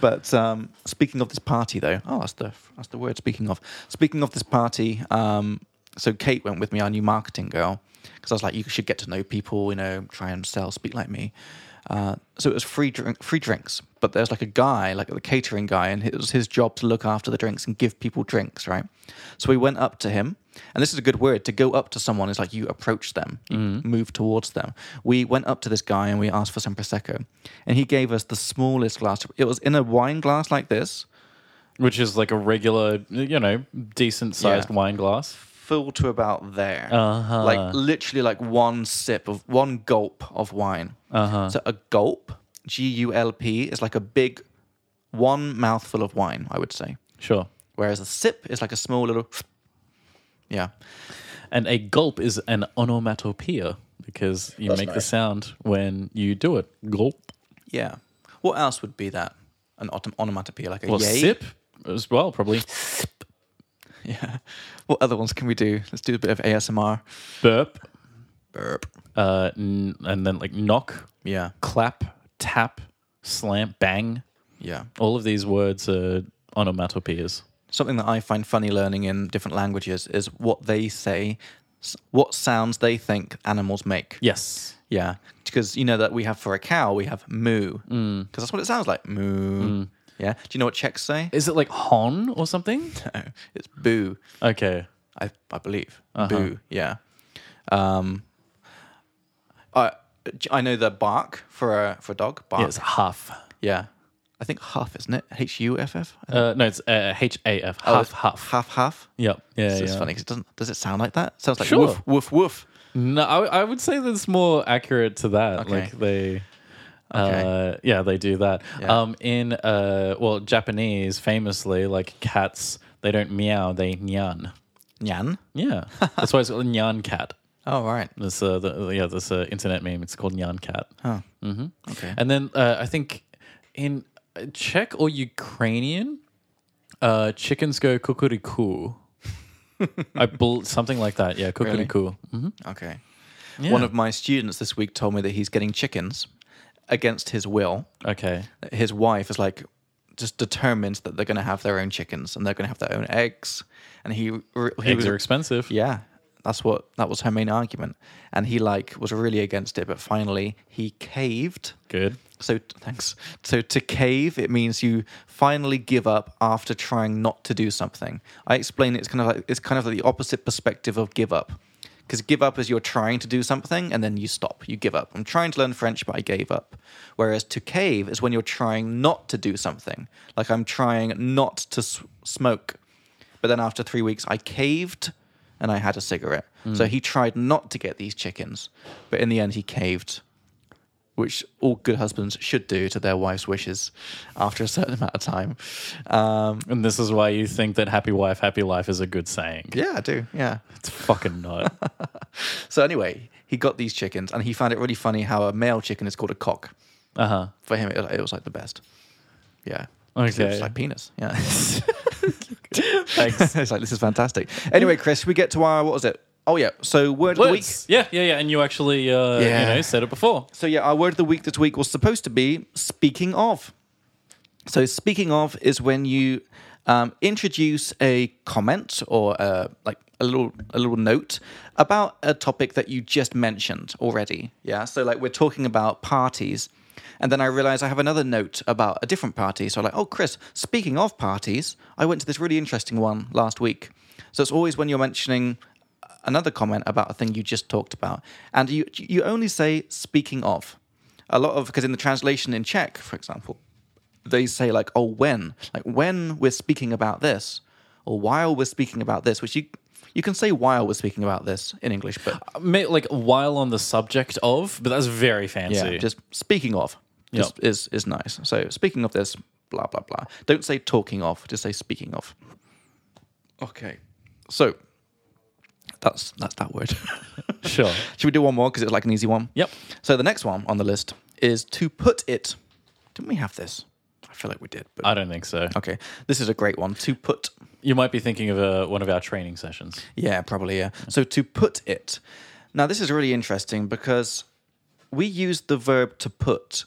Speaker 1: But um, speaking of this party, though, oh, that's the that's the word. Speaking of speaking of this party, um, so Kate went with me, our new marketing girl, because I was like, you should get to know people, you know, try and sell, speak like me. Uh, so it was free drink, free drinks, but there's like a guy, like the catering guy, and it was his job to look after the drinks and give people drinks, right? So we went up to him, and this is a good word to go up to someone is like you approach them, you move towards them. We went up to this guy and we asked for some prosecco, and he gave us the smallest glass. It was in a wine glass like this,
Speaker 2: Which is like a regular, you know, decent sized
Speaker 1: Yeah.
Speaker 2: wine glass.
Speaker 1: full to about there, like literally like one sip of one gulp of wine. So a gulp, G U L P, is like a big one mouthful of wine, I would say.
Speaker 2: Sure.
Speaker 1: Whereas a sip is like a small little. Yeah.
Speaker 2: And a gulp is an onomatopoeia because you make the sound when you do it. Gulp.
Speaker 1: Yeah. What else would be that? An autom- onomatopoeia, like a
Speaker 2: Well,
Speaker 1: yay?
Speaker 2: sip as well, *laughs* probably.
Speaker 1: *laughs* Yeah. What other ones can we do? Let's do a bit of ASMR.
Speaker 2: Burp.
Speaker 1: Burp.
Speaker 2: Uh, n- and then like knock,
Speaker 1: Yeah.
Speaker 2: clap, tap, slam, bang.
Speaker 1: Yeah.
Speaker 2: All of these words are onomatopoeias.
Speaker 1: Something that I find funny learning in different languages is what they say, s- what sounds they think animals make.
Speaker 2: Yes.
Speaker 1: Yeah. Because you know that we have for a cow, we have moo. Because
Speaker 2: Mm.
Speaker 1: that's what it sounds like. Moo. Yeah. Do you know what Czechs say? *laughs*
Speaker 2: Is it like hon or something?
Speaker 1: No, it's boo.
Speaker 2: Okay.
Speaker 1: I I believe
Speaker 2: Uh-huh.
Speaker 1: boo. Yeah. Um. I I know the bark for a for a dog bark.
Speaker 2: Yes, huff.
Speaker 1: Yeah. I think huff, isn't it? H U F F. Oh,
Speaker 2: Uh, no, it's uh, H A F. Huff, huff.
Speaker 1: Huff, huff.
Speaker 2: Yep. Yeah,
Speaker 1: So it's
Speaker 2: yeah.
Speaker 1: funny because it doesn't. Does it sound like that? sounds like
Speaker 2: Sure.
Speaker 1: woof, woof, woof.
Speaker 2: No, I, I would say that's more accurate to that.
Speaker 1: Okay.
Speaker 2: Like they, uh,
Speaker 1: Okay.
Speaker 2: yeah, they do that.
Speaker 1: Yeah.
Speaker 2: Um, in uh, well, Japanese famously, like cats, they don't meow, they nyan.
Speaker 1: Nyan.
Speaker 2: Yeah, *laughs* that's why it's called a nyan cat.
Speaker 1: Oh right.
Speaker 2: This uh, the, yeah, this uh, internet meme. It's called nyan cat.
Speaker 1: Huh. Mm-hmm. Okay.
Speaker 2: And then uh, I think in uh, Czech or Ukrainian, uh, chickens
Speaker 1: *laughs*
Speaker 2: go kukuriku. I bel something like that. Yeah, kukuriku. Mhm.
Speaker 1: Okay.
Speaker 2: Yeah.
Speaker 1: One of my students this week told me that he's getting chickens against his will.
Speaker 2: Okay.
Speaker 1: His wife is like just determined that they're going to have their own chickens and they're going to have their own eggs. And he, r- he
Speaker 2: Eggs
Speaker 1: was,
Speaker 2: are expensive.
Speaker 1: yeah, that's what that was her main argument. And he like was really against it, but finally he caved.
Speaker 2: Good.
Speaker 1: So thanks. So to cave, it means you finally give up after trying not to do something. I explain it's kind of like it's kind of like the opposite perspective of give up. Because give up is you're trying to do something and then you stop. You give up. I'm trying to learn French, but I gave up. Whereas to cave is when you're trying not to do something. Like I'm trying not to s- smoke, but then after three weeks I caved and I had a cigarette. So he tried not to get these chickens, but in the end he caved, which all good husbands should do to their wife's wishes after a certain amount of time. Um,
Speaker 2: And this is why you think that happy wife, happy life is a good saying.
Speaker 1: yeah, I do. Yeah.
Speaker 2: It's fucking
Speaker 1: *laughs*
Speaker 2: not.
Speaker 1: So anyway, he got these chickens, and he found it really funny how a male chicken is called a cock.
Speaker 2: Uh huh.
Speaker 1: For him, it, it was like the best. Yeah. 'Cause It was
Speaker 2: Okay.
Speaker 1: like penis. Yeah. *laughs*
Speaker 2: Thanks.
Speaker 1: it's like this is fantastic. Anyway, Chris, we get to our what was it? Oh yeah. So word of the week.
Speaker 2: Words. Yeah, yeah, yeah. And you actually, uh,
Speaker 1: Yeah.
Speaker 2: you know, said it before.
Speaker 1: So yeah, our word of the week this week was supposed to be speaking of. So speaking of is when you um, introduce a comment or a, like a little a little note about a topic that you just mentioned already. Yeah. So like we're talking about parties, and then I realize I have another note about a different party. So like, oh Chris, speaking of parties, I went to this really interesting one last week. So it's always when you're mentioning another comment about a thing you just talked about, and you you only say speaking of. A lot of because in the translation in Czech, for example, they say like oh when like when we're speaking about this or while we're speaking about this which you you can say while we're speaking about this in english but
Speaker 2: Ma- Like while on the subject of, but that's very fancy.
Speaker 1: yeah just speaking of
Speaker 2: Yep.
Speaker 1: just is is nice so speaking of this blah blah blah don't say talking of just say speaking of okay so that's that's that word *laughs*
Speaker 2: sure.
Speaker 1: should we do one more because it's like an easy one
Speaker 2: Yep.
Speaker 1: so the next one on the list is to put it didn't we have this i feel like we did but
Speaker 2: I don't think so.
Speaker 1: okay this is a great one to put
Speaker 2: You might be thinking of uh one of our training sessions.
Speaker 1: Yeah, probably, yeah. So to put it. Now, this is really interesting because we use the verb to put.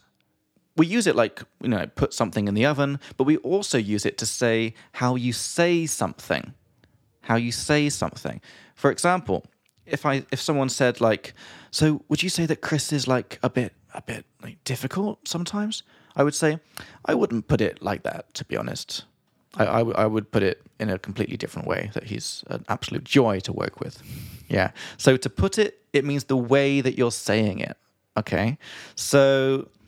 Speaker 1: We use it like, you know, put something in the oven, but we also use it to say how you say something. How you say something. For example, if I if someone said like, so would you say that Chris is like a bit a bit like difficult sometimes? I would say, I wouldn't put it like that, to be honest. I, I, w- I would put it in a completely different way that he's an absolute joy to work with. Yeah. So to put it, it means the way that you're saying it. Okay. So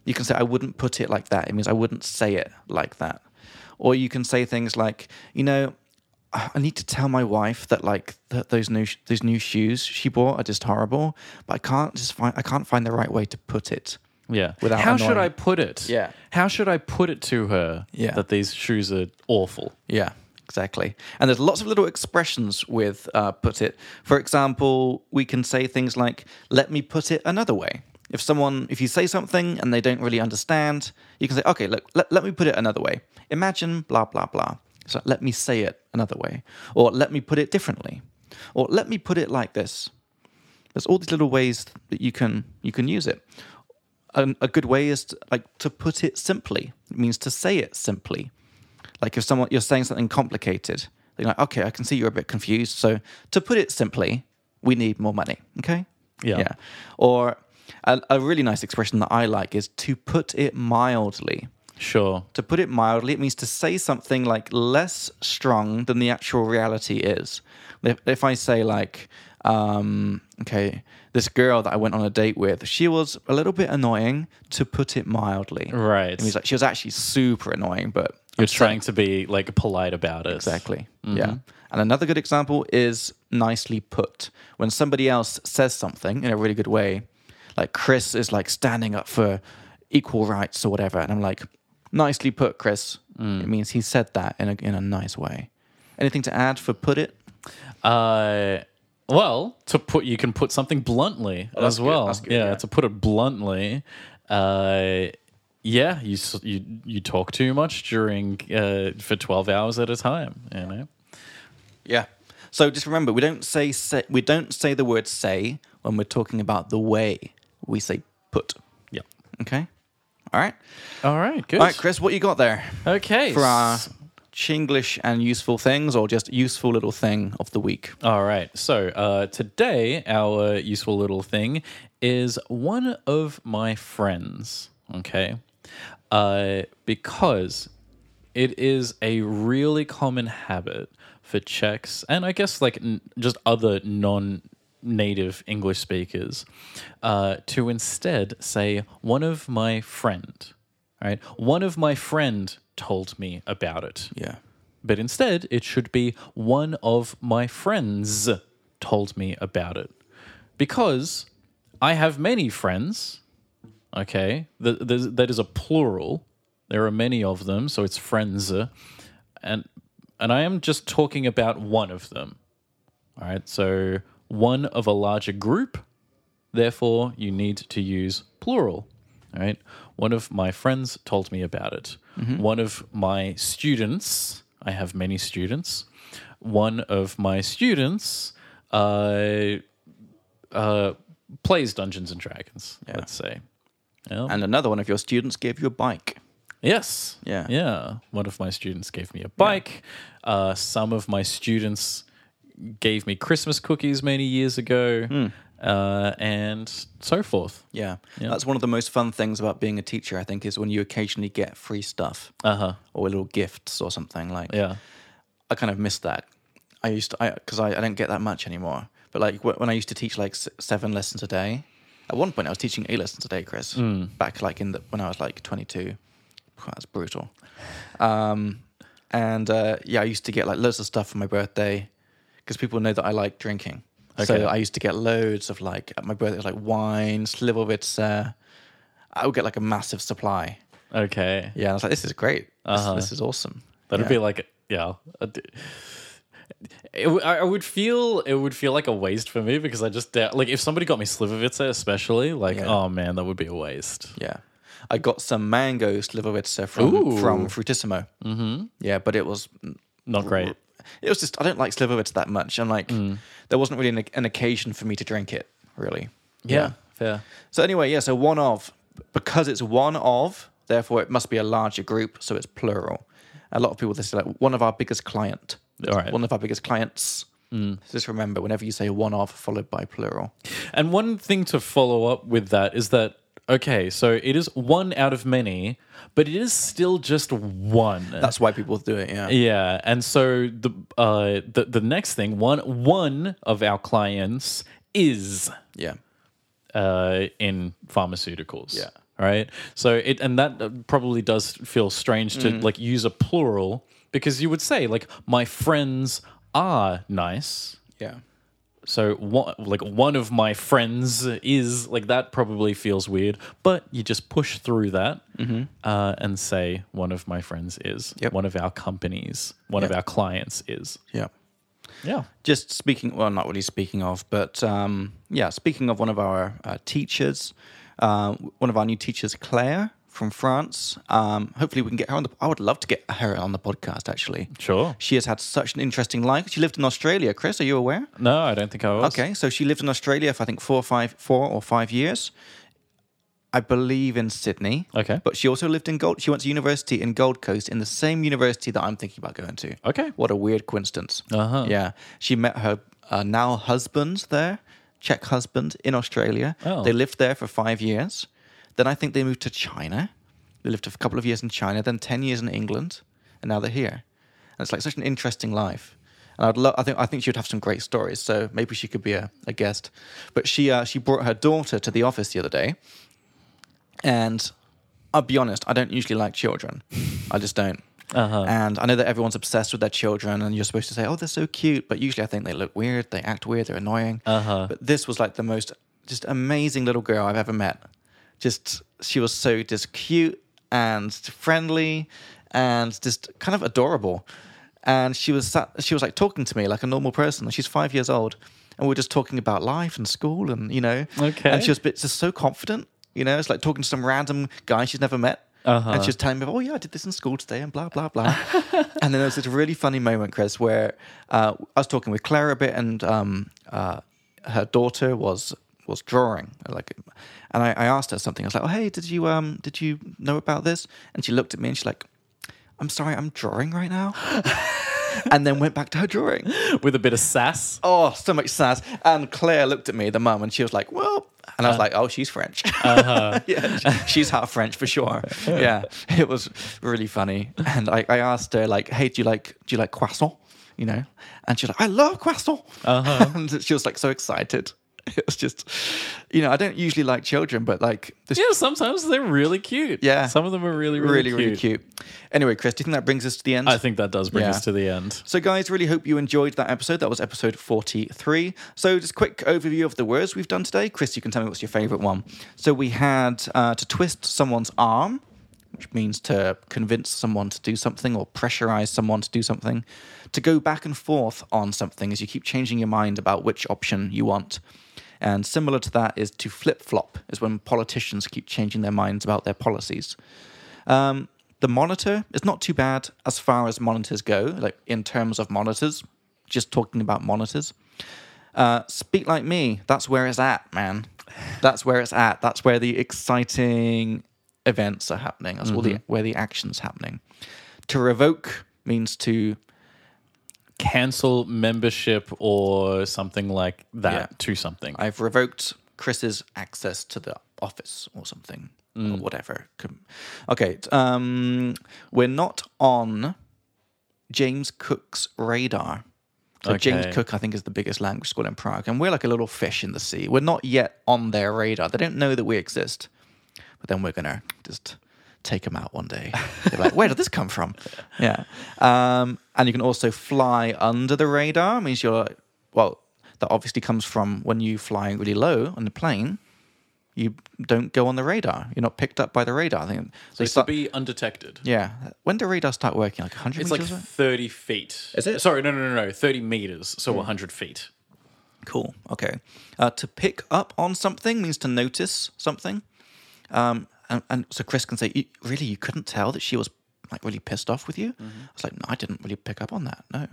Speaker 1: you can say, I wouldn't put it like that. It means I wouldn't say it like that. Or you can say things like, you know, I I need to tell my wife that like that those new sh- those new shoes she bought are just horrible, but I can't just find I can't find the right way to put it.
Speaker 2: Yeah.
Speaker 1: Without
Speaker 2: How should
Speaker 1: annoying-
Speaker 2: I put it?
Speaker 1: Yeah.
Speaker 2: How should I put it to her
Speaker 1: Yeah.
Speaker 2: that these shoes are awful?
Speaker 1: Yeah, exactly. And there's lots of little expressions with uh, put it. For example, we can say things like, let me put it another way. If someone, if you say something and they don't really understand, you can say, okay, look, let, let me put it another way. Imagine blah, blah, blah. So let me say it another way. Or let me put it differently. Or let me put it like this. There's all these little ways that you can you can use it. And a good way is to, like to put it simply. It means to say it simply. Like if someone you're saying something complicated, they're like, okay, I can see you're a bit confused. So to put it simply, we need more money. Okay.
Speaker 2: Yeah.
Speaker 1: Yeah. Or a, a really nice expression that I like is to put it mildly.
Speaker 2: Sure.
Speaker 1: To put it mildly, it means to say something like less strong than the actual reality is. If, if I say like, um, okay, this girl that I went on a date with, she was a little bit annoying, to put it mildly.
Speaker 2: Right.
Speaker 1: It means like she was actually super annoying, but
Speaker 2: You're trying to be like polite about it.
Speaker 1: Exactly. Yeah. And another good example is nicely put. When somebody else says something in a really good way, like Chris is like standing up for equal rights or whatever, and I'm like, nicely put, Chris. It means he said that in a in a nice way. Anything to add for put it
Speaker 2: Uh, well, to put you can put something bluntly
Speaker 1: Oh, that's
Speaker 2: as
Speaker 1: good,
Speaker 2: well.
Speaker 1: that's good,
Speaker 2: yeah,
Speaker 1: yeah.
Speaker 2: to put it bluntly, uh, yeah, you s- you you talk too much during uh, for twelve hours at a time. You know,
Speaker 1: Yeah. So just remember, we don't say, say we don't say the word say when we're talking about the way. We say put.
Speaker 2: yeah.
Speaker 1: Okay. All right.
Speaker 2: All right, good.
Speaker 1: All right, Chris. What you got there?
Speaker 2: Okay,
Speaker 1: for our
Speaker 2: s-
Speaker 1: Chinglish and useful things, or just useful little thing of the week.
Speaker 2: All right. So uh, today, our useful little thing is one of my friends. Okay. Uh, because it is a really common habit for Czechs and I guess like n- just other non native English speakers uh, to instead say, one of my friend. All right. One of my friend told me about it
Speaker 1: Yeah.
Speaker 2: but instead it should be one of my friends told me about it. Because I have many friends, okay, th- there's- that is a plural. There are many of them, so it's friends. uh, And, and I am just talking about one of them. All right, so one of a larger group. Therefore, you need to use plural. All right. One of my friends told me about it. One of my students, I have many students. One of my students uh, uh, plays Dungeons and Dragons, let's say. Yeah.
Speaker 1: And another one of your students gave you a bike.
Speaker 2: Yes.
Speaker 1: Yeah.
Speaker 2: Yeah. One of my students gave me a bike. Uh, some of my students gave me Christmas cookies many years ago, uh, and so forth.
Speaker 1: Yeah. That's one of the most fun things about being a teacher, I think, is when you occasionally get free stuff
Speaker 2: Uh huh.
Speaker 1: or little gifts or something like
Speaker 2: Yeah.
Speaker 1: I kind of miss that. I used to, I because I, I don't get that much anymore. But like wh- when I used to teach like s- seven lessons a day, at one point I was teaching eight lessons a day, Chris.
Speaker 2: Hmm.
Speaker 1: Back like in the when I was like 22, Wow, that's brutal. Um, and uh, yeah, I used to get like loads of stuff for my birthday because people know that I like drinking.
Speaker 2: Okay.
Speaker 1: So I used to get loads of like at my birthday it was like wine, slivovica. uh, I would get like a massive supply.
Speaker 2: Okay.
Speaker 1: Yeah, I was like, this is great. This,
Speaker 2: Uh-huh.
Speaker 1: this is awesome.
Speaker 2: That'd
Speaker 1: Yeah.
Speaker 2: be like, yeah. a d- It, w- I I would feel it would feel like a waste for me because I just da- like if somebody got me Slivovitza especially like
Speaker 1: Yeah.
Speaker 2: oh man that would be a waste
Speaker 1: Yeah. I got some mango slivovica from
Speaker 2: Ooh.
Speaker 1: from Frutissimo. Mm-hmm. Yeah, but it was
Speaker 2: not great
Speaker 1: it was just I don't like slivovica that much, and like
Speaker 2: Mm.
Speaker 1: there wasn't really an, an occasion for me to drink it really.
Speaker 2: fair
Speaker 1: So anyway, yeah. So one of because it's one of, therefore it must be a larger group, so it's plural. A lot of people they say like one of our biggest client,
Speaker 2: all right Mm.
Speaker 1: one of our biggest clients. Just remember, whenever you say one of followed by plural,
Speaker 2: And one thing to follow up with that is that okay, so it is one out of many, but it is still just one.
Speaker 1: that's why people do it. Yeah,
Speaker 2: yeah, and so the uh, the the next thing one one of our clients is
Speaker 1: yeah,
Speaker 2: uh, in pharmaceuticals.
Speaker 1: Yeah.
Speaker 2: Right. So it and that uh, probably does feel strange to
Speaker 1: Mm.
Speaker 2: like use a plural because you would say like my friends are nice
Speaker 1: yeah.
Speaker 2: so one, like one of my friends is like that probably feels weird but you just push through that uh, and say one of my friends is
Speaker 1: Mm-hmm. Yep.
Speaker 2: one of our companies one of
Speaker 1: Yeah.
Speaker 2: our clients is
Speaker 1: yeah.
Speaker 2: yeah
Speaker 1: just speaking well not really speaking of but um, yeah speaking of one of our uh, teachers uh, one of our new teachers claire from france um, hopefully we can get her on the i would love to get her on the podcast actually
Speaker 2: sure
Speaker 1: she has had such an interesting life she lived in australia chris are you aware
Speaker 2: no i don't think i was
Speaker 1: okay so she lived in australia for i think four or five four or five years i believe in sydney
Speaker 2: okay
Speaker 1: but she also lived in gold she went to university in gold coast in the same university that i'm thinking about going to
Speaker 2: okay
Speaker 1: what a weird coincidence.
Speaker 2: Uh-huh.
Speaker 1: Yeah. She met her uh, now husband there, Czech husband in Australia.
Speaker 2: Oh.
Speaker 1: They lived there for five years. Then I think they moved to China. They lived a couple of years in China, then 10 years in England, and now they're here. And it's like such an interesting life. And I'd love, I think, I think she would have some great stories. So maybe she could be a, a guest. But she, uh, she brought her daughter to the office the other day. And I'll be honest, I don't usually like children. I just don't.
Speaker 2: Uh-huh.
Speaker 1: And I know that everyone's obsessed with their children, and you're supposed to say, "Oh, they're so cute," but usually I think they look weird, they act weird, they're annoying.
Speaker 2: Uh-huh.
Speaker 1: But this was like the most just amazing little girl I've ever met. Just she was so just cute and friendly and just kind of adorable. And she was sat, she was like talking to me like a normal person. She's five years old, and we were just talking about life and school, and you know,
Speaker 2: Okay.
Speaker 1: And she was bit, just so confident. You know, it's like talking to some random guy she's never met.
Speaker 2: Uh-huh.
Speaker 1: And she was telling me, oh, yeah, I did this in school today and blah, blah, blah. and then there was this really funny moment, Chris, where uh, I was talking with Clara a bit and um, uh, her daughter was was drawing. like, And I, I asked her something. I was like, oh, hey, did you, um, did you know about this? And she looked at me and she's like, I'm sorry, I'm drawing right now. and then went back to her drawing.
Speaker 2: with a bit of sass
Speaker 1: Oh, so much sass. And Claire looked at me, the mum, and she was like, well, and I was like, oh, she's French. *laughs* yeah, she- she's half French for sure. *laughs* Yeah, it was really funny. And I, I asked her like, hey, do you like, do you Uh-huh. *laughs* like croissant? You know? And she's like, I love croissant. And she was like so excited. *laughs* It's just, you know, I don't usually like children, but like this
Speaker 2: Yeah, sometimes they're really cute.
Speaker 1: Yeah.
Speaker 2: Some of them are really, really,
Speaker 1: really,
Speaker 2: cute.
Speaker 1: really cute. Anyway, Chris, do you think that brings us to the end?
Speaker 2: I think that does bring
Speaker 1: Yeah.
Speaker 2: us to the end.
Speaker 1: So, guys, really hope you enjoyed that episode. That was episode 43. So, just quick overview of the words we've done today. Chris, you can tell me what's your favorite one. So, we had uh, to twist someone's arm, which means to convince someone to do something or pressurize someone to do something, to go back and forth on something as you keep changing your mind about which option you want. And similar to that is to flip flop, is when politicians keep changing their minds about their policies. Um, the monitor is not too bad as far as monitors go, like in terms of monitors, just talking about monitors. Uh, Speak Like Me, that's where it's at, man. That's where it's at. That's where the exciting events are happening. That's all the, where the action's happening. To revoke means to
Speaker 2: Cancel membership or something like that
Speaker 1: Yeah.
Speaker 2: to something.
Speaker 1: I've revoked Chris's access to the office or something or whatever. Com- Okay, t- um, we're not on James Cook's radar. So James
Speaker 2: Okay.
Speaker 1: Cook, I think, is the biggest language school in Prague, and we're like a little fish in the sea. We're not yet on their radar. They don't know that we exist, but then we're gonna just take them out one day. They're like, "Where did this come from?" *laughs* Yeah, um, and you can also fly under the radar. Means you're well. That obviously comes from when you fly really low on the plane. You don't go on the radar. You're not picked up by the radar. I think they
Speaker 2: It's
Speaker 1: start-
Speaker 2: to be undetected.
Speaker 1: yeah. When did radar start working? Like 100
Speaker 2: It's like
Speaker 1: meters? away?
Speaker 2: 30 feet.
Speaker 1: Is it? Hmm.
Speaker 2: Sorry, no, no, no, no. 30 meters, so 100 feet.
Speaker 1: Cool. Okay. Uh, to pick up on something means to notice something. Um, and, and so Chris can say, "You- "Really, you couldn't tell that she was like really pissed off with you?"
Speaker 2: Mm-hmm.
Speaker 1: I was like, "No, I didn't really pick up on that. No."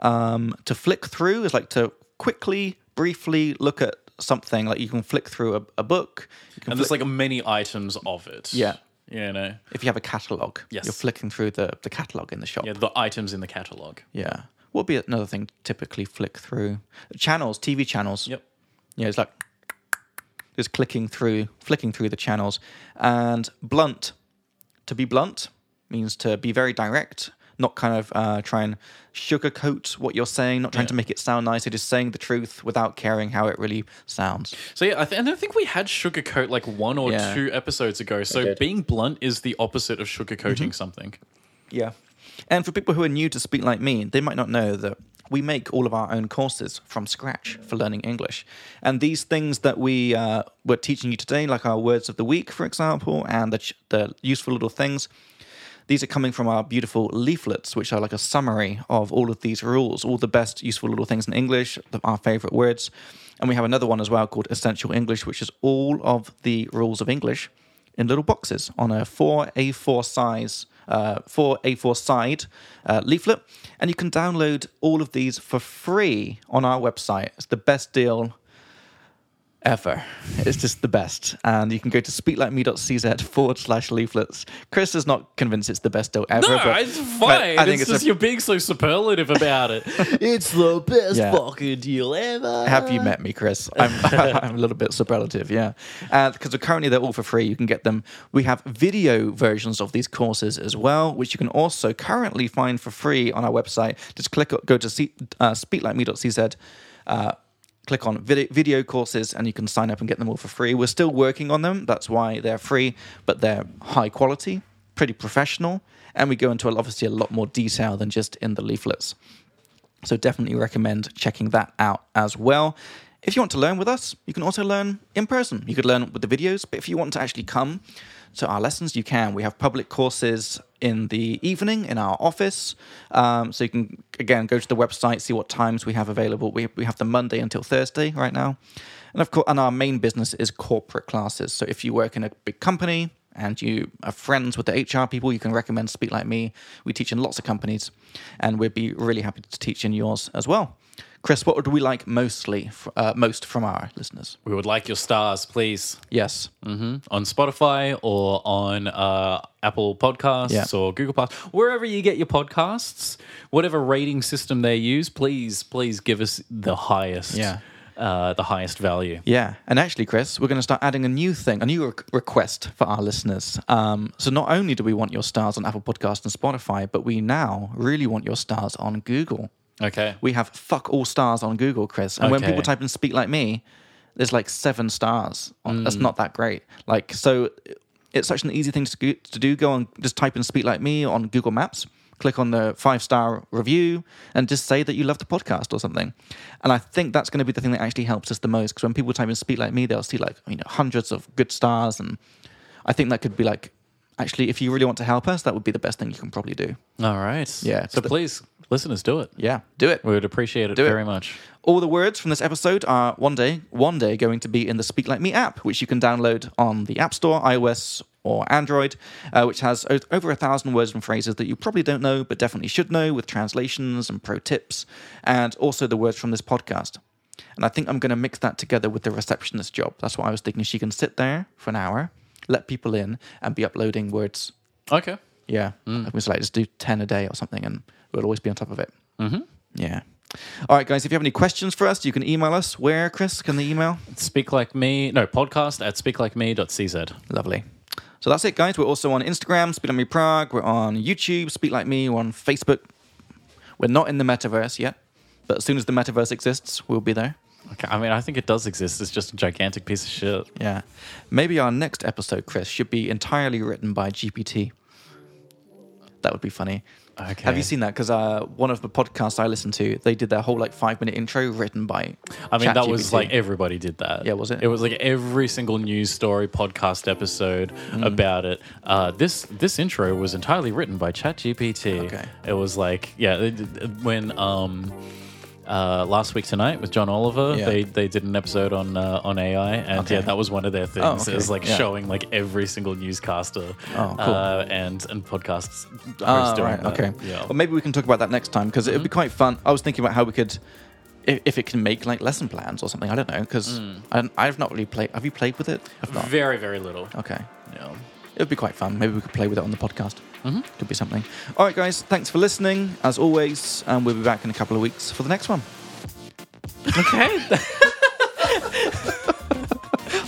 Speaker 1: Um, to flick through is like to quickly, briefly look at something. Like you can flick through a, a book. You can
Speaker 2: And there's like many items of it.
Speaker 1: Yeah.
Speaker 2: You know,
Speaker 1: if you have a catalog,
Speaker 2: Yes.
Speaker 1: you're flicking through the the catalog in the shop.
Speaker 2: yeah, the items in the catalog.
Speaker 1: Yeah. What would be another thing to typically flick through? Channels, TV channels.
Speaker 2: Yep.
Speaker 1: Yeah, it's like just clicking through, flicking through the channels. And blunt. To be blunt means to be very direct, not kind of uh, try and sugarcoat what you're saying, not trying to make it sound nice. It is saying the truth without caring how it really sounds.
Speaker 2: So yeah, I th- and I think we had sugarcoat like one or
Speaker 1: Yeah.
Speaker 2: two episodes ago. So
Speaker 1: did. Mm-hmm.
Speaker 2: being blunt is the opposite of sugarcoating something.
Speaker 1: Yeah. And for people who are new to Speak Like Me, they might not know that we make all of our own courses from scratch for learning English. And these things that we uh, were teaching you today, like our words of the week, for example, and the, ch- the useful little things, these are coming from our beautiful leaflets, which are like a summary of all of these rules, all the best useful little things in English, the- our favorite words. And we have another one as well called Essential English, which is all of the rules of English in little boxes on a 4A4 size, uh, 4A4 side uh, leaflet. And you can download all of these for free on our website. It's the best deal ever. It's just the best. And you can go to speaklikeme.cz forward slash leaflets. Chris is not convinced it's the best deal ever.
Speaker 2: No,
Speaker 1: but,
Speaker 2: it's
Speaker 1: but
Speaker 2: fine.
Speaker 1: I think
Speaker 2: it's,
Speaker 1: it's,
Speaker 2: just
Speaker 1: a-
Speaker 2: you're being so superlative about it. *laughs* it's the best
Speaker 1: Yeah.
Speaker 2: fucking deal ever.
Speaker 1: have you met me, Chris? I'm, *laughs* I'm a little bit superlative, yeah. Because currently they're all for free. You can get them. We have video versions of these courses as well, which you can also currently find for free on our website. Just click, go to see, uh, speaklikeme.cz. Uh, click on video, video courses and you can sign up and get them all for free. We're still working on them. That's why they're free, but they're high quality, pretty professional. And we go into obviously a lot more detail than just in the leaflets. So definitely recommend checking that out as well. If you want to learn with us, you can also learn in person. You could learn with the videos, but if you want to actually come to our lessons, you can. We have public courses in the evening in our office. Um, so you can, again, go to the website, see what times we have available. We, we have the Monday until Thursday right now. And of course, and our main business is corporate classes. So if you work in a big company, and you are friends with the HR people, you can recommend Speak Like Me. We teach in lots of companies, and we'd be really happy to teach in yours as well. Chris, what would we like mostly, f- uh, most from our listeners? Mm.
Speaker 2: We would like your stars, please,
Speaker 1: Yes,
Speaker 2: hmm on Spotify or on uh, Apple Podcasts
Speaker 1: Yeah.
Speaker 2: or Google Podcasts, wherever you get your podcasts, whatever rating system they use. Please, please give us the highest,
Speaker 1: Yeah.
Speaker 2: uh, the highest value.
Speaker 1: yeah. And actually, Chris, we're going to start adding a new thing, a new re- request for our listeners. Um, so not only do we want your stars on Apple Podcasts and Spotify, but we now really want your stars on Google.
Speaker 2: Okay.
Speaker 1: We have fuck all stars on Google, Chris. And when
Speaker 2: Okay.
Speaker 1: people type in speak like me, there's like seven stars. on That's not that great. Like, so it's such an easy thing to, go- to do. Go and just type in speak like me on Google Maps, click on the five star review, and just say that you love the podcast or something. And I think that's going to be the thing that actually helps us the most. Because when people type in speak like me, they'll see like, you know, hundreds of good stars. And I think that could be like, actually, if you really want to help us, that would be the best thing you can probably do.
Speaker 2: All right.
Speaker 1: Yeah,
Speaker 2: So
Speaker 1: the-
Speaker 2: please, listeners, do it.
Speaker 1: Yeah, do it.
Speaker 2: We would appreciate it
Speaker 1: it.
Speaker 2: very much.
Speaker 1: All the words from this episode are one day, one day going to be in the Speak Like Me app, which you can download on the App Store, iOS or Android, uh, which has o- over a thousand words and phrases that you probably don't know, but definitely should know, with translations and pro tips, and also the words from this podcast. And I think I'm going to mix that together with the receptionist job. That's what I was thinking. She can sit there for an hour, let people in, and be uploading words.
Speaker 2: Okay.
Speaker 1: Yeah, I was like, just do ten a day or something, and we'll always be on top of it. Yeah. Mm-hmm. All right, guys, if you have any questions for us, you can email us. Where, Chris, can they email?
Speaker 2: Speak like me. No, podcast at speaklikeme.cz.
Speaker 1: Lovely. So that's it, guys. We're also on Instagram, Speak Like Me Prague. We're on YouTube, Speak Like Me. We're on Facebook. We're not in the metaverse yet, but as soon as the metaverse exists, we'll be there.
Speaker 2: Okay. I mean, I think it does exist. It's just a gigantic piece of shit.
Speaker 1: Yeah. Maybe our next episode, Chris, should be entirely written by GPT. That would be funny.
Speaker 2: Okay.
Speaker 1: Have you seen that? Because uh, one of the podcasts I listened to, they did their whole like five minute intro written by.
Speaker 2: I mean, that was
Speaker 1: ChatGPT.
Speaker 2: like everybody did that.
Speaker 1: Yeah, was it?
Speaker 2: It was like every single news story, podcast episode
Speaker 1: Mm.
Speaker 2: about it. Uh, this this intro was entirely written by ChatGPT.
Speaker 1: Okay.
Speaker 2: It was like, yeah, they did- when um, uh, last week tonight with John Oliver,
Speaker 1: Yeah.
Speaker 2: they they did an episode on uh, on AI, and
Speaker 1: Okay.
Speaker 2: yeah, that was one of their things.
Speaker 1: Oh,
Speaker 2: It was
Speaker 1: okay.
Speaker 2: like
Speaker 1: Yeah.
Speaker 2: showing like every single newscaster
Speaker 1: Oh, cool.
Speaker 2: uh, and and podcasts. host
Speaker 1: Ah,
Speaker 2: doing
Speaker 1: right,
Speaker 2: that.
Speaker 1: okay.
Speaker 2: Yeah. Mm-hmm.
Speaker 1: Well, maybe we can talk about that next time because it would be quite fun. I was thinking about how we could, if, if it can make like lesson plans or something. I don't know because
Speaker 2: Mm.
Speaker 1: I've not really played. Have you played with it? I've not.
Speaker 2: Very very little.
Speaker 1: Okay.
Speaker 2: Yeah.
Speaker 1: It would be quite fun. Maybe we could play with it on the podcast.
Speaker 2: Mm-hmm.
Speaker 1: Could be something. All right, guys. Thanks for listening, as always. And we'll be back in a couple of weeks for the next *laughs* one.
Speaker 2: Okay. *laughs*
Speaker 1: I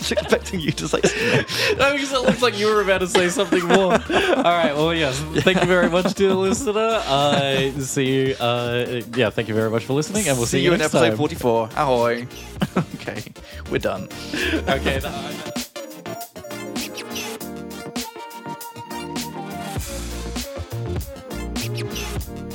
Speaker 1: was expecting you *laughs* to say something.
Speaker 2: No, because it looks like you were about to say something more. All right. Well, yes. Thank you very much to the listener. Uh, see you. Uh, yeah. Thank you very much for listening, and we'll see,
Speaker 1: See you in
Speaker 2: next
Speaker 1: episode
Speaker 2: time.
Speaker 1: 44. Ahoy. *laughs* okay. We're done.
Speaker 2: Okay. no, no.
Speaker 3: Thank you.